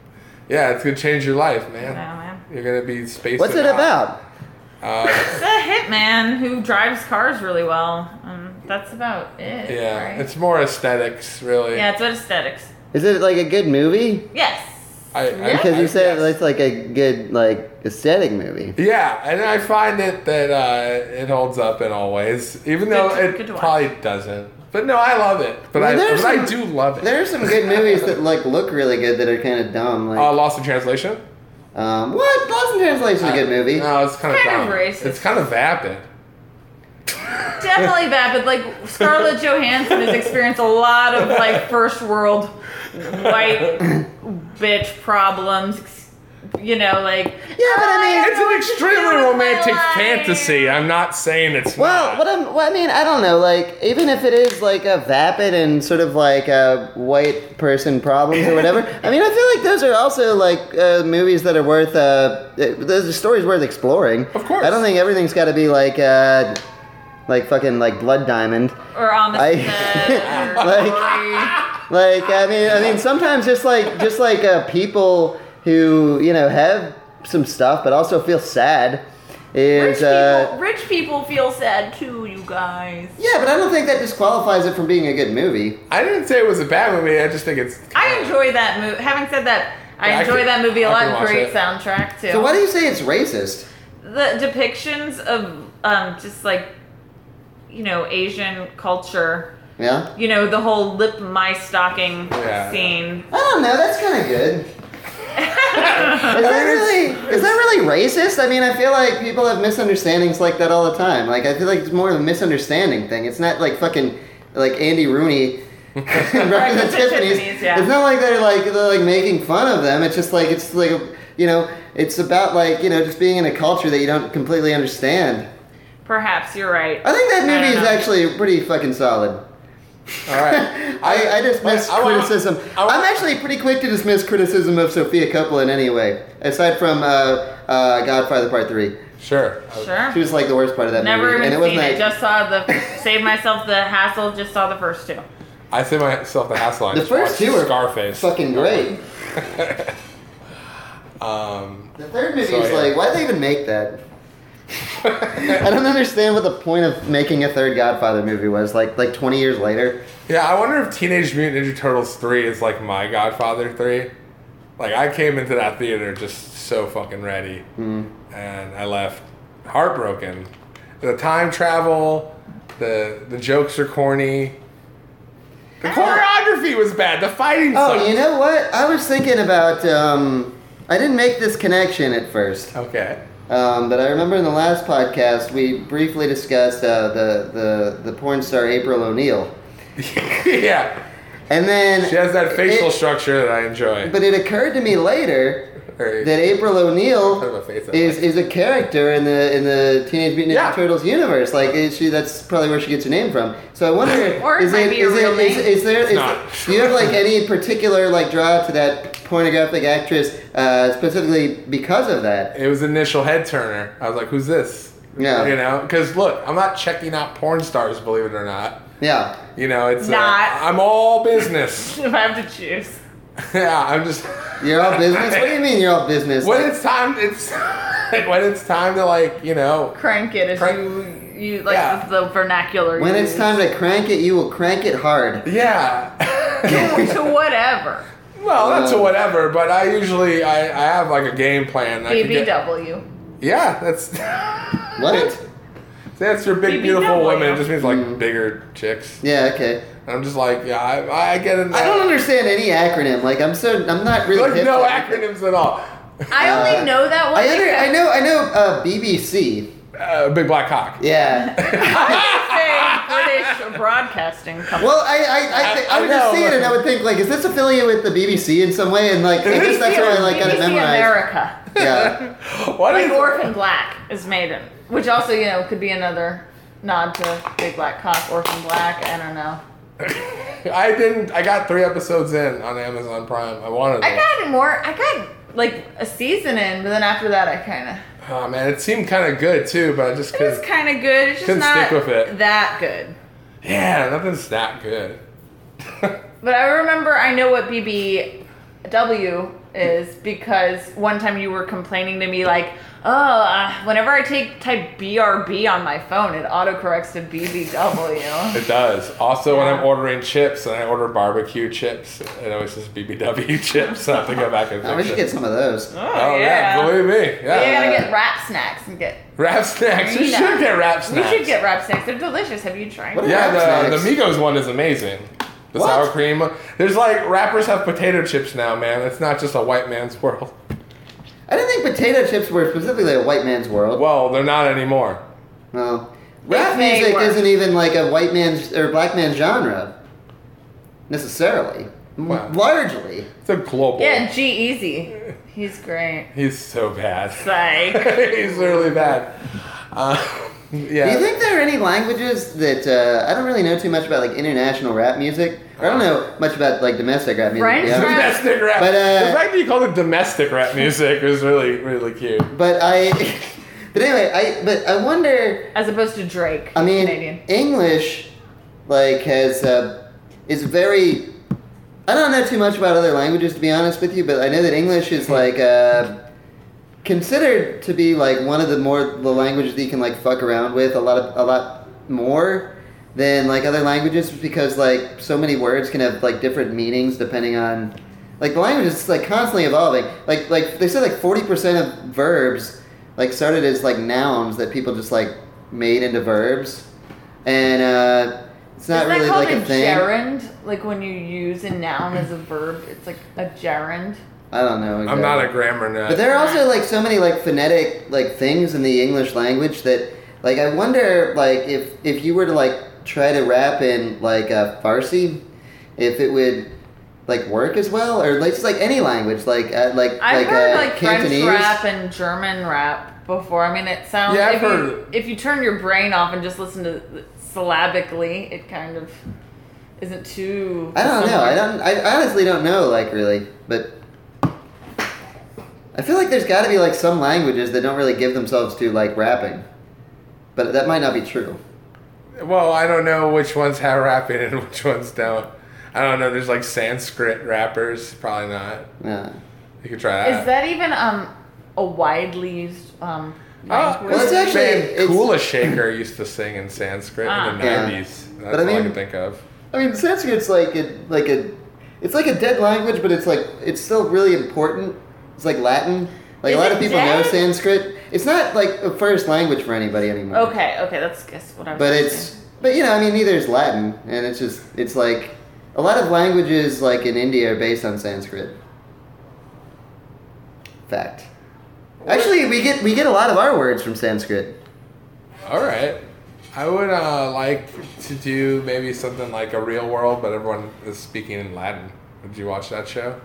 Yeah, it's gonna change your life, man. Yeah, man. You're gonna be spaced. What's it out. Uh, about? It's a hitman who drives cars really well. Um, that's about it. Yeah, [laughs] right? it's more aesthetics, really. yeah, it's about aesthetics. Is it like a good movie? [laughs] Yes. I, I, Because you said yes. it's like a good like aesthetic movie. Yeah, and I find it that uh, it holds up in all ways, even though to- it good to watch. probably doesn't. But no, I love it. But, I, Well, but there's I some- do love it. There are some good movies that like look really good that are kind of dumb. uh, Like, Lost in Translation. um, what? Lost in Translation is a good movie. No, it's kind of Kind of dumb. racist. It's kind of vapid. Definitely bad, but like Scarlett Johansson has experienced a lot of like first world [coughs] white bitch problems. ex- You know, like oh, Yeah, but I mean, It's an extremely with my romantic life. fantasy. I'm not saying it's well, not. what I'm, well, I mean, I don't know. Like, even if it is like a vapid and sort of like a white person problems [laughs] or whatever, I mean, I feel like those are also like uh, movies that are worth. Uh, th- those are stories worth exploring. Of course. I don't think everything's got to be like, uh, like fucking like Blood Diamond. or on the I- [laughs] set, or Like- Glory. Like I mean, I mean, sometimes just like just like uh, people who you know have some stuff, but also feel sad. Rich Is people, uh, rich people feel sad too, you guys. yeah, but I don't think that disqualifies it from being a good movie. I didn't say it was a bad movie. I just think it's. I enjoy that movie. Having said that, I Yeah, I enjoy could- that movie a I could lot. watch Great it. soundtrack too. So why do you say it's racist? the depictions of um, just like you know Asian culture. Yeah, You know the whole lip my stocking Yeah. scene. I don't know. That's kind of good. [laughs] is that really is that really racist? I mean, I feel like people have misunderstandings like that all the time. Like I feel like it's more of a misunderstanding thing. It's not like fucking like Andy Rooney. [laughs] Breakfast at represents Tiffany's. Tiffany's, yeah. It's not like they're like they're like making fun of them. It's just like it's like you know it's about like you know just being in a culture that you don't completely understand. Perhaps you're right. I think that don't movie is know. actually pretty fucking solid. All right. [laughs] I, I dismiss I wanna- criticism. I wanna- I'm actually pretty quick to dismiss criticism of Sophia Coppola in any way, aside from uh, uh, Godfather Part 3. Sure. She Sure. was like the worst part of that Never movie. even and it seen wasn't it. like- Just saw the save myself the hassle. Just saw the first two. [laughs] I say myself the hassle. I The just first watched two are Scarface. fucking great. [laughs] Um, [laughs] The third movie So, is yeah. like, why'd they even make that? I don't understand what the point of making a third Godfather movie was, like like 20 years later. Yeah, I wonder if Teenage Mutant Ninja Turtles 3 is like my Godfather 3. Like, I came into that theater just so fucking ready. Hmm. And I left heartbroken. The time travel, the the jokes are corny. The choreography was bad. The fighting Ah. Oh, sucked. you know what? I was thinking about. Um, I didn't make this connection at first. Okay. Um, but I remember in the last podcast we briefly discussed uh, the, the the porn star April O'Neil, [laughs] yeah. and then She has that facial it- structure that I enjoy. But it occurred to me later Or- that April Put my O'Neil face up. is is a character in the in the Teenage Mutant Ninja Yeah. Turtles universe. Like is she, that's probably where she gets her name from. So I [laughs] wonder, Or it is might it be a is real it is, name. is there is, not. do you have like any particular like draw to that pornographic actress uh, specifically because of that? it was initial head turner. I was like, who's this? Yeah. You know, because look, I'm not checking out porn stars, believe it or not. Yeah. You know, it's uh, Not. I'm all business. [laughs] If I have to choose. yeah, I'm just. [laughs] You're all business? What do you mean you're all [laughs] business? When Like, it's time, it's [laughs] when it's time to like you know. Crank it if Crank- you you like Yeah. the, the vernacular. when it's used. time to crank it, you will crank it hard. Yeah. [laughs] [laughs] [laughs] to whatever well, that's a Um, whatever. But I usually I, I have like a game plan. I could get- BBW. Yeah, that's [laughs] What? that's your big BBW. beautiful women. It just means like bigger chicks. Mm-hmm. Yeah, okay. I'm just like yeah, I, I get in. I That. don't understand any acronym. Like I'm so I'm not really Like hip no to it. acronyms at all. I only Uh, know that one. I under, because- I know I know uh, BBC. Uh, big black cock. [laughs] Yeah. [laughs] I say British Broadcasting Company. Well, I I, I, think I, I- I would just know. see it and I would think like, is this affiliated with the BBC in some way? And like, I guess that's where I like got it BBC [laughs] memorized. America, [laughs] Yeah. What like is- Orphan Black is Maiden, which also you know could be another nod to Big Black Cock, Orphan Black. I don't know. [laughs] I didn't. I got three episodes in on Amazon Prime. I wanted. I them. got more. I got like a season in, but then after that, I kind of Oh man, it seemed kind of good too, but I just it was couldn't. kind of good. It's just Couldn't not stick with it. that good. Yeah, nothing's that good. [laughs] But I remember I know what BBW is because one time you were complaining to me like, oh, uh, whenever I take type BRB on my phone, it autocorrects to BBW. It does. Also, when Yeah. I'm ordering chips and I order barbecue chips, it always says BBW [laughs] chips. So I have to go back and I fix wish you it. get some of those. oh yeah. believe me. You Yeah. gotta get wrap snacks and get. Wrap snacks. We Yeah. should get wrap snacks. We should get wrap snacks. They're delicious. Have you tried? What them? are Yeah, Wrap the, the snacks. Migos one is amazing. The What? sour cream. There's like rappers have potato chips now, man. It's not just a white man's world. I didn't think potato chips were specifically a white man's world. Well, they're not anymore. No. Rap may music work. isn't even like a white man's or black man's genre, necessarily. M- Wow. Largely. It's a global. Yeah, G Easy. He's great. He's so [laughs] bad. Like, [laughs] He's really bad. Uh, yeah. Do you think there are any languages that uh, I don't really know too much about, like international rap music? I don't know much about like domestic rap music. French yeah. rap- [laughs] domestic rap? But, uh, the fact that you called it domestic rap music is really, really cute. But I, [laughs] but anyway, I but I wonder. as opposed to Drake. I mean, Canadian. English, like, has uh, is very. I don't know too much about other languages, to be honest with you, but I know that English Hmm. is like uh, considered to be like one of the more the languages that you can like fuck around with a lot of a lot more than like other languages because like so many words can have like different meanings depending on like the language is like constantly evolving. Like like they said like forty percent of verbs like started as like nouns that people just like made into verbs, and uh, it's not Isn't that really called like a, a thing. gerund? Like when you use a noun as a verb, it's like a gerund. I don't know. I'm not exactly. a grammar nut. But there are also like so many like phonetic like things in the English language that like I wonder like if if you were to like try to rap in like uh, Farsi, if it would like work as well or like just like any language like uh, like like, I've heard uh, like Cantonese. French rap and German rap before. I mean, it sounds. Yeah, I've if, you, heard- if you turn your brain off and just listen to it syllabically, it kind of isn't too. I don't know. I don't. I honestly don't know. Like really, but I feel like there's got to be like some languages that don't really give themselves to like rapping, but that might not be true. well, I don't know which ones have rapping and which ones don't. I don't know. There's like Sanskrit rappers. Probably not. Yeah. You could try that. Is that even um a widely used um? Oh, language? Well, it's actually- it's- Kula Shaker used to sing in Sanskrit in the Ah. Yeah. 90s. That's But I all I mean- can think of. I mean, Sanskrit's like a, like a, it's like a dead language, but it's like it's still really important. It's like Latin. Like Is a lot it of people know dead? Sanskrit. It's not like a first language for anybody anymore. okay, okay, that's guess what I was. But thinking. it's but you know I mean neither is Latin, and it's just it's like a lot of languages like in India are based on Sanskrit. Fact. Actually, we get we get a lot of our words from Sanskrit. All right. I would uh, like to do maybe something like a real world, but everyone is speaking in Latin. Did you watch that show?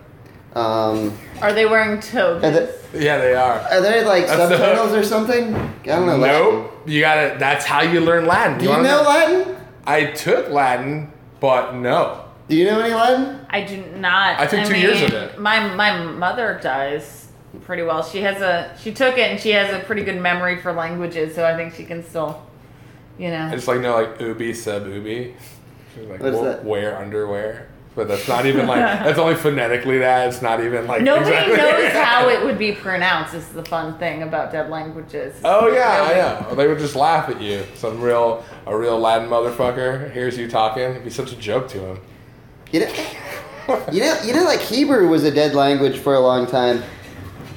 Um, are they wearing are, togas? there, Yeah, they are. are there like That's the- subtitles or something? I don't know. Latin. Nope. You gotta. That's how you learn Latin. Do you wanna know Latin? I took Latin, but no. Do you know any Latin? I do not. I took two mean, years of it. My my mother does pretty well. She has a she took it and she has a pretty good memory for languages, so I think she can still, you know. I just like know like ubi sub ubi. Like, What is wh- that? Wear underwear. It's but that's not even [laughs] like that's only phonetically that. It's not even like Nobody exactly- knows how it would be pronounced. Is the fun thing about dead languages. [laughs] Oh yeah, I know. They would just laugh at you. Some real a real Latin motherfucker hears you talking. It'd be such a joke to him. You know, you know, you know, like Hebrew was a dead language for a long time,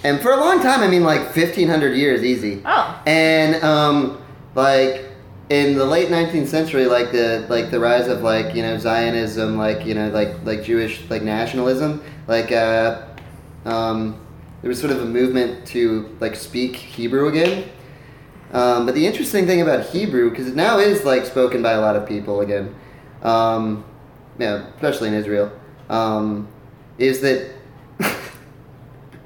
and for a long time, I mean, like fifteen hundred years, easy. Oh. And um, like in the late nineteenth century, like the like the rise of like you know Zionism, like you know like like Jewish like nationalism, like uh, um, there was sort of a movement to like speak Hebrew again. Um, but the interesting thing about Hebrew, because it now is like spoken by a lot of people again, um, yeah, especially in Israel, um, is that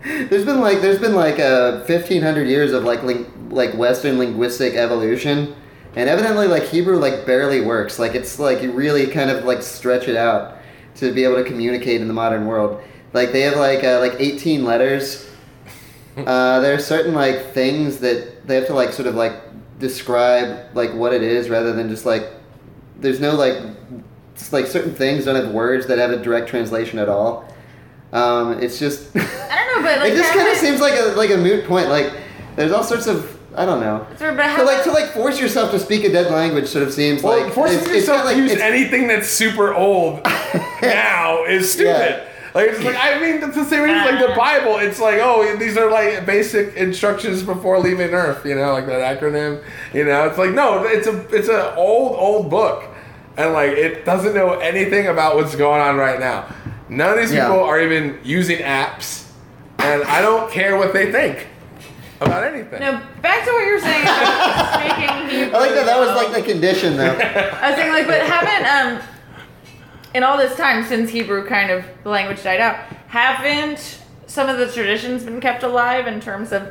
there's been like there's been like a 1500 years of like ling- like Western linguistic evolution, and evidently like Hebrew like barely works. Like it's like you really kind of like stretch it out to be able to communicate in the modern world. Like they have like uh, like 18 letters uh, there are certain like things that they have to like sort of like describe like what it is rather than just like there's no like it's like certain things don't have words that have a direct translation at all um, it's just [laughs] I don't know, but like it just how kind of would- seems like a like a moot point like there's all sorts of i don't know Sort of, but how to like would- to like force yourself to speak a dead language sort of seems Well, like forcing it's, it's yourself not like to use it's- anything that's super old [laughs] now is stupid. Yeah. Like, it's like I mean, that's the same reason like the Bible. It's like oh, these are like basic instructions before leaving Earth. You know, like that acronym. You know, it's like no, it's a it's an old old book, and like it doesn't know anything about what's going on right now. None of these Yeah. people are even using apps, and I don't care what they think about anything. No, back to what you're [laughs] saying about speaking Hebrew. i like that that was [laughs] like the condition though I was saying like, but haven't um, in all this time since Hebrew kind of the language died out, haven't some of the traditions been kept alive in terms of,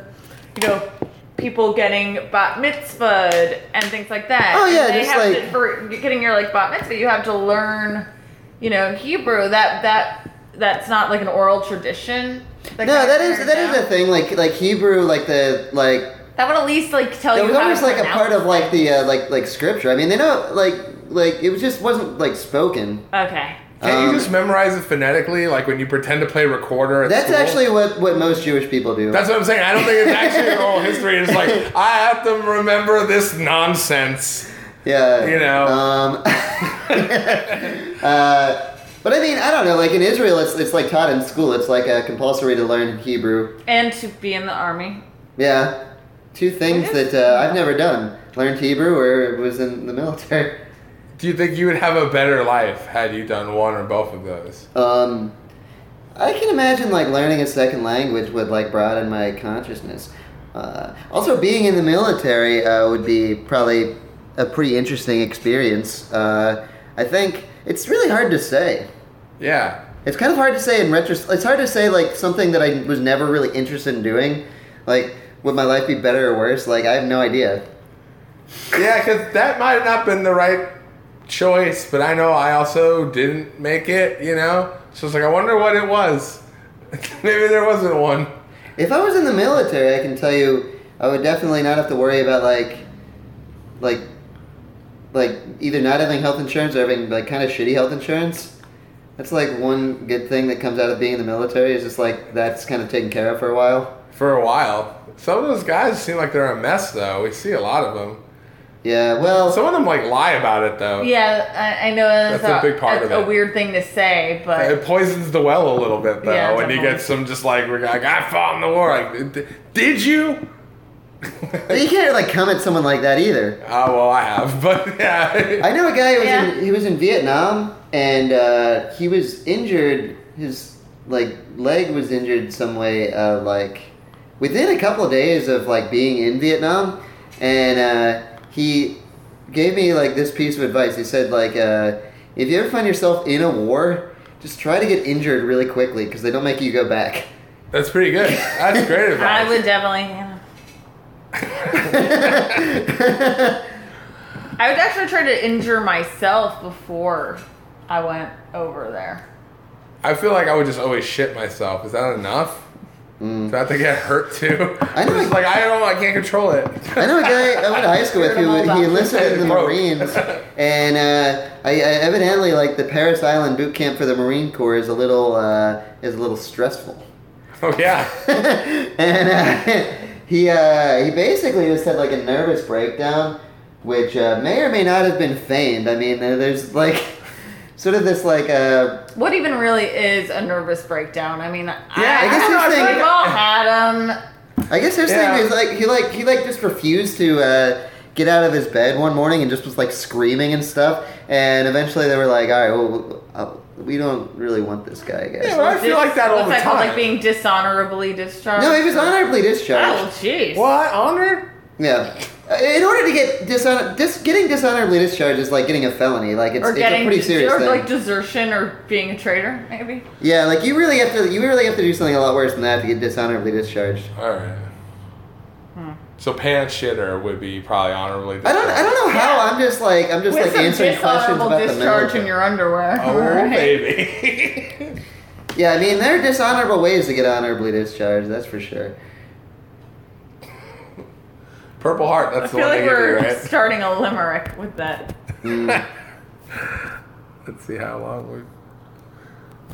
you know, people getting bat mitzvahed and things like that? Oh, yeah, And they just have like- to, for getting your like bat mitzvah, you have to learn, you know, Hebrew. That that that's not like an oral tradition. That no kinda that is carried that is down. a thing like like hebrew like the like That would at least like tell It Oh, you. was how to almost like a pronounce part of it. like the uh, like like scripture. I mean, they know like like it was just wasn't like spoken. Okay. Can't Um, you just memorize it phonetically, like when you pretend to play recorder? At That's school? actually what what most Jewish people do. That's what I'm saying. I don't think it's actually oral history. It's like I have to remember this nonsense. yeah, You know. Um, [laughs] uh, but I mean, I don't know. Like in Israel, it's it's like taught in school. It's like uh, compulsory to learn Hebrew. And to be in the army. Yeah, two things It is. that uh, I've never done: learned Hebrew or was in the military. [laughs] Do you think you would have a better life had you done one or both of those? Um, I can imagine like learning a second language would like broaden my consciousness. Uh, also, being in the military uh, would be probably a pretty interesting experience. Uh, I think it's really hard to say. Yeah. It's kind of hard to say in retrospect. It's hard to say like something that I was never really interested in doing. Like, would my life be better or worse? Like, I have no idea. Yeah, because that might have not been the right choice, but I know I also didn't make it, you know? So it's like, I wonder what it was. [laughs] Maybe there wasn't one. If I was in the military, I can tell you, I would definitely not have to worry about like, like, like either not having health insurance or having like kind of shitty health insurance. That's like one good thing that comes out of being in the military is just like that's kind of taken care of for a while. For a while. Some of those guys seem like they're a mess, though. We see a lot of them. Yeah, well, Some of them, like, lie about it, though. Yeah, I, I know that's, That's a big part that's of it. a weird thing to say, It but poisons the well a little bit though, Yeah, when you definitely. get some just like we're like I fought in the war. Like, "D- did [laughs] you? but you can't like come at someone like that either. Oh well, I have, [laughs] but yeah, I know a guy who was Yeah. in, he was in Vietnam and uh, he was injured. His like leg was injured some way. Uh, like within a couple of days of like being in Vietnam, and uh, he gave me like this piece of advice. He said like uh, if you ever find yourself in a war, just try to get injured really quickly because they don't make you go back. [laughs] that's pretty good. That's great advice. I would definitely. You know, I would actually try to injure myself before I went over there. I feel like I would just always shit myself. Is that enough? Do I have to get hurt too? Mm. I know, It's like- like I don't, I can't control it. I know a guy I went to high school with who Scared 'em all he off. enlisted in the Broke. Marines, and uh, I, I evidently like the Paris Island boot camp for the Marine Corps is a little uh, is a little stressful. [laughs] [laughs] Oh yeah. and uh, he uh, he basically just had like a nervous breakdown, which uh, may or may not have been feigned. I mean, uh, there's like [laughs] sort of this like uh, What even really is a nervous breakdown? I mean, yeah, I I, guess don't know. I this thing- feel like We've all had them. I guess there's Yeah. thing is like he like he like just refused to. Uh, Get out of his bed one morning and just was like screaming and stuff. And eventually they were like, "All right, well, uh, we don't really want this guy, I guess." Yeah, well, I feel like that all what's the that called, time. Like being dishonorably discharged. no, he was honorably Oh, discharged. jeez. What honored? Yeah. Uh, In order to get dishonor, dis- getting dishonorably discharged is like getting a felony. Like it's, Or it's getting a pretty serious or thing. like desertion or being a traitor, maybe. Yeah, like you really have to you really have to do something a lot worse than that to get dishonorably discharged. All right. Hmm. So pan shitter would be probably honorably. I don't I don't know how. I'm just like I'm just With like some answering questions dishonorable about the discharge in military. your underwear. Oh Right. baby. [laughs] Yeah, I mean there are dishonorable ways to get honorably discharged. That's for sure. Purple heart. That's the I feel one like they give you, we're right? [laughs] starting a limerick with that. Let's see how long we.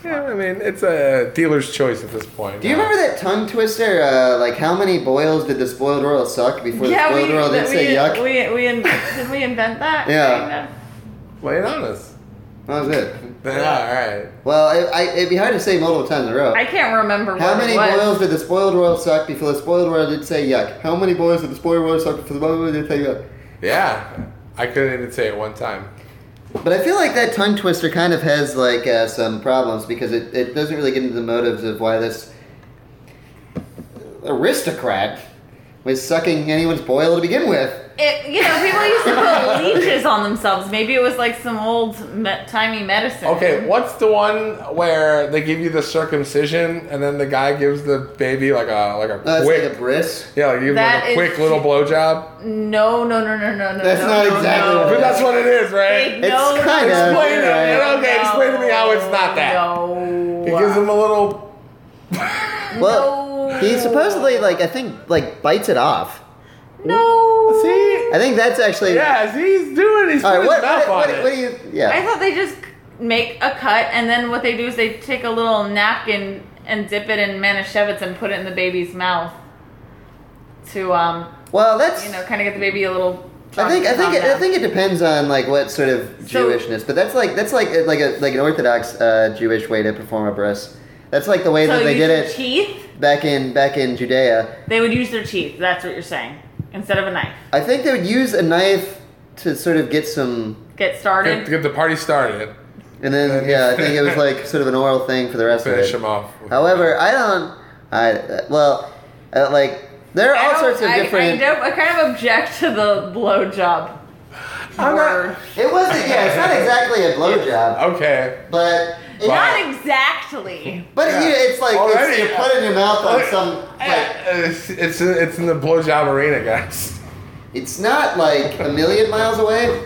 Yeah, I mean it's a dealer's choice at this point. Do you remember that tongue twister? Uh, like how many boils did the spoiled royal suck before yeah, the spoiled we, royal did that we, say yuck? we we in, did we invent that? Yeah. Saying that? Lay it on us. that was it. Yeah, all right. Well, I, I, it'd be hard to say multiple times in a row. I can't remember how what many it was. boils did the spoiled royal suck before the spoiled royal did say yuck? How many boils did the spoiled royal suck before the spoiled royal did say yuck? Yeah, I couldn't even say it one time. But I feel like that tongue twister kind of has like uh, some problems because it, it doesn't really get into the motives of why this aristocrat was sucking anyone's boil to begin with. It, you know, people used to [laughs] put leeches on themselves. Maybe it was like some old me- timey medicine. Okay, what's the one where they give you the circumcision and then the guy gives the baby like a like a Uh, it's quick like a bris. yeah, like you give him That like a is- quick little blowjob? No, no, no, no, no, no. That's no, not no, exactly no. what But it that's what it is, right? They- no, It's no, kinda, no, Explain it, right. man. Okay, explain to me how it's not that. No. It gives him a little. Well, No. he supposedly like I think like bites it off. No. See, I think that's actually yes, he's doing. He's All putting right, what, his mouth what, on what, it. what do you? Yeah. I thought they just make a cut, and then what they do is they take a little napkin and dip it in manischewitz and put it in the baby's mouth to, um, well, that's. you know, kind of get the baby a little. I think I think calmed it, I down. think it depends on like what sort of So- Jewishness, but that's like that's like like a like an Orthodox uh, Jewish way to perform a bris. That's like the way so that they use did your it Teeth. back in back in Judea. They would use their teeth. That's what you're saying. Instead of a knife. I think they would use a knife to sort of get some, Get Get, started. get the party started. and then yeah, I think it [laughs] was like sort of an oral thing for the rest of Finish it. him off. with- However, I don't. I well, uh, like there are I all don't- sorts of I, different. I, don't- I kind of object to the blowjob. I'm word. not, it wasn't. Yeah, it's not exactly a blowjob, okay. but. it- Wow. Not e- exactly. But Yeah. you, it's like it's, Already- you put it in your mouth on some. Like, uh, It's, it's it's in the blowjob arena, guys. [laughs] it's not like a million miles away.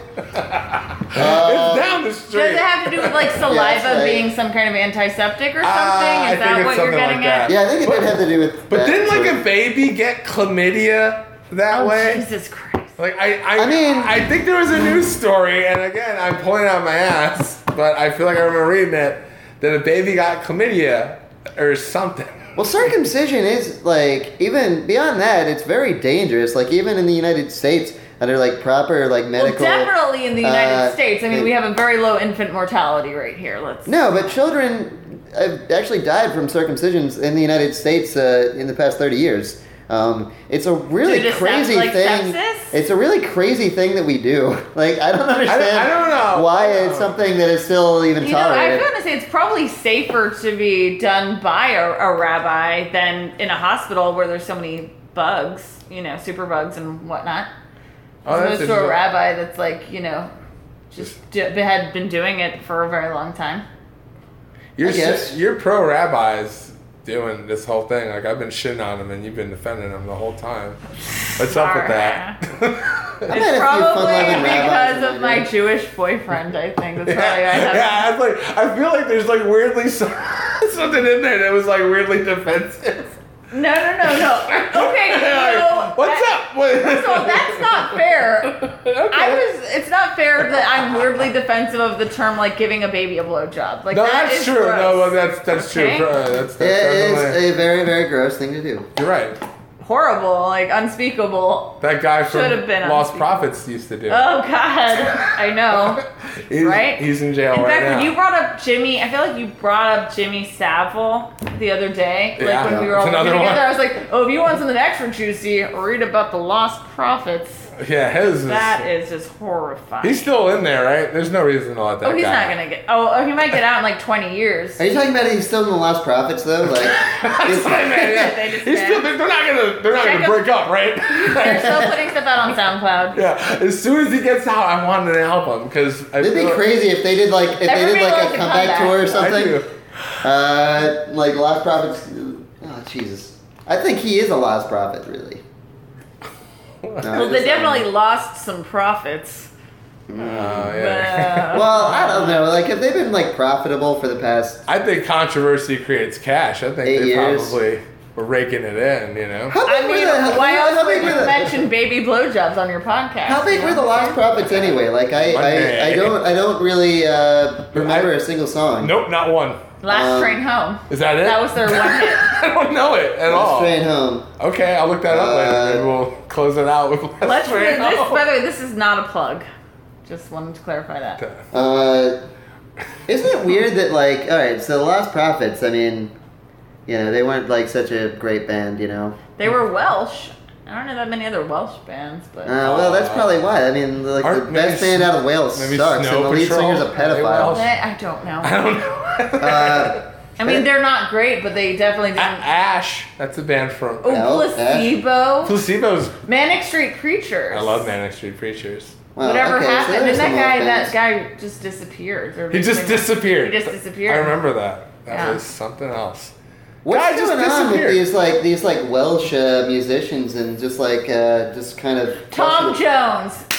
Um, it's down the street. Does it have to do [laughs] with like saliva right. being some kind of antiseptic or something? Ah, Is I think that it's what you're something getting like at? that. Yeah, I think it did have to do with. But that didn't sort like a of- baby get chlamydia that Oh, way? Jesus Christ. Like I, I, I mean- I think there was a news story, and again, I'm pulling out my ass, but I feel like I remember reading it that a baby got chlamydia or something. Well, circumcision is like even beyond that, it's very dangerous. Like even in the United States, under like proper like medical. well, definitely in the United uh, States. I mean, thing. we have a very low infant mortality rate here. Let's. No, but children have actually died from circumcisions in the United States uh, in the past 30 years. Um, it's a really Due to sex- crazy like thing. sepsis? It's a really crazy thing that we do. [laughs] Like I don't understand don't know. why it's something that is still even You know, I'm tolerated. going to say it's probably safer to be done by a, a rabbi than in a hospital where there's so many bugs, you know, super bugs and whatnot. Oh, As opposed to a interesting. rabbi that's like, you know, just d- had been doing it for a very long time. You're I guess. s- you're pro rabbis doing this whole thing. Like I've been shitting on them, and you've been defending them the whole time. What's up with that? [laughs] I met a It's few probably fun-loving rabbis because in of my my day. Jewish boyfriend, I think. That's probably why I Yeah, have yeah, I was [laughs] like, I feel like there's like weirdly so- something in there that was like weirdly defensive. No, no, no, [laughs] no. Okay, so What's that- up? What- [laughs] So that's not fair. I was. It's not fair that I'm weirdly defensive of the term like giving a baby a blowjob. Like no, that that's is true. gross. No, well, that's that's Okay. true. Uh, that's, that's It definitely- is a very, very gross thing to do. You're right. horrible, like unspeakable. That guy Should've from been on Lost speaker. Prophets used to do. it. Oh God, I know. [laughs] he's, Oh. right? He's in jail In right fact, now. when you brought up Jimmy, I feel like you brought up Jimmy Savile the other day. Yeah, like when we were all it's working another together, one. I was like, "Oh, if you want something extra juicy, read about the lost prophets." yeah, his is. That is just horrifying. He's still in there, right? There's no reason to let that. oh, he's guy not out. gonna get. Oh, oh, he might get out in like 20 years. Are you talking about he's still in the Lost Prophets though? [laughs] Like, That's he's- what I meant, yeah. They just He's still, they're not gonna. They're not Check gonna him. break up, right? They're still putting stuff out on [laughs] SoundCloud. yeah. As soon as he gets out, I want an album because it'd be crazy if they did like if they did Everybody like wants a a comeback comeback. tour or I do. something. Uh, like Lost Prophets. Oh Jesus, I think he is a Lost Prophet, [laughs] really. No, Well, I they just- definitely lost some profits. Uh, Oh, but- uh, yeah. [laughs] Well, I don't know. Like, have they been like profitable for the past? I think controversy creates cash. I think Eight they years. probably were raking it in, you know. How big I were mean, the, how, why how else would big you were the- mention baby blowjobs on your podcast? How big you were the know? Lost Prophets anyway? Like I, I, I don't I don't really uh, remember a single song. Nope, not one. Last Um, Train Home. Is that it? That was their one hit. [laughs] I don't know it at all. Straight home. Okay, I'll look that up Uh, later. Maybe we'll close it out with Let's, [laughs] Let's Train this, Home. by the way, this is not a plug. Just wanted to clarify that. Uh, isn't it weird that like all right, so the Lost Prophets? I mean, you know, they weren't like such a great band, you know. They were Welsh. I don't know that many other Welsh bands, but Uh, well, that's probably why. I mean, like the Aren't- maybe best band Sn- out of Wales maybe sucks, Snow and the lead Patrol? singer's a Are they Welsh? pedophile. I, I don't know. [laughs] I don't know. Uh, I mean, they're not great, but they definitely A- didn't. Ash, that's a band from Oh, Well, eh. placebo. Placebos. Manic Street Preachers. I love Manic Street Preachers. well, Whatever okay, so happened, there's and that some guy, old that bands. guy just disappeared. Or He just something. disappeared. He just disappeared. I remember that. That Yeah. was something else. What's guy just going on with disappeared. these like these like Welsh uh, musicians and just like uh, just kind of Tom Jones. Tom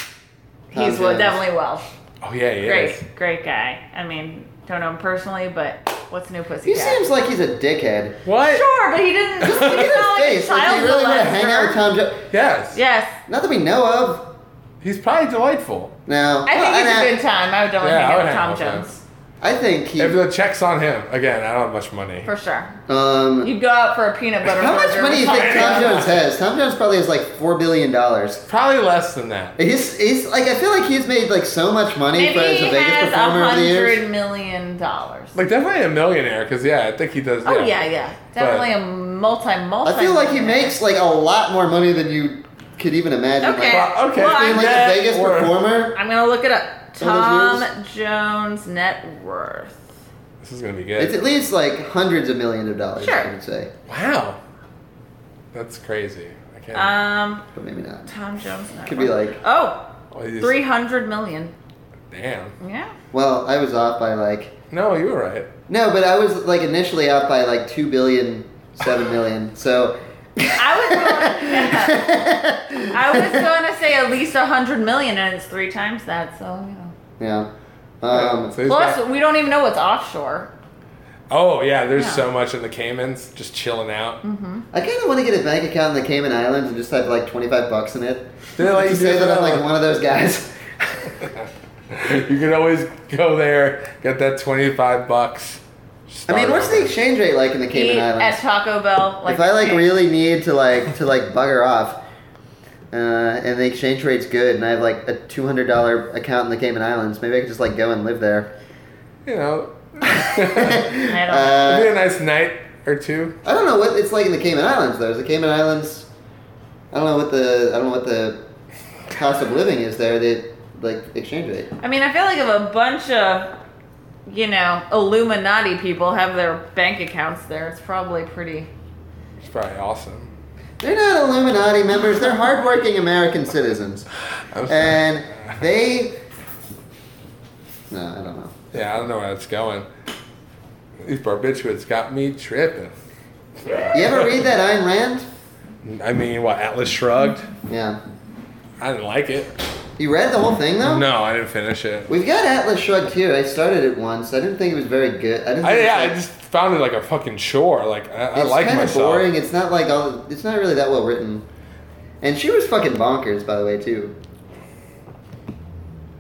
He's well, Jones. definitely Welsh. Oh yeah, yeah. Great, great guy. I mean, don't know him personally, but what's new pussy? He seems like he's a dickhead. What? Sure, but he [laughs] didn't. He's not Look at his like a face. Like, child you really want to hang out molester. with Tom Jones? Yes. Yes, Not that we know of. He's probably delightful. No. I Well, think and it's a good time. I would definitely Yeah, I would hang hang out with Tom out with Jones I think he. If the check's on him, again, I don't have much money. for sure. Um, You'd go out for a peanut butter. how much burger money do you with think Tom Jones has? Tom Jones probably has like four billion dollars. Probably less than that. He's, he's like I feel like he's made like so much money Maybe for, as a he Vegas has a performer over the years. hundred million dollars. Like definitely a millionaire, because yeah, I think he does. oh yeah, yeah, definitely a multi multi. I feel like he makes like a lot more money than you could even imagine. Okay. Like, Well, okay. Well, being like a That Vegas or- performer. I'm gonna look it up. All those Tom Jones net worth. This is gonna be It's good. at least like hundreds of millions of dollars. Sure. I would say, wow, that's crazy. I can't. Um, but maybe not. Tom Jones net Could be worth. like oh, Oh, he's- three hundred million. Damn. Yeah. well, I was off by like No, you were right. No, but I was like initially up by like two billion, seven million. So I was going, [laughs] I was going to say at least a hundred million, and it's three times that. So you know. yeah. Um, So he's Plus, got- we don't even know what's offshore. oh yeah, there's Yeah. so much in the Caymans, just chilling out. [laughs] I kind of want to get a bank account in the Cayman Islands and just have like twenty five bucks in it. They let To you say do that I'm like that. one of those guys. you can always go there, get that twenty-five bucks. I mean, start what's over. the exchange rate like in the Cayman Eat at Islands? Taco Bell. E Like if I like really need to like to like bugger off, uh, and the exchange rate's good, and I have like a two hundred dollar account in the Cayman Islands, maybe I could just like go and live there. You know, [laughs] I don't it'd be [laughs] Uh, a nice night or two. I don't know what it's like in the Cayman Islands though. Is the Cayman Islands? I don't know what the I don't know what the cost of living is there. They like exchange rate. I mean, I feel like if a bunch of you know Illuminati people have their bank accounts there, it's probably pretty. It's probably awesome. They're not Illuminati members. They're hardworking American citizens, Uh, I'm sorry. and they. No, I don't know. Yeah, I don't know where that's going. These barbiturates got me tripping. You ever read that Ayn Rand? I mean, what Atlas Shrugged? Yeah. I didn't like it. You read the whole thing though? No, I didn't finish it. We've got Atlas Shrugged here. I started it once. I didn't think it was very good. I didn't. Think I, it was yeah, I like- just found it like a fucking chore. Like I, I it's like kind of myself. boring. It's not like all. It's not really that well written. And she was fucking bonkers, by the way, too.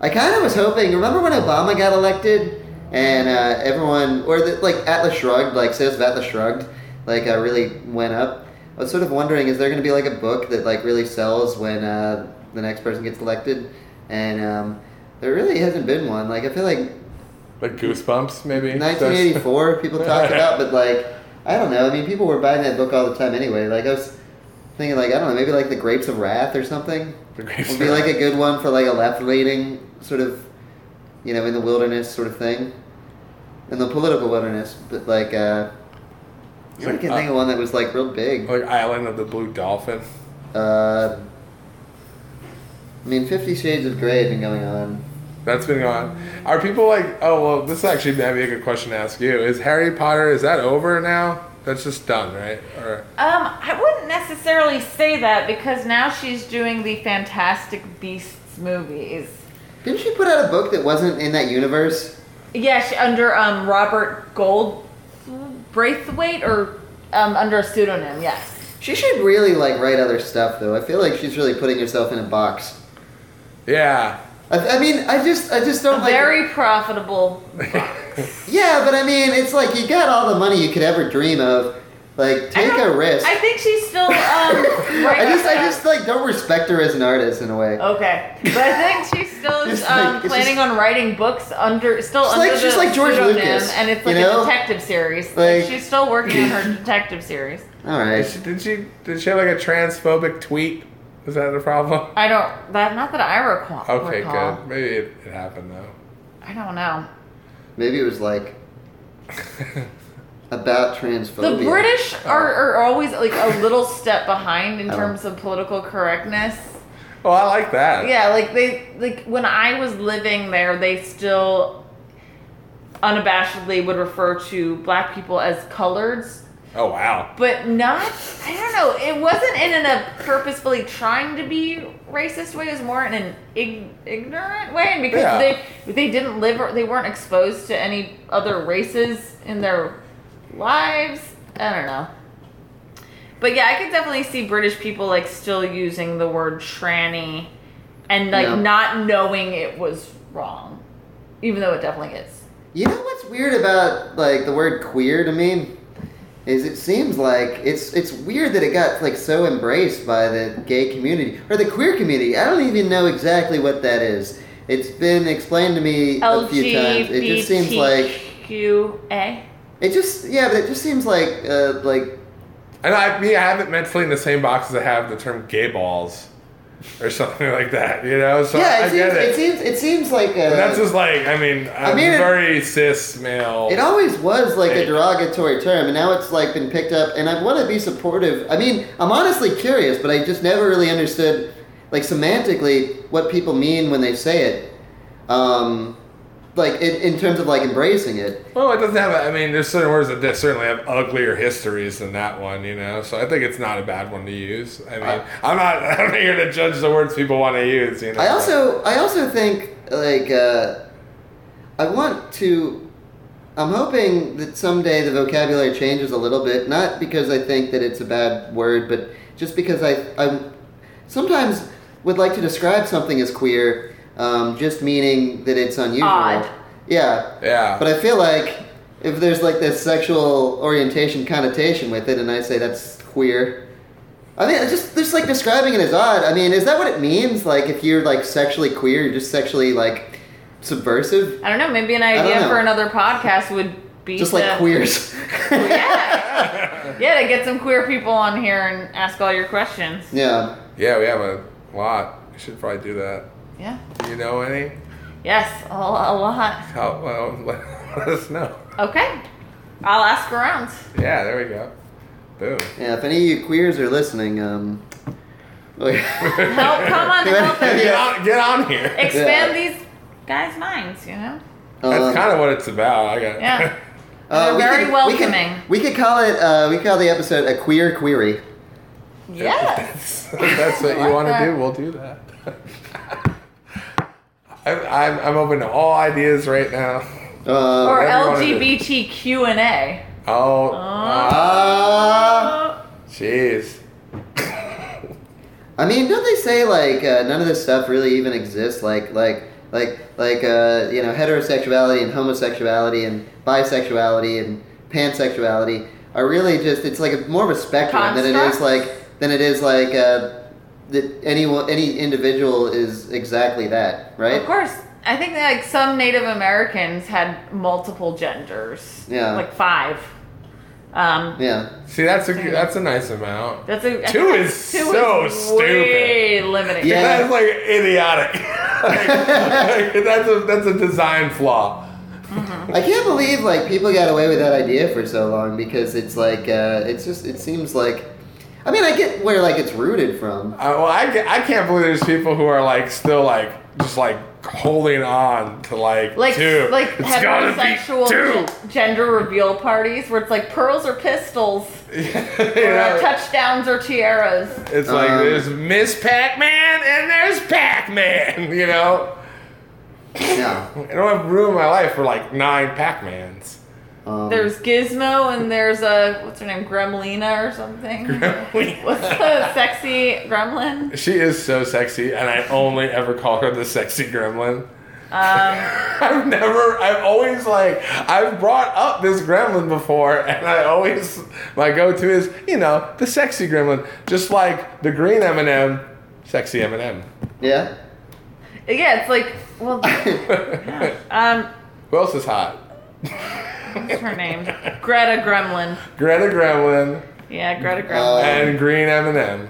I kind of was hoping. Remember when Obama got elected, and uh, everyone, or the, like Atlas Shrugged, like says of Atlas Shrugged, like uh, really went up. I was sort of wondering, is there going to be like a book that like really sells when uh, the next person gets elected? And um, there really hasn't been one. Like I feel like Like Goosebumps, maybe. 1984 people talk about but like i don't know i mean people were buying that book all the time anyway like i was thinking like i don't know maybe like the grapes of wrath or something The Grapes would of be like Wrath. a good one for like a left leaning sort of you know in the wilderness sort of thing in the political wilderness but like uh I Like, can uh, think of one that was like real big. like Island of the Blue Dolphin. Uh, I mean, Fifty Shades of Grey had been going on. That's been gone. Are people like, oh well, this actually might be a good question to ask you. Is Harry Potter is that over now? That's just done, right? Or Um, I wouldn't necessarily say that because now she's doing the Fantastic Beasts movies. Didn't she put out a book that wasn't in that universe? Yeah, she, under um, Robert Gold Braithwaite or um, under a pseudonym, yes. She should really like write other stuff though. I feel like she's really putting herself in a box. yeah, I, I mean, I just, I just don't A like. very profitable. Yeah, but I mean, it's like you got all the money you could ever dream of. Like, take I a don't- risk. I think [laughs] she's still um, right. Oh. I just, I now. just like don't respect her as an artist in a way. Okay, but I think she's still is, It's like- um, it's planning just- on writing books under still She's under like- the she's like George pseudonym, Lucas, and it's you like know? a detective series. Like- Like, she's still working [laughs] on her detective series. All Did right. she, did she did she have like a transphobic tweet? Is that a problem? I don't that not that I recall. Okay, recall. good. Maybe it, it happened though. [laughs] I don't know. Maybe it was like about transphobia. The British are, are always like a little step behind in Oh. terms of political correctness. Well, I like that. Yeah, like they like when I was living there, they still unabashedly would refer to black people as coloreds Oh wow. but not i don't know it wasn't in a purposefully trying to be racist way it was more in an ig- ignorant way and because Yeah. they they didn't live or they weren't exposed to any other races in their lives i don't know but yeah i could definitely see british people like still using the word tranny and like Yeah. not knowing it was wrong even though it definitely is You know what's weird about like the word queer to me is it seems like it's it's weird that it got like so embraced by the gay community or the queer community. I don't even know exactly what that is. It's been explained to me a few times. It just seems like LGBTQA. it just yeah, but it just seems like uh, like And I me I have it mentally in the same box as I have the term gay balls or [laughs] something like that. You know. So yeah, I it seems, get it. it seems it seems like uh But that's just like I mean I'm mean, it- very cis male. It always was like a Hey. derogatory term, and now it's like been picked up. And I want to be supportive. I mean, I'm honestly curious, but I just never really understood, like semantically, what people mean when they say it. Um, like in, in terms of like embracing it. Well, it doesn't have. A, I mean, there's certain words that that certainly have uglier histories than that one, you know. So I think it's not a bad one to use. I mean, I'm not. [laughs] I'm not here to judge the words people want to use. You know. I also I also think like uh, I want to. I'm hoping that someday the vocabulary changes a little bit. Not because I think that it's a bad word, but just because I I sometimes would like to describe something as queer, um, just meaning that it's unusual. Odd. Yeah. Yeah. But I feel like if there's like this sexual orientation connotation with it, and I say that's queer, I mean, it's just just like describing it as odd. I mean, is that what it means? Like, if you're like sexually queer, you're just sexually like subversive, I don't know. Maybe an don't idea know. for another podcast would be just like to- queers. [laughs] [laughs] Yeah, yeah. To get some queer people on here and ask all your questions. yeah. [laughs] yeah, we have a lot. We should probably do that. Yeah. Do You know any? Yes, a, a lot. How, well, [laughs] let, let us know. Okay, I'll ask around. Yeah, there we go. Boom. Yeah. If any of you queers are listening, um, [laughs] oh, like, Help, [laughs] come on, and help [laughs] Get us on, get on here. expand these guys' minds. You know, um, That's kind of what it's about. I got. [laughs] yeah. uh, They're we very could- welcoming. We could, we could call it. Uh, we could call the episode a queer query. Yes. If that's what I you like want to that. do, we'll do that. [laughs] I'm, I'm, I'm open to all ideas right now. Uh, Or everyone did. LGBTQ and A. Oh, uh, jeez. I mean, don't they say like uh, none of this stuff really even exists? Like, like, like, like uh, you know, heterosexuality and homosexuality and bisexuality and pansexuality are really just—it's like a, more of a spectrum than it is Constructs? like than it is like uh, that anyone any individual is exactly that, right? Of course. I think that, like some Native Americans had multiple genders. Yeah. Like five. Um, Yeah. See, that's a that's a nice amount. that's a, I Two think is two so is Way limiting. Yeah. That's like idiotic. [laughs] Like, like, that's a that's a design flaw. I can't believe like people got away with that idea for so long because it's like uh, it's just it seems like I mean I get where like it's rooted from. I, well, I, ca- I can't believe there's people who are like still like just like holding on to like Like two. like it's gotta heterosexual be two. gen- gender reveal parties where it's like pearls or pistols [laughs] You or know? touchdowns or tiaras. It's like Um, there's Miss Pac-Man and there's Pac-Man. [laughs] You know, Yeah. [laughs] I don't have room in my life for like nine Pac-Mans. [laughs] Um, There's Gizmo and there's a what's her name, Gremlina or something. What's the sexy gremlin? She is so sexy, and I only ever call her the sexy gremlin. Um, [laughs] I've never, I've always like, I've brought up this gremlin before, and I always, my go-to is, you know, the sexy gremlin, just like the green M&M, sexy M&M. yeah. Yeah, it's like well, um, [laughs] Who else is hot? [laughs] what's her name? Greta Gremlin. Greta Gremlin Yeah, Greta Gremlin. and green M&M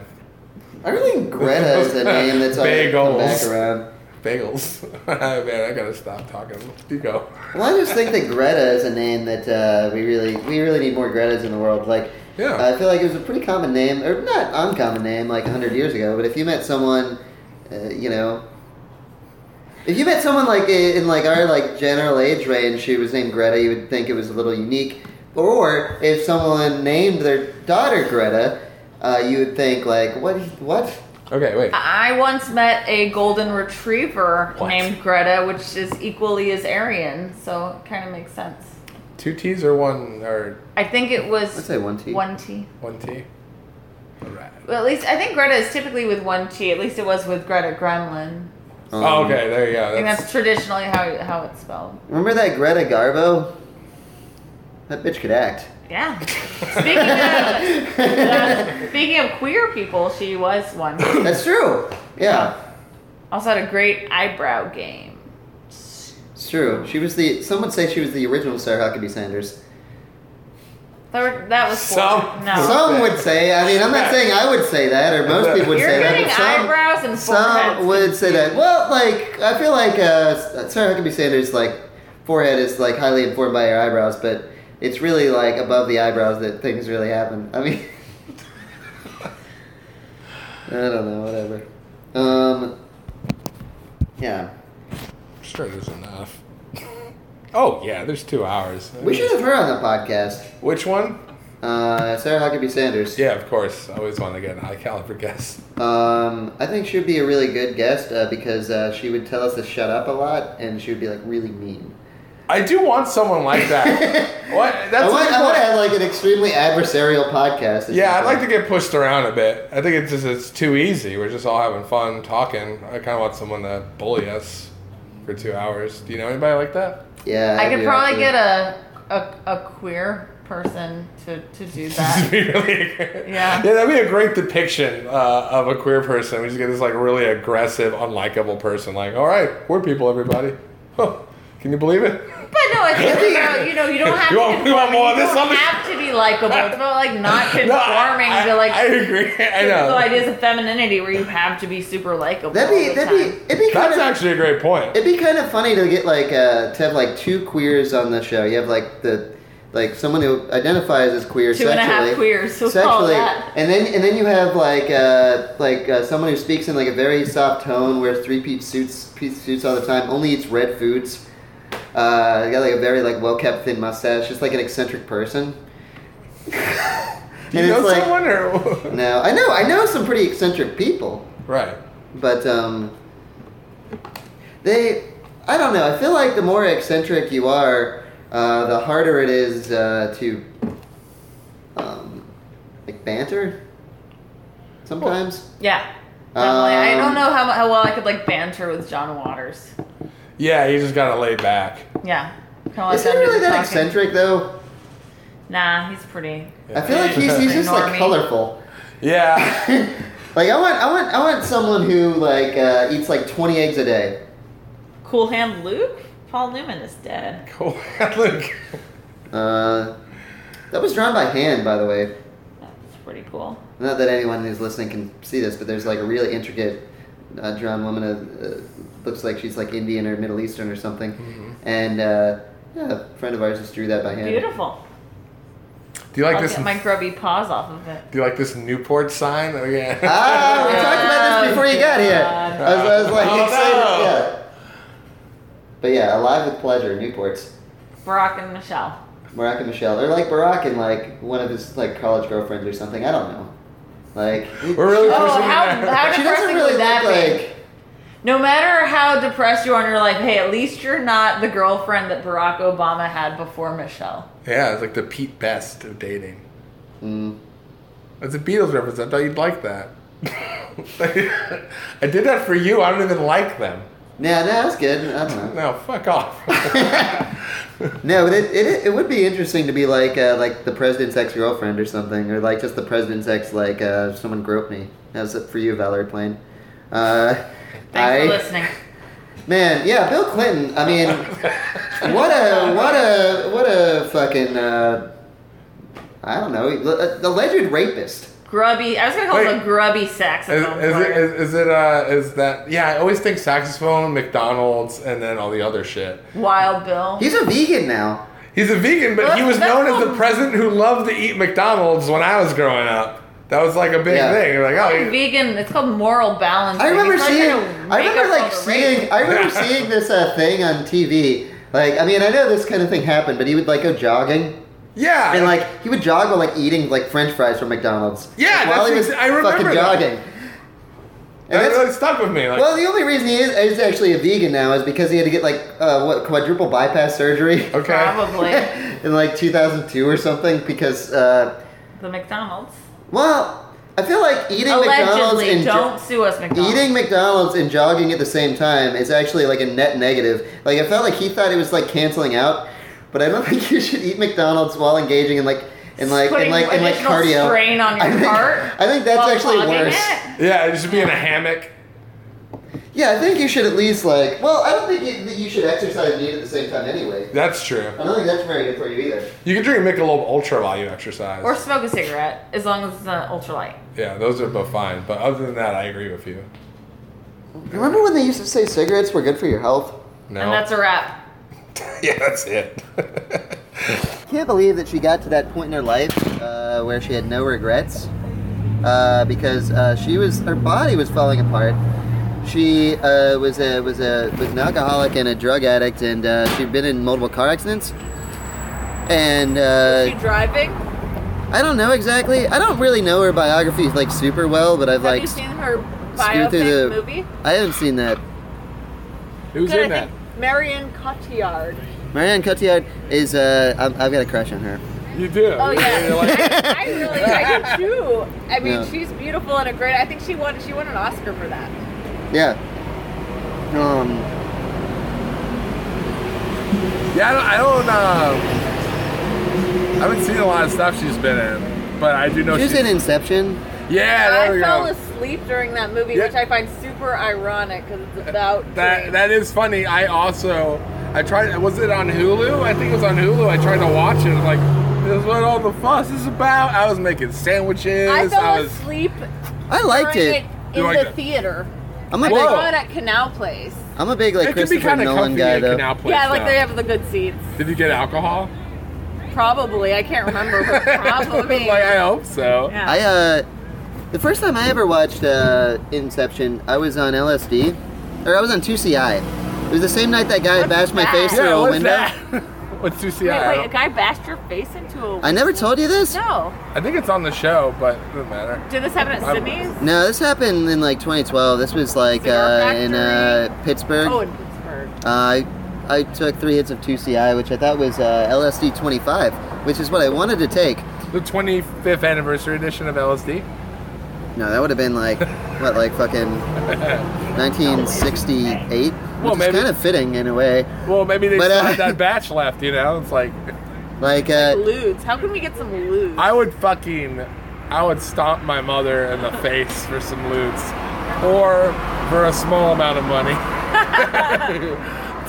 I really think Greta is a name that's already come back Bagels. around. bagels. [laughs] Man, I gotta stop talking. You go. Well, I just think that Greta is a name that uh, we really we really need more Gretas in the world. Like, Yeah. I feel like it was a pretty common name, or not uncommon name, like hundred years ago. But if you met someone, uh, you know, if you met someone like i- in like our like general age range who was named Greta, you would think it was a little unique. Or if someone named their daughter Greta, uh, you would think like, what? What? Okay, wait. I once met a golden retriever What? named Greta, which is equally as Aryan, so it kind of makes sense. Two T's or one, or I think it was I'd say one T. One T. one T? All right. Well, at least I think Greta is typically with one T. At least it was with Greta Gremlin. Um, Oh, okay, there you go. I think That's- that's traditionally how how it's spelled. Remember that Greta Garbo? That bitch could [laughs] act. Yeah. Speaking [laughs] of uh, speaking of queer people, she was one. That's true. Yeah, Also had a great eyebrow game. it's true. She was the. Some would say she was the original Sarah Huckabee Sanders. That, were, that was cool. Some- no. Some would say. I mean, I'm not saying I would say that, or most people would You're say that. getting But some, eyebrows and foreheads. some would say that. Well, like I feel like uh, Sarah Huckabee Sanders' like forehead is like highly informed by her eyebrows, but it's really like above the eyebrows that things really happen. I mean, [laughs] I don't know. Whatever. Um. Yeah. Sure, there's enough. Oh yeah, there's two hours. We should have her on the podcast. Which one? Uh, Sarah Huckabee Sanders. Yeah, of course. I always want to get an high caliber guest. Um, I think she'd be a really good guest uh, because uh, she would tell us to shut up a lot, and she would be like really mean. I do want someone like [laughs] that. [laughs] what? That's I want, what I want to have like an extremely adversarial podcast. yeah, I'd like to get pushed around a bit. I think it's just it's too easy. We're just all having fun talking. I kind of want someone to bully us for two hours. Do you know anybody like that? Yeah, I I'd could be probably up get a, a a queer person to to [laughs] do That'd that. [laughs] be really a- Yeah. yeah, that'd be a great depiction uh, of a queer person. We just get this like really aggressive, unlikable person. Like, all right, we're people, everybody. [laughs] Huh. Can you believe it? [laughs] But no, I think you know, you know, you don't have You to want- you want conform. more of You this? don't I'm- have to be likable. It's about [laughs] like not conforming I, to like I agree. [laughs] I typical know. ideas of femininity where you have to be super likable. That'd all be the that'd time. be it'd be kind That's of actually a great point. it'd be kind of funny to get like uh, to have like two queers on the show. You have like the like someone who identifies as queer Two and a sexually, half queers, we'll call sexually, that. and then and then you have like uh, like uh, someone who speaks in like a very soft tone, wears three piece suits, piece suits all the time, only eats red foods. Uh, got like a very like well kept thin mustache, just like an eccentric person. [laughs] Do you and know it's like- someone or [laughs] No, I know I know some pretty eccentric people. right? But um, they, I don't know. I feel like the more eccentric you are, uh, the harder it is uh, to, um, like banter. Sometimes. Yeah. Definitely. I Um, don't know how, how well I could like banter with John Waters. Yeah, you just gotta lay back. Yeah. Kinda let Is he them do really the that talking. eccentric though? Nah, he's pretty. I feel like he's, he's just like Normie. colorful. [laughs] Yeah, [laughs] Like I want, I want, I want someone who like uh, eats like twenty eggs a day. Cool Hand Luke? Paul Newman is dead. cool. Look, Uh, that was drawn by hand, by the way. That's pretty cool. Not that anyone who's listening can see this, but there's like a really intricate uh, drawn woman. Uh, uh, looks like she's like Indian or Middle Eastern or something. Mm-hmm. And uh, yeah, a friend of ours just drew that by hand. Beautiful. do you like I'll this? get my grubby paws off of it. do you like this Newport sign? Oh yeah. Ah, we Oh, talked about this before you got here. God. I was, I was like Oh, excited. no. Yeah. But yeah, alive with pleasure, Newports. Barack and Michelle. Barack and Michelle, or like Barack and like one of his like college girlfriends or something. I don't know. Like [laughs] We're really Oh, pushing how, it. how she depressing doesn't really would that look be? like. No matter how depressed you are in your life, hey, at least you're not the girlfriend that Barack Obama had before Michelle. [laughs] Yeah, it's like the Pete Best of dating. Mm. That's a Beatles reference. I thought you'd like that. [laughs] I did that for you. I don't even like them. Yeah, no, that's good. I don't know. No, fuck [laughs] off. No, but it, it, it would be interesting to be like uh, like the president's ex girlfriend or something, or like just the president's ex like uh, someone groped me. That's it for you, Valerie Plane. Uh, Thanks for listening. Man, yeah, Bill Clinton. I [laughs] mean, what a what a what a fucking uh, I don't know a- alleged rapist. Grubby. I was gonna call it Wait. a grubby is, saxophone is player. it, is, is it, uh, is that, yeah, I always think saxophone, McDonald's, and then all the other shit. Wild Bill. He's a vegan now. He's a vegan, but he [laughs] Well, was that's known as the what- president who loved to eat McDonald's when I was growing up. That was like a big Yeah. thing. Like, oh, he- vegan. It's called moral balance. I remember He's not seeing. gonna I make remember us like all the rape. seeing. I remember seeing this uh, thing on TV. Like, I mean, I know this kind of thing happened, but he would like go jogging. yeah. And like he would jog while like eating like French fries from McDonald's. Yeah, Like, while that's he was exa- I remember fucking that. jogging. And that that's- really stuck with me. Like, well, the only reason he is, is actually a vegan now is because he had to get like uh, what quadruple bypass surgery [laughs] okay. Probably in like 2002 or something because uh, the McDonald's. well, I feel like eating McDonald's Allegedly, and jo- don't sue us, McDonald's. Eating McDonald's and jogging at the same time is actually like a net negative. Like I felt like he thought it was like canceling out, but I don't [laughs] think you should eat McDonald's while engaging in like in like in Putting like in like additional cardio. strain on your I think, heart I think that's while actually clogging worse. it? Yeah, it should be in a hammock. Yeah, I think you should at least like. Well, I don't think you, that you should exercise and eat at the same time anyway. That's true. I don't think that's very good for you either. You can drink Michelob Ultra while you exercise. Or smoke a cigarette, as long as it's an ultralight. yeah, those are both fine. But other than that, I agree with you. Remember when they used to say cigarettes were good for your health? No. And that's a wrap. [laughs] yeah, that's it. I can't believe that she got to that point in her life uh, where she had no regrets uh, because uh, she was her body was falling apart. She uh, was a was a was an alcoholic and a drug addict, and uh, she'd been in multiple car accidents. And uh, you driving? I don't know exactly. I don't really know her biography like super well, but I've Have like you seen her skewed through biopic the- movie? I haven't seen that. Who's Good, in I that? think [laughs] Marion Cotillard. Marianne Cotillard is. Uh, I've, I've got a crush on her. You do. Oh yeah, You're like, I, I really, I do too. I mean, Yeah. she's beautiful and a great. I think she won. She won an Oscar for that. Yeah. Um. [laughs] yeah, I don't. I don't. Uh, I haven't seen a lot of stuff she's been in, but I do know She was she's. in Inception. yeah, there I we fell go. asleep during that movie, Yeah. which I find super ironic because it's about That dreams. that is funny. I also I tried. Was it on Hulu? I think it was on Hulu. I tried to watch it. I was like, this is what all the fuss is about. I was making sandwiches. I fell I was. asleep I liked it. during it, in You liked the it. theater. I'm a I big. saw it at Canal Place. I'm a big like it could be Christopher kind of Nolan comfy guy at though. Canal Place. yeah, like though. they have the good seats. Did you get alcohol? Probably, I can't remember, [laughs] but probably. like I hope so. Yeah. I uh, the first time I ever watched uh, Inception, I was on LSD, or I was on 2CI. It was the same night that guy What's bashed my that? face Yeah, through a what's window. that? [laughs] what's 2CI? I, wait, wait, a don't- guy bashed your face into a. I never told you this. no. I think it's on the show, but it doesn't matter. Did this happen at I'm- Sydney's? No, this happened in like 2012. This was like Cigar uh, in Factory? uh, Pittsburgh. Oh, in Pittsburgh. hard. Uh, I, I took three hits of 2CI, which I thought was uh, LSD 25, which is what I wanted to take. The 25th anniversary edition of LSD. No, that would have been like, what, like fucking 1968? Well, which maybe- is kind of fitting in a way. Well, maybe they But, still uh, had [laughs] that batch left, you know? It's like, Like, uh, Ludes. How can we get some ludes? I would fucking, I would stomp my mother in the face for some loots. Or for a small amount of [laughs] money.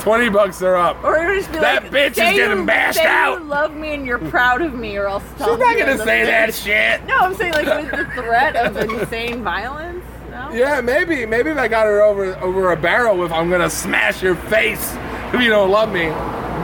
[laughs] 20 bucks are up. or it would just be That like, bitch is say getting you- bashed say out. You love me and you're proud of me, or else. She's not gonna say that shit. No, I'm saying like with the threat of insane violence. No. Yeah, maybe, maybe if I got her over over a barrel with "I'm gonna smash your face if you don't love me,"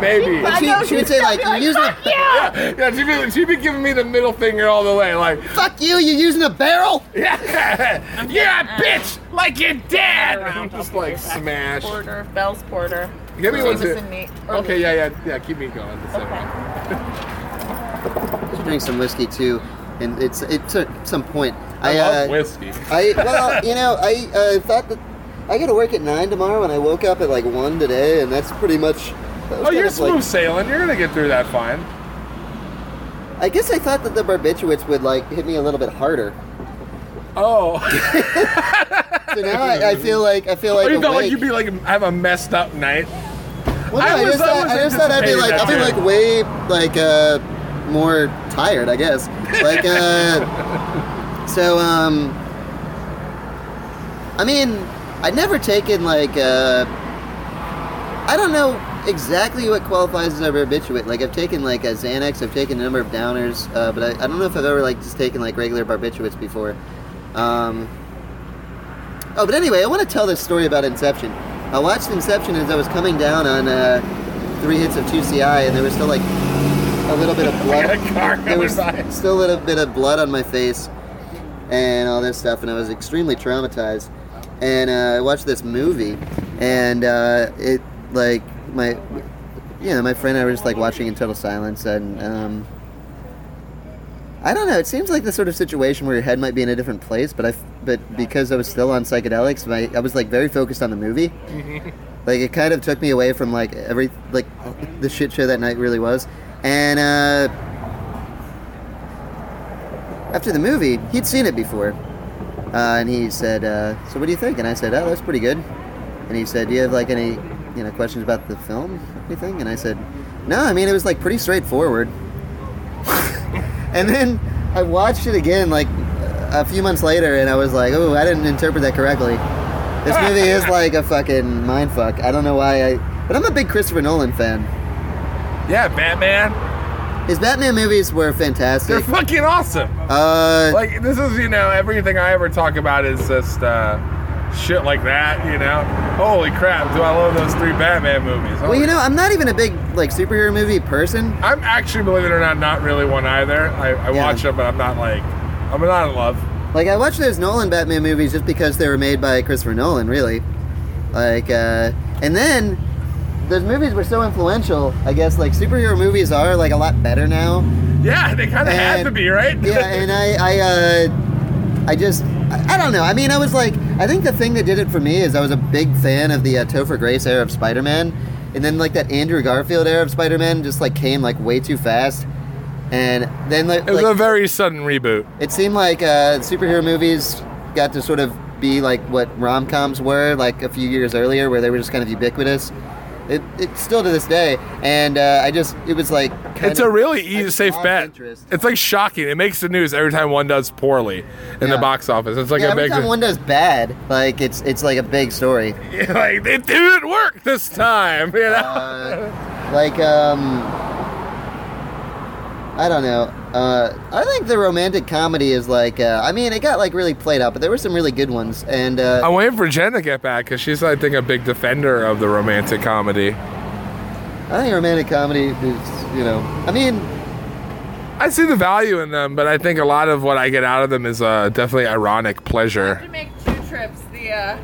maybe. I she, know, she would she'd say, still like, be you're using a, Fuck yeah! [laughs] Yeah, she'd be, she'd be giving me the middle finger all the way, like, [laughs] fuck you, you're using a barrel? yeah, you're a bitch, like your dad. Around. just like smash. Porter, Bell's Porter. Give me one Jameson too. neat. Or Okay, neat. yeah, yeah, yeah. Keep me going. That's it. Okay. Should drink some whiskey too, and it's it took some point. I I, love uh, whiskey. I well, you know, I uh, thought that I got to work at nine tomorrow, and I woke up at like one today, and that's pretty much. that was Oh, kind you're of, like- smooth sailing. You're gonna get through that fine. I guess I thought that the barbiturates would like hit me a little bit harder. Oh, [laughs] So now I, I feel like I feel oh like you felt like awake. you'd be like have a messed up night. [laughs] Well, I no, I, was- just I thought, was I just thought I'd be like I'd be anticipating like way like uh more tired, I guess. Like uh so um I mean, I'd never taken like uh I don't know exactly what qualifies as a barbiturate. Like I've taken like a Xanax, I've taken a number of downers, uh, but I, I don't know if I've ever like just taken like regular barbiturates before. Um, Oh, but anyway, I want to tell this story about Inception. I watched Inception as I was coming down on uh, three hits of 2CI, and there was still like a little bit of blood. Like a car there was outside. [laughs] still a little bit of blood on my face, and all this stuff, and I was extremely traumatized. And uh, I watched this movie, and uh, it like my yeah, my friend and I were just like watching in total silence, and um, I don't know. It seems like the sort of situation where your head might be in a different place, but I, f- but because I was still on psychedelics, my, I was like very focused on the [laughs] movie. like it kind of took me away from like every like the shit show that night really was. And uh, after the movie, he'd seen it before, uh, and he said, uh, "So what do you think?" And I said, "Oh, that's pretty good." And he said, "Do you have like any you know questions about the film, or anything?" And I said, "No, I mean it was like pretty straightforward." [laughs] And then I watched it again like a few months later, and I was like, "Oh, I didn't interpret that correctly." This movie is like a fucking mindfuck. I don't know why I, but I'm a big Christopher Nolan fan. Yeah, Batman. His Batman movies were They're fantastic. fucking awesome. Uh, like this is you know everything i ever talk about is just uh, shit like that you know holy crap do i love those three batman movies well, you know, I'm not even a big like superhero movie person. i'm actually believe it or not not really one either i, I Yeah. watch them but i'm not like i'm not in love Like I watched those Nolan Batman movies just because they were made by Christopher Nolan, really. Like, uh, and then those movies were so influential. I guess like superhero movies are like a lot better now. yeah they kind of had And- to be right yeah, [laughs] and I, I, uh, I just, I, I don't know. I mean, I was like, I think the thing that did it for me is I was a big fan of the uh, Topher Grace era of Spider-Man, and then like that Andrew Garfield era of Spider-Man just like came like way too fast, and then like, it was like, a very sudden reboot it seemed like uh, superhero movies got to sort of be like what rom coms were like a few years earlier, where they were just kind of ubiquitous. It, it's still to this day, and uh, I just it was like kind it's of- a really I easy, just safe lost bet. interest. It's like shocking. It makes the news every time one does poorly in Yeah. the box office. It's like yeah, a every big time one does bad, like it's it's like a big story. [laughs] like it didn't work this time. Oh, You know, Uh, like um, I don't know. Uh, I think the romantic comedy is like uh, I mean it got like really played out, but there were some really good ones. And uh, I'm waiting for Jen to get back because she's, I think, a big defender of the romantic comedy. I think romantic comedy is you know I mean I see the value in them, but I think a lot of what I get out of them is uh, definitely ironic pleasure. To make two trips, the uh,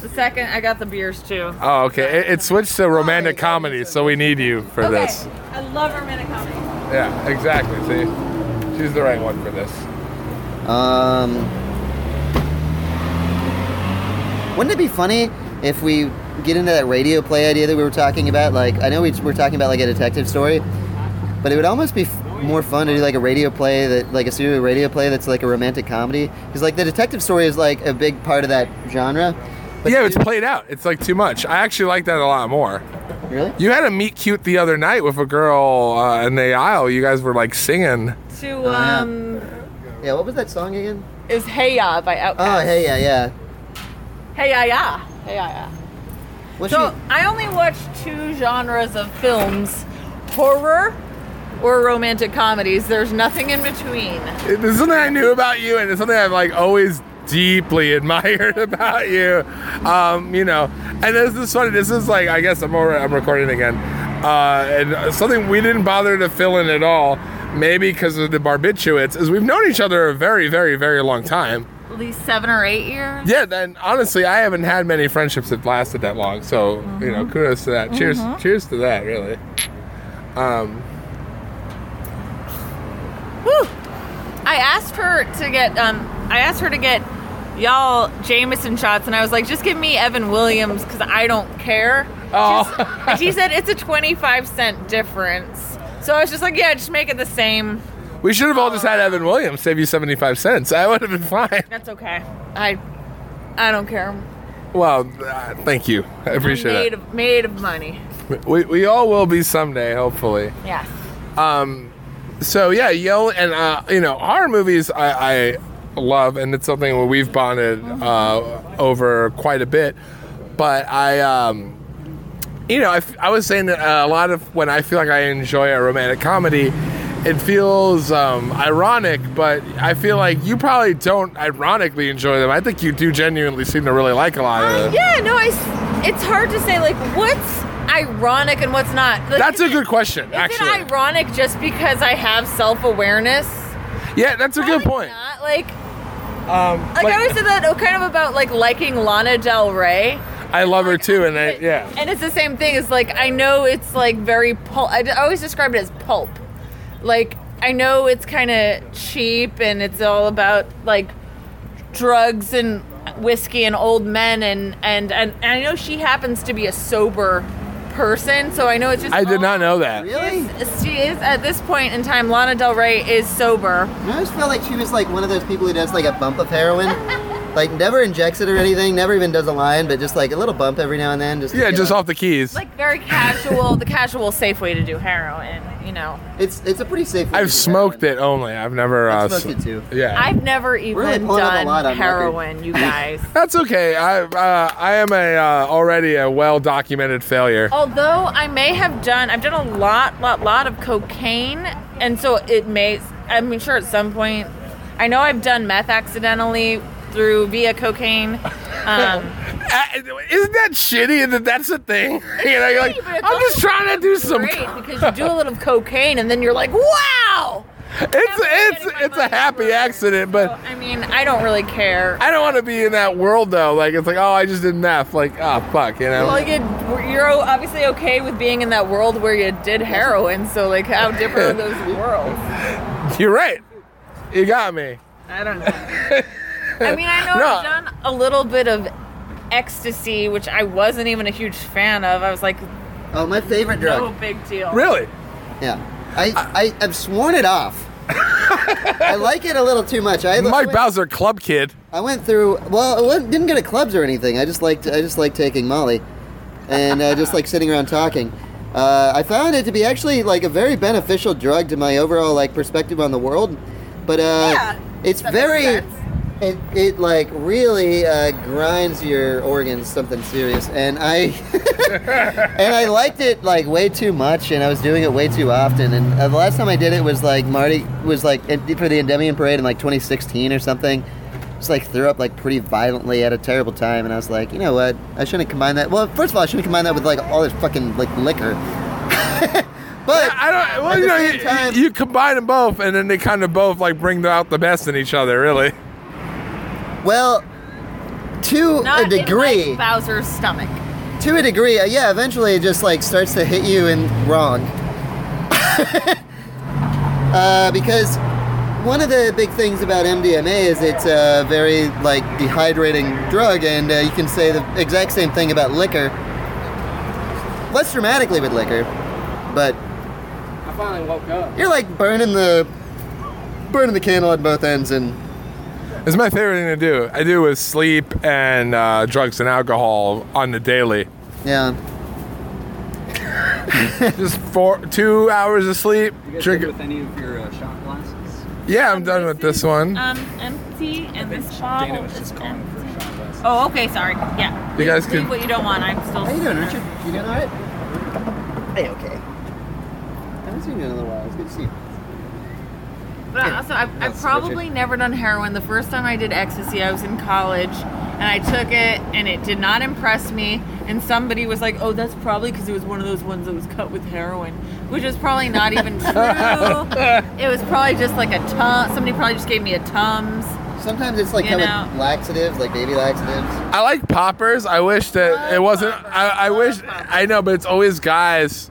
the second I got the beers too. Oh, okay. It, it switched to romantic comedy, so we need you for this. I love romantic comedy. Yeah, exactly. See, she's the right one for this. um, wouldn't it be funny if we get into that radio play idea that we were talking about? Like, I know we were talking about like a detective story, but it would almost be f- more fun to do like a radio play that, like a serial radio play that's like a romantic comedy, because like the detective story is like a big part of that genre. But yeah, to it's do- played out. It's like too much. I actually like that a lot more. really. You had a meet cute the other night with a girl uh, in the aisle. You guys were like singing. To um, Yeah, what was that song again? is Hey Ya by Outkast. Oh, hey, yeah, yeah. Hey Ya Ya. Hey Ya Ya. What's So I only watch two genres of films: horror or romantic comedies. There's nothing in between. It- It's something I knew about you, and it's something I've like always deeply [laughs] admired about you. Um, you know, and this is funny. This is like I guess I'm over, I'm recording again, uh, and something we didn't bother to fill in at all. Maybe because of the barbiturates, is we've known each other a very, very, very long time. At least seven or eight years. Yeah, and honestly, I haven't had many friendships that lasted that long. So you know, kudos to that. Cheers, cheers to that. Really. Um, Whew. I asked her to get um I asked her to get y'all Jameson shots and I was like just give me Evan Williams cuz I don't care. Oh. She's- and she said it's a 25 cent difference. So I was just like yeah, just make it the same. we should have all just had Evan Williams save you seventy five cents. I would have been fine. [laughs] That's okay. I I don't care. Well, uh, thank you. I appreciate made it. of made of money. We, we all will be someday, hopefully. Yes. Um, so yeah, yo, and uh, you know, horror movies I, I love, and it's something where we've bonded Mm-hmm. uh, over quite a bit. But I, um, you know, I, f- I was saying that uh, a lot of when I feel like I enjoy a romantic comedy, it feels um, ironic, but I feel like you probably don't ironically enjoy them. I think you do genuinely seem to really like a lot of them. Uh, Yeah, no, I s- it's hard to say like what's ironic and what's not. Like, That's is a it- good question, Is actually. it ironic just because I have self-awareness? yeah, that's a good Probably point. Not like Um, like, like, I always said that uh, kind of about like liking Lana Del Rey. I love her too, and I, yeah. And it's the same thing. It's like I know it's like very pulp. I d- I always describe it as pulp. Like I know it's kind of cheap and it's all about like drugs and whiskey and old men and and and, and I know she happens to be a sober person, so I know it's just. I did not know that. Really? She is at this point in time. Lana Del Rey is sober. I always felt like she was like one of those people who does like a bump of heroin. Like never injects it or anything, never even does a line, but just like a little bump every now and then. Just to Yeah, get just on. off the keys. like very casual, the casual, safe way to do heroin. You know, It's it's a pretty safe. way to do I've smoked heroin. it only. I've never. I've uh, smoked s- it too. Yeah. I've never even really pulling up a lot done on heroin, [laughs] you guys. That's okay. I uh, I am a uh, already a well documented failure. Oh. Although I may have done, I've done a lot, lot, lot of cocaine, and so it may. I'm sure at some point, I know I've done meth accidentally through [laughs] via cocaine. Um, Uh, isn't that shitty that that's a thing? [laughs] You know, you're like, shitty, but it's I'm just also trying to do some. [laughs] great because you do a little cocaine and then you're like, wow. It's it's it's a happy accident, but I mean, I don't really care. I don't want to be in that world though. Like it's like, oh, I just did meth. Like, oh fuck, you know. Well, you, you're obviously okay with being in that world where you did heroin, so like, how different [laughs] are those worlds? You're right. You got me. I don't know. I [laughs] mean, I know No. I've done a little bit of ecstasy, which I wasn't even a huge fan of. I was like, Oh, my favorite drug. no big deal. Really? Yeah, I, I I've sworn [laughs] it off. I like it a little too much. I I Mike went, Bowser, club kid. I went through. Well, I went- didn't go to clubs or anything. I just liked I just liked taking Molly, and uh, just like sitting around talking. Uh, I found it to be actually like a very beneficial drug to my overall like perspective on the world, but uh, Yeah, it's that makes very. sense. It, it like really uh, grinds your organs something serious, and I and I liked it like way too much, and I was doing it way too often. And uh, the last time I did it was like Marty was like in, for the Endymion Parade in like 2016 or something. Just like threw up like pretty violently at a terrible time, and I was like, you know what? I shouldn't combine that. Well, first of all, I shouldn't combine that with like all this fucking like liquor. [laughs] but I don't. Well, At you the know, same you, time- you combine them both, and then they kind of both like bring out the best in each other. Really, well, to Not a degree. in Mike Bowser's stomach. to a degree, uh, yeah. Eventually, it just like starts to [laughs] hit you in wrong. uh, because one of the big things about MDMA is it's a very like dehydrating drug, and uh, you can say the exact same thing about liquor. Less dramatically with liquor, but I finally woke up. you're like burning the burning the candle at both ends, and It's my favorite thing to do. I do is sleep and uh, drugs and alcohol on the [laughs] daily. yeah, Just four, two hours of sleep. Drink. it. any of your uh, shot glasses? Yeah, I'm done with this Mm. one. Um, empty, and this Dana bottle was is just calling for empty. a shot glass. Oh, okay, sorry. Yeah. You guys Leave- leave can- what you don't want. I'm still. how you doing, Richard? You doing all right? Hey, okay. I haven't seen you in a little while. It's good to see you. But I- also, I've, I've Yes, probably never done heroin. The first time I did ecstasy, I was in college, and I took it, and it did not impress me. And somebody was like, "Oh, that's probably because it was one of those ones that was cut with heroin," which is probably [laughs] not even true. it was probably just like a tum. Somebody probably just gave me a tums. Sometimes it's like You how with know. laxatives, like baby laxatives. I like poppers. I wish that it wasn't. I, I wish. I know, but it's always guys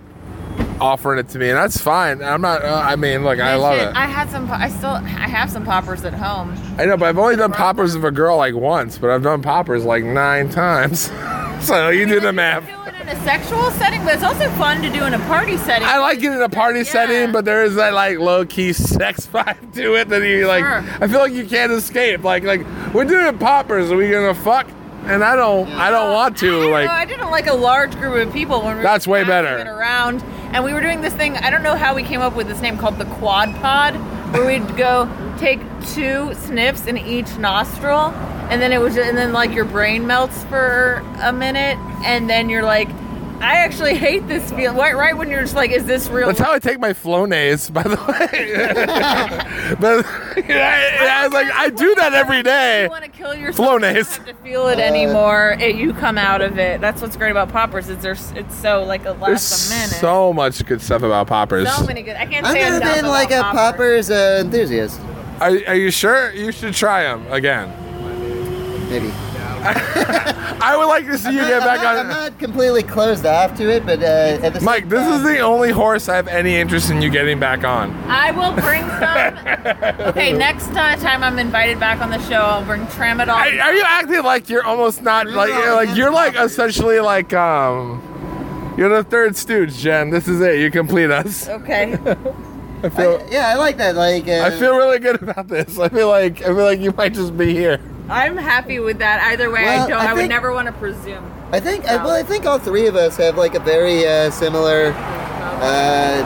offering it to me, and that's fine. I'm not. Uh, I mean, look, I love Shit, it. I had some. po- I still. I have some poppers at home. I know, but I've only done poppers of a girl like once, but I've done poppers like nine times. [laughs] so you do the math. Do it in a sexual setting, but it's also fun to do in a party setting. I like it in a party setting, Yeah. but there is that like low key sex [laughs] vibe to it that you like. Sure. I feel like you can't escape. Like like we're doing poppers. Are we gonna fuck? And I don't. I don't want Uh, I to. don't Like know, I didn't like a large group of people when we That's were way passing better. it around, and we were doing this thing. I don't know how we came up with this name called the quad pod, where we'd go take two sniffs in each nostril, and then it was, and then like your brain melts for a minute, and then you're like, I actually hate this feeling. Right, right when you're just like, is this real? That's how I take my Flonase, by the way. [laughs] but you know, I, I was like, I do that every day. you want to kill yourself. You Flonase. don't have to feel it anymore. It, you come out of it. That's what's great about poppers. Is there's it's so like it There's lasts a minute. so much good stuff about poppers. So many good. I can't I've say never enough been about like a poppers. popper's uh, enthusiast. Are, are you sure? You should try them again. Maybe. I would like to see you I'm get not- back I'm not, I'm on. not completely closed off to it, but uh, at the same Mike, this time- is the only horse I have any interest in you getting back on. I will bring [laughs] some. okay, next uh, time I'm invited back on the show, I'll bring tramadol. Are, are you acting like you're almost not like you're like you're like essentially like um. You're the third stooge, Jen. This is it. You complete us. okay. I feel, Yeah, I like that. Like, uh, I feel really good about this. I feel like I feel like you might just be here. I'm happy with that. Either way, Well, I don't. I I, would think- never want to presume. I think. I, well, I think all three of us have like a very uh, similar. Uh,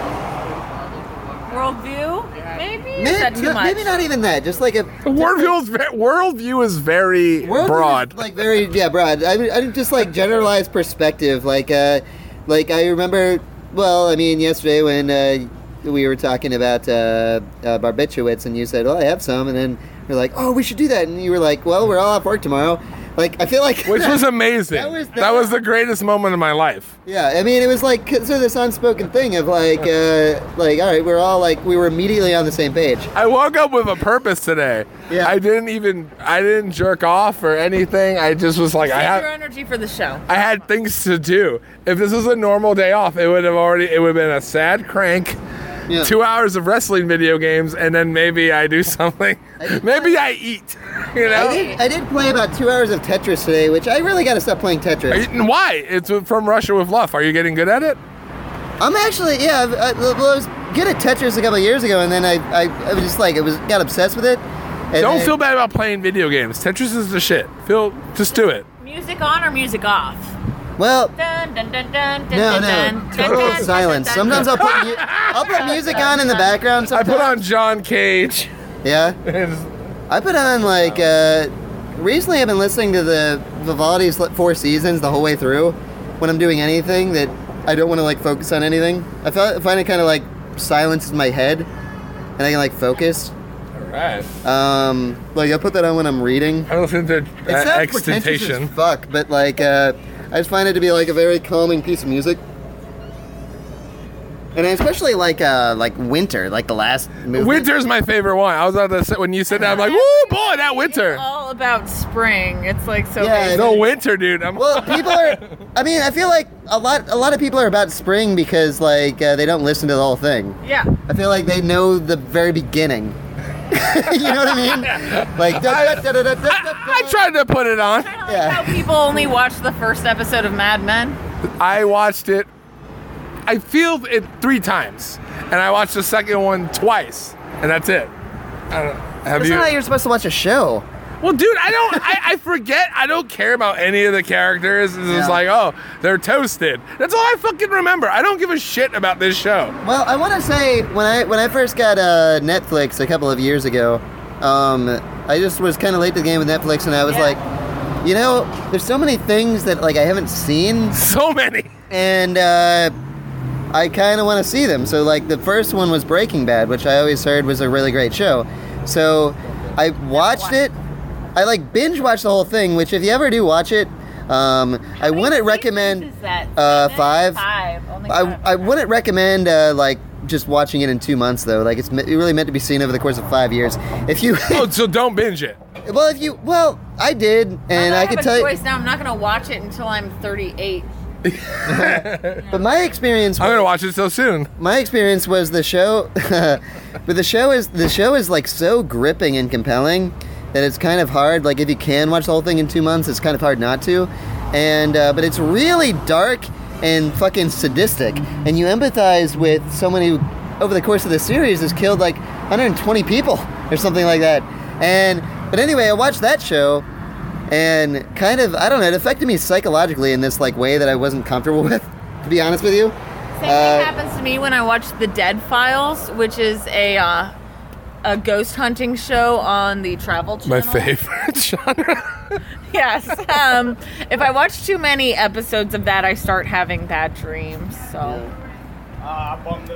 Worldview? Maybe? may- Is that too no- much? maybe not even that. Just like a Worldview's ve- worldview is very Worldview is, broad. like very yeah, broad. I, mean, I mean, just like generalized perspective. Like, uh, like I remember. Well, I mean, yesterday when uh, we were talking about uh, uh, barbiturates, and you said, "Well, I have some," and then you're like, "Oh, we should do that," and you were like, "Well, we're all off work tomorrow." Like, I feel like which was amazing. [laughs] That That was was, the- the greatest moment of my life. Yeah, I mean, it was like sort of this unspoken thing of like, uh, like, all right, we're all like, we were immediately on the same page. I woke up with a purpose today. Yeah. I didn't even I didn't jerk off or anything. I just was like I Save your had energy for the show. I had things to do. If this was a normal day off, it would have already it would have been a sad crank. Yeah. Two hours of wrestling video games, and then maybe I do [laughs] something. Maybe I eat. You know, I did, I did play about two hours of Tetris today, which I really got to stop playing Are Tetris. you- why? It's from Russia with Luff. Are you getting good at it? I'm actually, yeah, I've- I, well, I was good at Tetris a couple of years ago, and then I, I, I was just like, I was got obsessed with it. and Don't then- feel bad about playing video games. Tetris is the shit. Feel just do it. Music on or music off? Well, Dun, dun, dun, dun, dun, no, dun, dun, no, dun, total dun, dun, silence. dun, dun, Sometimes I'll [laughs] put, mu- I'll put music on in the background. I Sometimes. put on John Cage. [laughs] Yeah. That's I put on like uh, recently. I've been listening to the Vivaldi's Four Seasons the whole way through when I'm doing anything that I don't want to like focus on anything. I fi- find it kind of like silences my head, and I can like focus. right. Um, like I put that on when I'm reading. I listened to uh, It sounds pretentious as Extentation. fuck, but like uh, I just find it to be like a very calming piece of music. And I especially like uh, like winter, like the last movement. Winter's my favorite one. I was on the when you said that, I'm like, woo, boy, that winter. It's all about spring. It's like so. Yeah, basic. No winter, dude. I'm, Well, people are. I mean, I feel like a lot. A lot of people are about spring because like uh, they don't listen to the whole thing. yeah. I feel like they know the very beginning. [laughs] you know what I mean? Like, da, da, da, da, da, da, da, I tried to put it on. Kind of like Yeah. how people only watch the first episode of Mad Men. I watched it. I feel it three times, and I watched the second one twice, and that's it. I don't have That's you? not how you're supposed to watch a show. well, dude, I don't. I, I forget. I don't care about any of the characters. It's just Yeah. like, oh, they're toasted. That's all I fucking remember. I don't give a shit about this show. [laughs] Well, I want to say when I when I first got uh, Netflix a couple of years ago, um, I just was kind of late to the game with Netflix, and I was Yeah. like, you know, there's so many things that like I haven't seen, So many. and uh, I kind of want to see them. So like the first one was Breaking Bad, which I always heard was a really great show. So I watched it. I like binge watched the whole thing. Which if you ever do watch it, um, I wouldn't recommend. Is that uh, seven? five. Five. Only I, five. I wouldn't recommend uh, like just watching it in two months though. Like it's me- really meant to be seen over the course of five years. If you Oh, so don't binge it. [laughs] well, if you well, I did, and I, I can have tell a you. choice now. I'm not gonna watch it until I'm 38. But my experience, I'm gonna watch it so soon. my experience was the show, [laughs] but the show is the show is like so gripping and compelling that it's kind of hard. Like if you can watch the whole thing in two months, it's kind of hard not to. And uh, but it's really dark and fucking sadistic, and you empathize with someone who, over the course of the series, has killed like 120 people or something like that. And but anyway, I watched that show. And kind of, I don't know, it affected me psychologically in this like way that I wasn't comfortable [laughs] with, to be honest with you. Same Uh, thing happens to me when I watch The Dead Files, which is a uh, a ghost hunting show on the Travel Channel. My favorite [laughs] genre. [laughs] Yes. Um, if I watch too many episodes of that, I start having bad dreams. So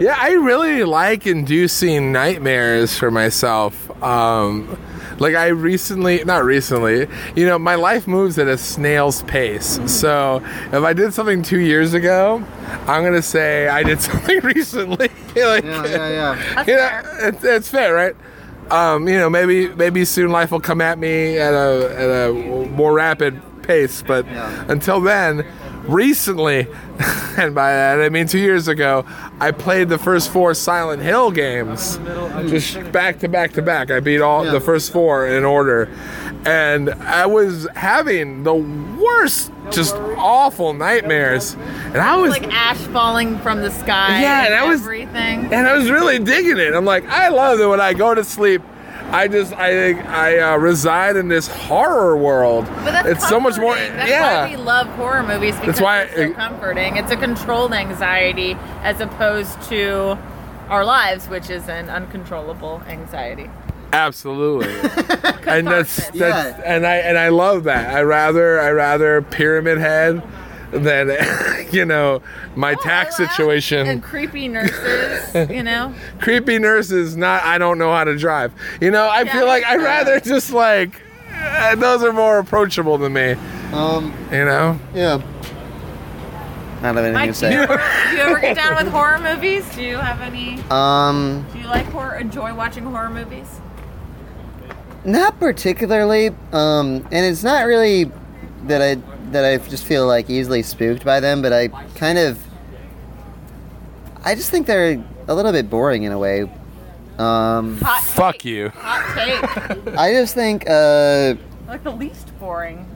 Yeah, I really like inducing nightmares for myself. Um, like I recently, not recently, you know, my life moves at a snail's pace. So if I did something two years ago, I'm gonna say I did [laughs] something recently. [laughs] like, Yeah, Oh, yeah, yeah. [laughs] you know, it's, it's fair, right? Um, you know, maybe maybe soon life will come at me at a at a more rapid pace, but until then, recently, [laughs] and by that I mean two years ago, I played the first four Silent Hill games, just back to back to back. I beat all the first four in order, and I was having the worst, just awful nightmares, and I was like ash falling from the sky. Yeah, and that was- everything. and I was really digging it. I'm like, I love it when I go to sleep. I just, I think, I uh, reside in this horror world. But that's it's so much more. comforting. That's yeah. [laughs] why we love horror movies because That's why it's so I- comforting. It's a controlled anxiety as opposed to our lives, which is an uncontrollable anxiety. [laughs] Absolutely. and that's that's Yeah. and I and I love that. I rather I rather pyramid head than [laughs] you know my tax Oh, I laugh. situation. and creepy nurses, [laughs] you know. creepy nurses not i don't know how to drive you know i feel like i'd rather just like eh, those are more approachable to me Um, you know yeah. Not have anything Mike, to do you, say. ever, do you ever get down with horror movies? Do you have any? Um, Do you like horror? Enjoy watching horror movies? not particularly. Um, and it's not really that I that I just feel like easily spooked by them, but I kind of I just think they're a little bit boring in a way. Um, Hot take. fuck you Hot take. [laughs] I just think uh, like the least boring.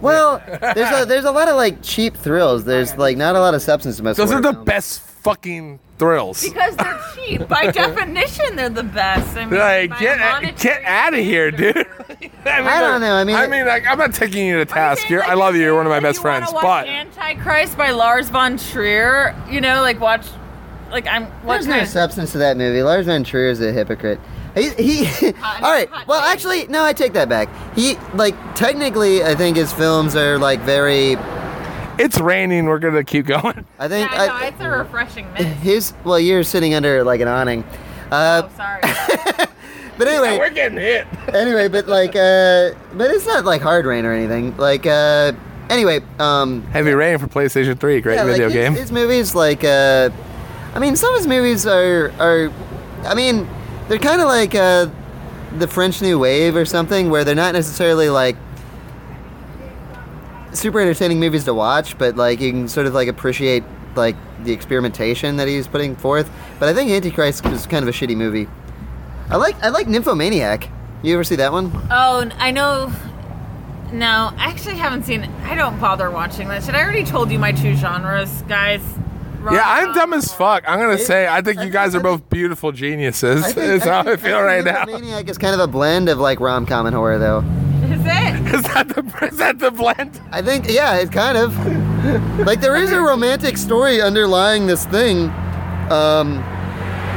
well, there's a there's a lot of like cheap thrills. There's like not a lot of substance to most. those are horror the films. best fucking thrills Because they're cheap. [laughs] By definition, they're the best. I mean, like by get monetary get out of here dude [laughs] I, mean, I don't know, I mean- I mean, like, I'm not taking you to task. You're, I love you. You're one of my best friends. But Antichrist by Lars von Trier. You know, like watch, like I'm. What There's no kind of, substance to that movie. Lars von Trier is a hypocrite. He, he [laughs] Hot- all right. hot Well, take. actually, no, I take that back. He, like, technically, I think his films are like very. it's raining. We're gonna keep [laughs] going. I yeah, think I know, I- it's a refreshing mix. his. Well, you're sitting under like an awning, uh, Oh, [laughs] sorry. [laughs] but anyway, We're getting hit. anyway, but like, uh, but it's not like hard rain or anything. Like, uh, anyway, um, Heavy rain for PlayStation 3. Great yeah, like, video his, game. His movies, like, uh, I mean, some of his movies are are, I mean, they're kind of like uh, the French New Wave or something, where they're not necessarily like super entertaining movies to watch, but like you can sort of like appreciate like the experimentation that he's putting forth. But I think Antichrist was kind of a shitty movie. I like I like Nymphomaniac. You ever see [laughs] that one? Oh, n- I know. No, I actually haven't seen. I don't bother watching that shit. I already told you my two genres, guys. Yeah, I'm Rom-com. dumb as fuck. I'm gonna say I think you guys are both beautiful geniuses. is how I feel right now. Nymphomaniac is kind of a blend of like rom com and horror, though. Is it? [laughs] Is that the is that the blend? I think yeah, it's kind of like there is a romantic story underlying this thing, um,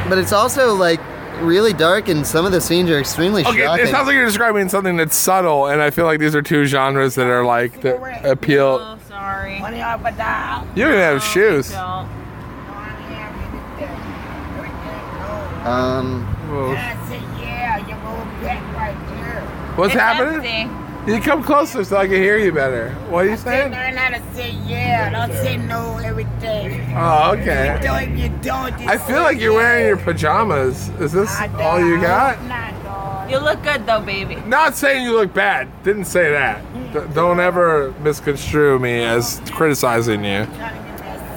but it's also like really dark, and some of the scenes are extremely Okay, shocking. it sounds like you're describing something that's subtle, and I feel like these are two genres that are like that appeal. Oh, sorry. You don't even have shoes. Don't. um, What's happening? You come closer so I can hear you better. What are you saying? Oh, okay. I feel like you're wearing your pajamas. Is this all you got? You look good though, baby. Not saying you look bad. Didn't say that. D- don't ever misconstrue me as criticizing you.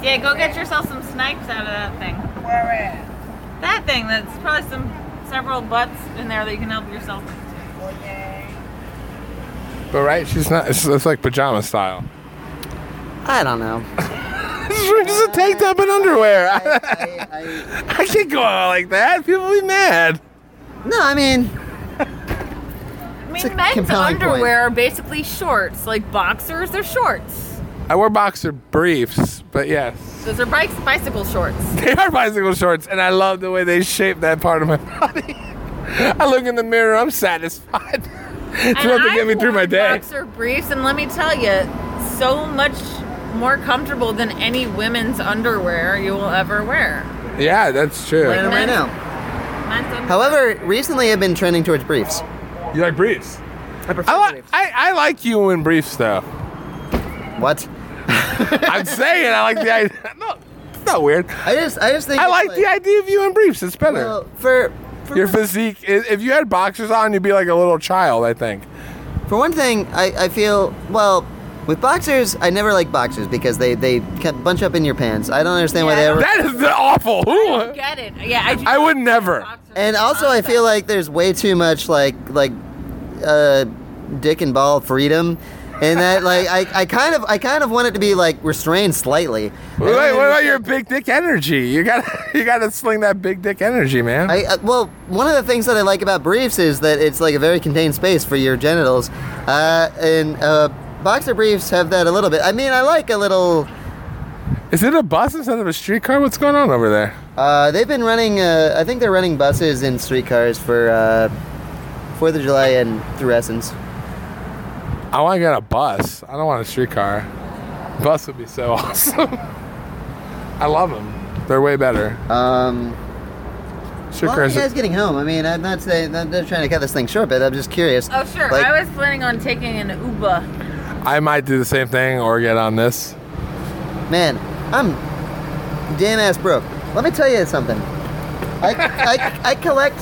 Yeah, go get yourself some snipes out of that thing. Where at? That thing. That's probably some several butts in there that you can help yourself. But right, she's not. It's, it's like pajama style. [laughs] I don't know. It's just a tank top and underwear. I, I, [laughs] I, can't go out like that. People will be mad. no, I mean, I It's a mean, men's compelling point. underwear are basically shorts, like boxers. They're shorts. I wear boxer briefs, but yes, Those are bikes, bicycle shorts. they are bicycle shorts, and I love the way they shape that part of my [laughs] body. I look in the mirror. I'm satisfied. it's enough to I've get me through my worn day. Boxer briefs, and let me tell you, so much more comfortable than any women's underwear you will ever wear. Yeah, that's true. right, right now. Mine's un- However, recently I've been trending towards briefs. You like briefs? I prefer I, li- briefs. I I like you in briefs though. What? [laughs] I'm saying I like the idea. [laughs] No, it's not weird. I just I just think I it's like the idea of you in briefs. It's better. well, for for Your physique. i- If you had boxers on, you'd be like a little child. I think. For one thing, I, I feel well with boxers. I never like boxers because they they ca- bunch up in your pants. I don't understand why Yeah, they I ever. That is awful. Who? Get it? Yeah, I do. [laughs] I would never. Boxers And are also, I awesome. feel like there's way too much like like uh, dick and ball freedom. And that, like, I, I kind of, I kind of want it to be like restrained slightly. What about, what about your big dick energy? You gotta, [laughs] you gotta sling that big dick energy, man. I, uh, well, one of the things that I like about briefs is that it's like a very contained space for your genitals, uh, and uh, boxer briefs have that a little bit. I mean, I like a little. is it a bus instead of a streetcar? What's going on over there? Uh, they've been running. Uh, I think they're running buses and streetcars for uh, Fourth of July and through Essence. I want to get a bus. I don't want a streetcar. Bus would be so [laughs] awesome. I love them. They're way better. Um, well, you Streetcars. guys getting home? I mean, I'm not saying I'm not trying to cut this thing short, but I'm just curious. Oh sure, Like, I was planning on taking an Uber. I might do the same thing or get on this. man, I'm damn ass broke. Let me tell you something. I, I, I collect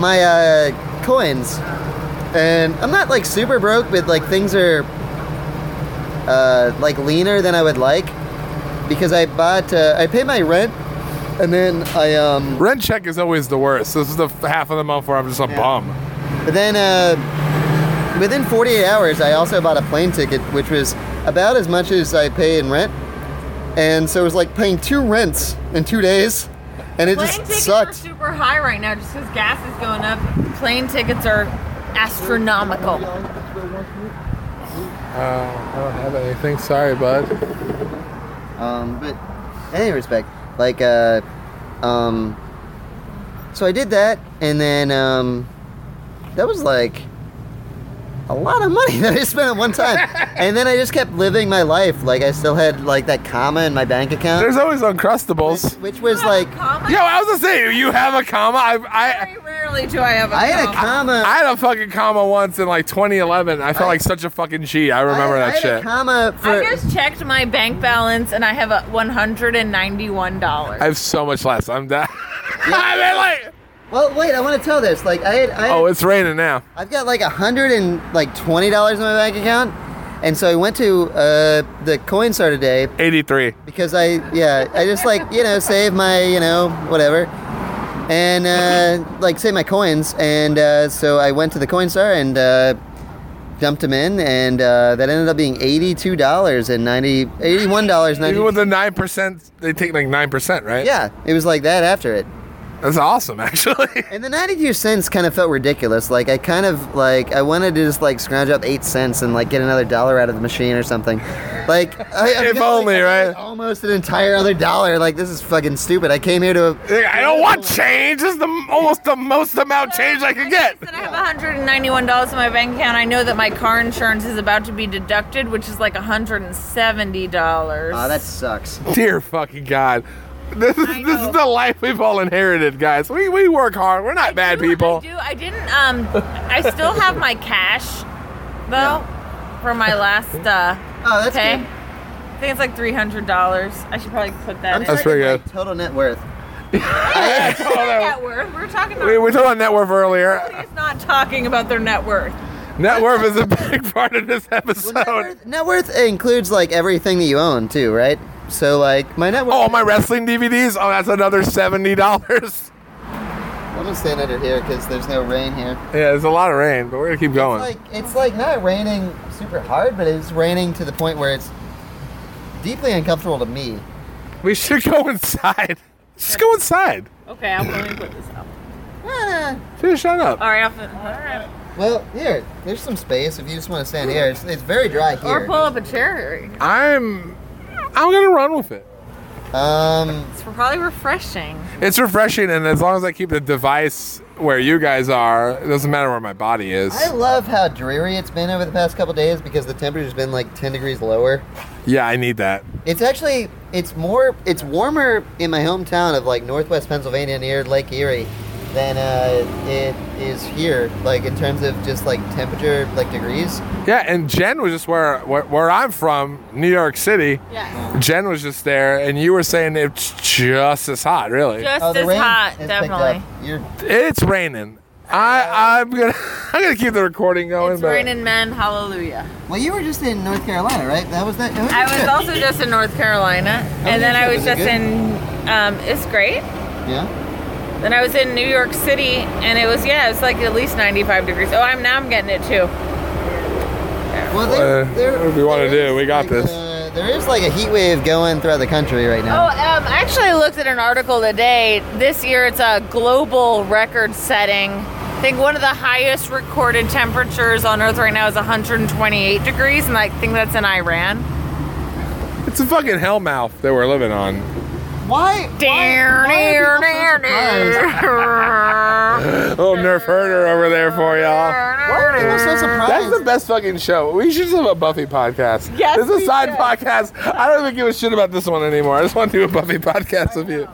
my uh, coins, and I'm not like super broke, but like things are uh, like leaner than I would like because I bought uh, I pay my rent, and then I um. Rent check is always the worst. This is the f- half of the month where I'm just a bum. But then, uh, within 48 hours, I also bought a plane ticket, which was about as much as I pay in rent. And so it was like paying two rents in two days, and it Plane just tickets are sucked. super high right now, just because gas is going up. Plane tickets are astronomical. Uh, I don't have anything. Sorry, bud. Um, but in any respect, like, uh, um, so I did that, and then um, that was like a lot of money [laughs] that I spent at one [laughs] time. and then I just kept living my life. Like I still had like that comma in my bank account. There's always Uncrustables. which was like Comma? Yo, I was gonna say, you have a comma. I, I, Very rarely do I have a I had a comma. comma. [laughs] I had a fucking comma once in like 2011. I felt I- like such a fucking G. I remember I, that I had shit. A comma for. I just checked my bank balance and I have a one hundred and ninety-one dollars. I have so much less. I'm [laughs] that. I mean, like, well, wait. I want to tell this. Like I had. I had oh, it's raining now. I've got like a hundred and like twenty dollars in my bank account, and so I went to uh, the coin store today 83. because I yeah I just like you know save my you know whatever, and uh, like say my coins, and uh, so I went to the coin star and uh, dumped them in, and uh, that ended up being eighty-two dollars and ninety, eighty-one dollars Even with ninety. the nine percent, they take like nine percent, right? Yeah, it was like that after it. that's awesome, [laughs] actually. And the 92 cents kind of felt ridiculous. Like, I kind of, like, I wanted to just, like, scrounge up eight cents and, like, get another dollar out of the machine or something. Like, I, I [laughs] If feel only, I right? got Almost an entire other dollar. Like, this is fucking stupid. I came here to. I don't want change. This is the almost the most amount change I could get. That I have $191 in my bank account. I know that my car insurance is about to be deducted, which is like $170. Aw, that sucks. Dear fucking God. This is, I this is know. the life we've all inherited, guys. We, we work hard. We're not bad do- people. [laughs] I do. I didn't. Um, I still have my cash, though, for my last uh, Oh, that's pay. good. I think it's like three hundred dollars. I should probably put that. I'm in. talking, pretty like, good. total [laughs] net worth. Talking about net worth. We're talking about. We, we talked about net worth earlier. It's not talking about their net worth. Net worth is a big part of this Well, episode. net, worth net worth includes, like, everything that you own, too, right? So, like, my net worth. Oh, my wrestling DVDs? Oh, that's another $70. I'm gonna stand under here because there's no rain here. Yeah, there's a lot of rain, but we're going to keep going. Like it's like not raining super hard, but it's raining to the point where it's deeply uncomfortable to me. we should go inside. Just go inside. Okay, I'll, let me put this up. Finish that up. All right, I'll, fin- all right. Well, here, there's some space if you just want to stand here. It's, it's very dry Or here. pull up a chair. I'm. I'm gonna run with it. Um, It's probably refreshing. Oh, It's refreshing, and as long as I keep the device where you guys are, it doesn't matter where my body is. I love how dreary it's been over the past couple days because the temperature's been like 10 degrees lower. yeah, I need that. It's actually it's more it's warmer in my hometown of like Northwest Pennsylvania near Lake Erie than uh, it is here. Like in terms of just like temperature like degrees. Yeah, and Jen was just where where, where I'm from, New York City. Yeah. Jen was just there, and you were saying it's just as hot, really. Just Oh, the as rain hot, has picked definitely. up. You're it's raining. I I'm gonna [laughs] I'm gonna keep the recording going. It's but raining men, hallelujah. Well, you were just in North Carolina, right? That was that. that I was good. also just in North Carolina, and then your I trip? was Oh, Was it just good? in. Um, it's great. Yeah. Then I was in New York City, and it was yeah, it's like at least 95 degrees. Oh, I'm now I'm getting it too. Well, there, Uh, there, what do we wanna there do? is, We got like, this. Uh, there is like a heat wave going throughout the country right Oh, now. um, I actually looked at an article today. This year, it's a global record-setting. I think one of the highest recorded temperatures on Earth right now is 128 degrees, and I think that's in Iran. it's a fucking hellmouth that we're living on. Why? are Damn, people so Little Nerf herder over there for y'all. Why are people so That's surprised? the best fucking show. We should just have a Buffy podcast. Yes, this is a we side should. podcast. I don't even give a shit about this one anymore. I just want to do a Buffy podcast with you.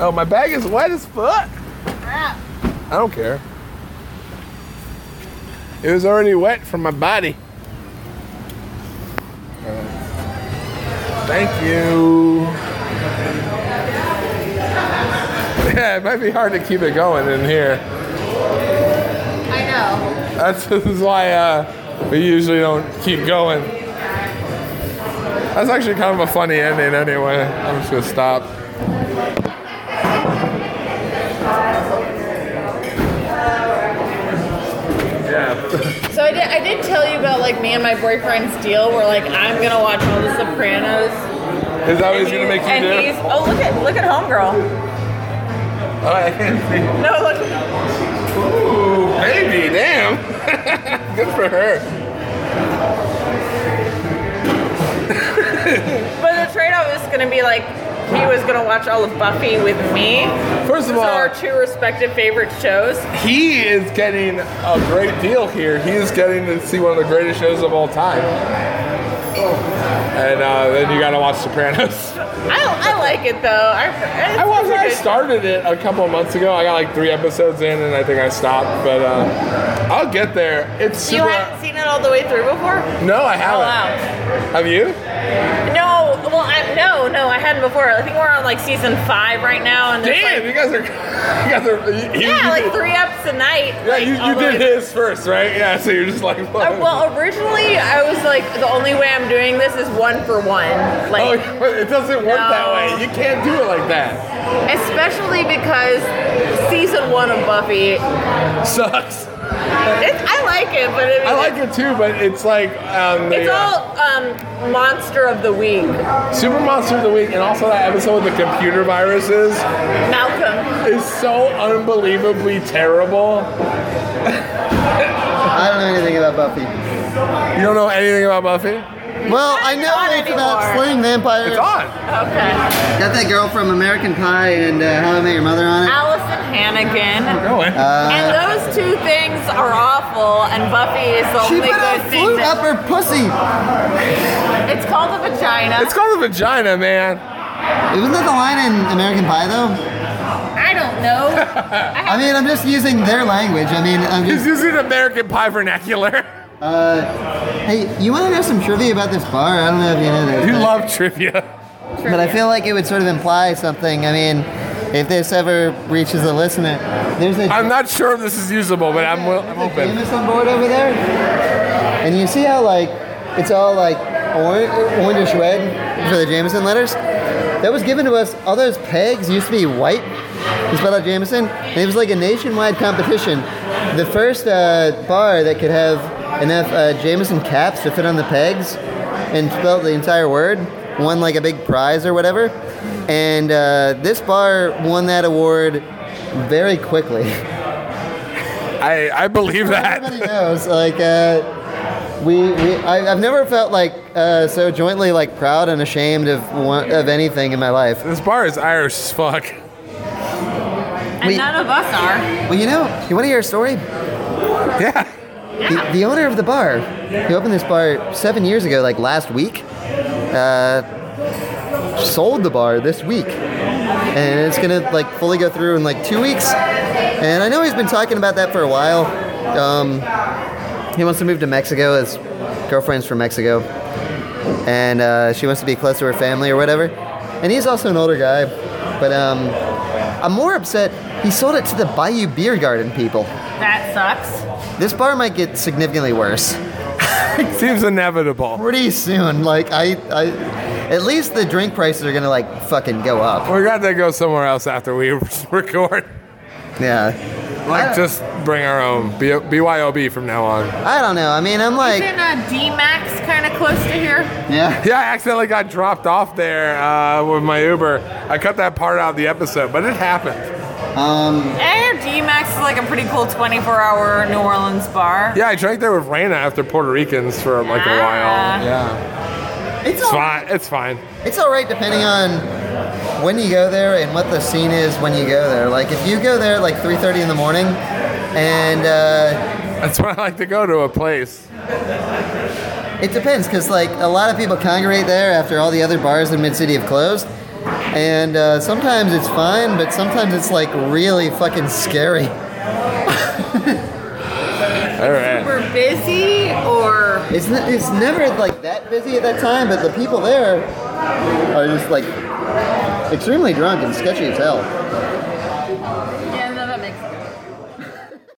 Oh, my bag is wet as fuck. I don't care. It was already wet from my body. Alright. Thank you. [laughs] Yeah, it might be hard to keep it going in here. [laughs] I know. That's [laughs] this is why uh, we usually don't keep going. That's actually kind of a funny ending anyway. I'm just gonna stop. Yeah. So I did, I did tell you about like me and my boyfriend's deal where like I'm gonna watch all the Sopranos. Is that what he's gonna make and you he's do? oh look at look at homegirl. [laughs] Oh, I can't No look see. Ooh, baby, damn. [laughs] Good for her. but the trade off is gonna be like he was gonna watch all of Buffy with me. First of Those are our all, two respective favorite shows. he is getting a great deal here. He is getting to see one of the greatest shows of all time. And uh, then you gotta watch Sopranos. [laughs] I, I like it though. I, I watch watched. I started it a couple of months ago. I got like three episodes in, and I think I stopped. But uh, I'll get there. It's You super. haven't seen it all the way through before? no, I Oh haven't. wow. Have you? No, well, I, No, no, I hadn't before. I think we're on like season five right now, and there's Damn, like you guys are. [laughs] You guys are. You, you- yeah, you like did- three eps a night. Yeah, like, you, all you the way did his first, right? Yeah, so you're just like. Uh, well, originally I was like, the only way I'm doing this is one for one, [laughs] oh, like it doesn't work that No. way. You can't do it like that. especially because season one of Buffy, it, Sucks. I like it, but it, I like it too, but it's like um, the, It's uh, all um, monster of the week, Super Monster of the Week, and also that episode with the computer viruses Malcolm. is so unbelievably terrible. I don't know anything about Buffy. You don't know anything about Buffy? Well, I know on it's about anymore. slaying vampires. It's on. Okay, Got that girl from American Pie and uh, How I Met Your Mother on it. Uh, Allison Hannigan. No way. And those two things are awful, and Buffy is the She only put good a thing. flute That, up her pussy. it's called the vagina. it's called a vagina, man. Isn't that the line in American Pie though? I don't [laughs] know. I mean, I'm just using their language. I mean, I'm He's just. using American Pie vernacular. Hey, you want to know some trivia about this bar? I don't know if you know [laughs] this. You but- love trivia. But I feel like it would sort of imply something. I mean, if this ever reaches a listener, there's a. I'm not sure if this is usable, but I'm, wi- I'm There's a open. Guinness on board over there, and you see how like it's all like orange, orangish red for the Jameson letters. That was given to us. All those pegs used to be white. It's spelled out Jameson, and it was like a nationwide competition. The first uh, bar that could have enough uh, Jameson caps to fit on the pegs and spell the entire word won like a big prize or whatever. And uh, this bar won that award very quickly. [laughs] I, I believe that. Everybody knows, like, uh, we, we I, I've never felt like uh, so jointly like proud and ashamed of one, of anything in my life. This bar is Irish as fuck. and We- none of us are. Well, you know, you want to hear a story? [laughs] Yeah. The, the owner of the bar, he opened this bar seven years ago, like last week, uh, sold the bar this week, and it's gonna like fully go through in like two weeks. And I know he's been talking about that for a while. Um, he wants to move to Mexico. His girlfriend's from Mexico, and uh, she wants to be close to her family or whatever. And he's also an older guy, but um, I'm more upset. He sold it to the Bayou Beer Garden people. That sucks. This bar might get significantly worse Seems inevitable. pretty soon. Like I, I, at least the drink prices are gonna like fucking go up. We're gonna go somewhere else after we [laughs] record. Yeah, Like, just bring our own. B- BYOB from now on. I don't know. I mean, I'm like, Isn't uh, D-Max kind of close to here? yeah. Yeah, I accidentally got dropped off there uh, with my Uber. I cut that part out of the episode, but it happened. Um, Air D-Max is like a pretty cool 24-hour New Orleans bar. Yeah, I drank there with Raina after Puerto Ricans for like a Ah. while. It's It's all, fine. It's fine. it's all right depending on when you go there and what the scene is when you go there. Like if you go there at, like 3:30 in the morning, and uh, That's why I like to go to a place. it depends because like a lot of people congregate there after all the other bars in Mid City have closed. And uh, sometimes it's fine, but sometimes it's like really fucking scary. All right. We're busy or It's, n it's never like that busy at that time, but the people there are just like extremely drunk and sketchy as hell. yeah, no, that makes sense.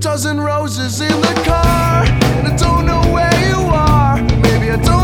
dozen roses in the car, and I don't know where you are. Maybe I don't Oh,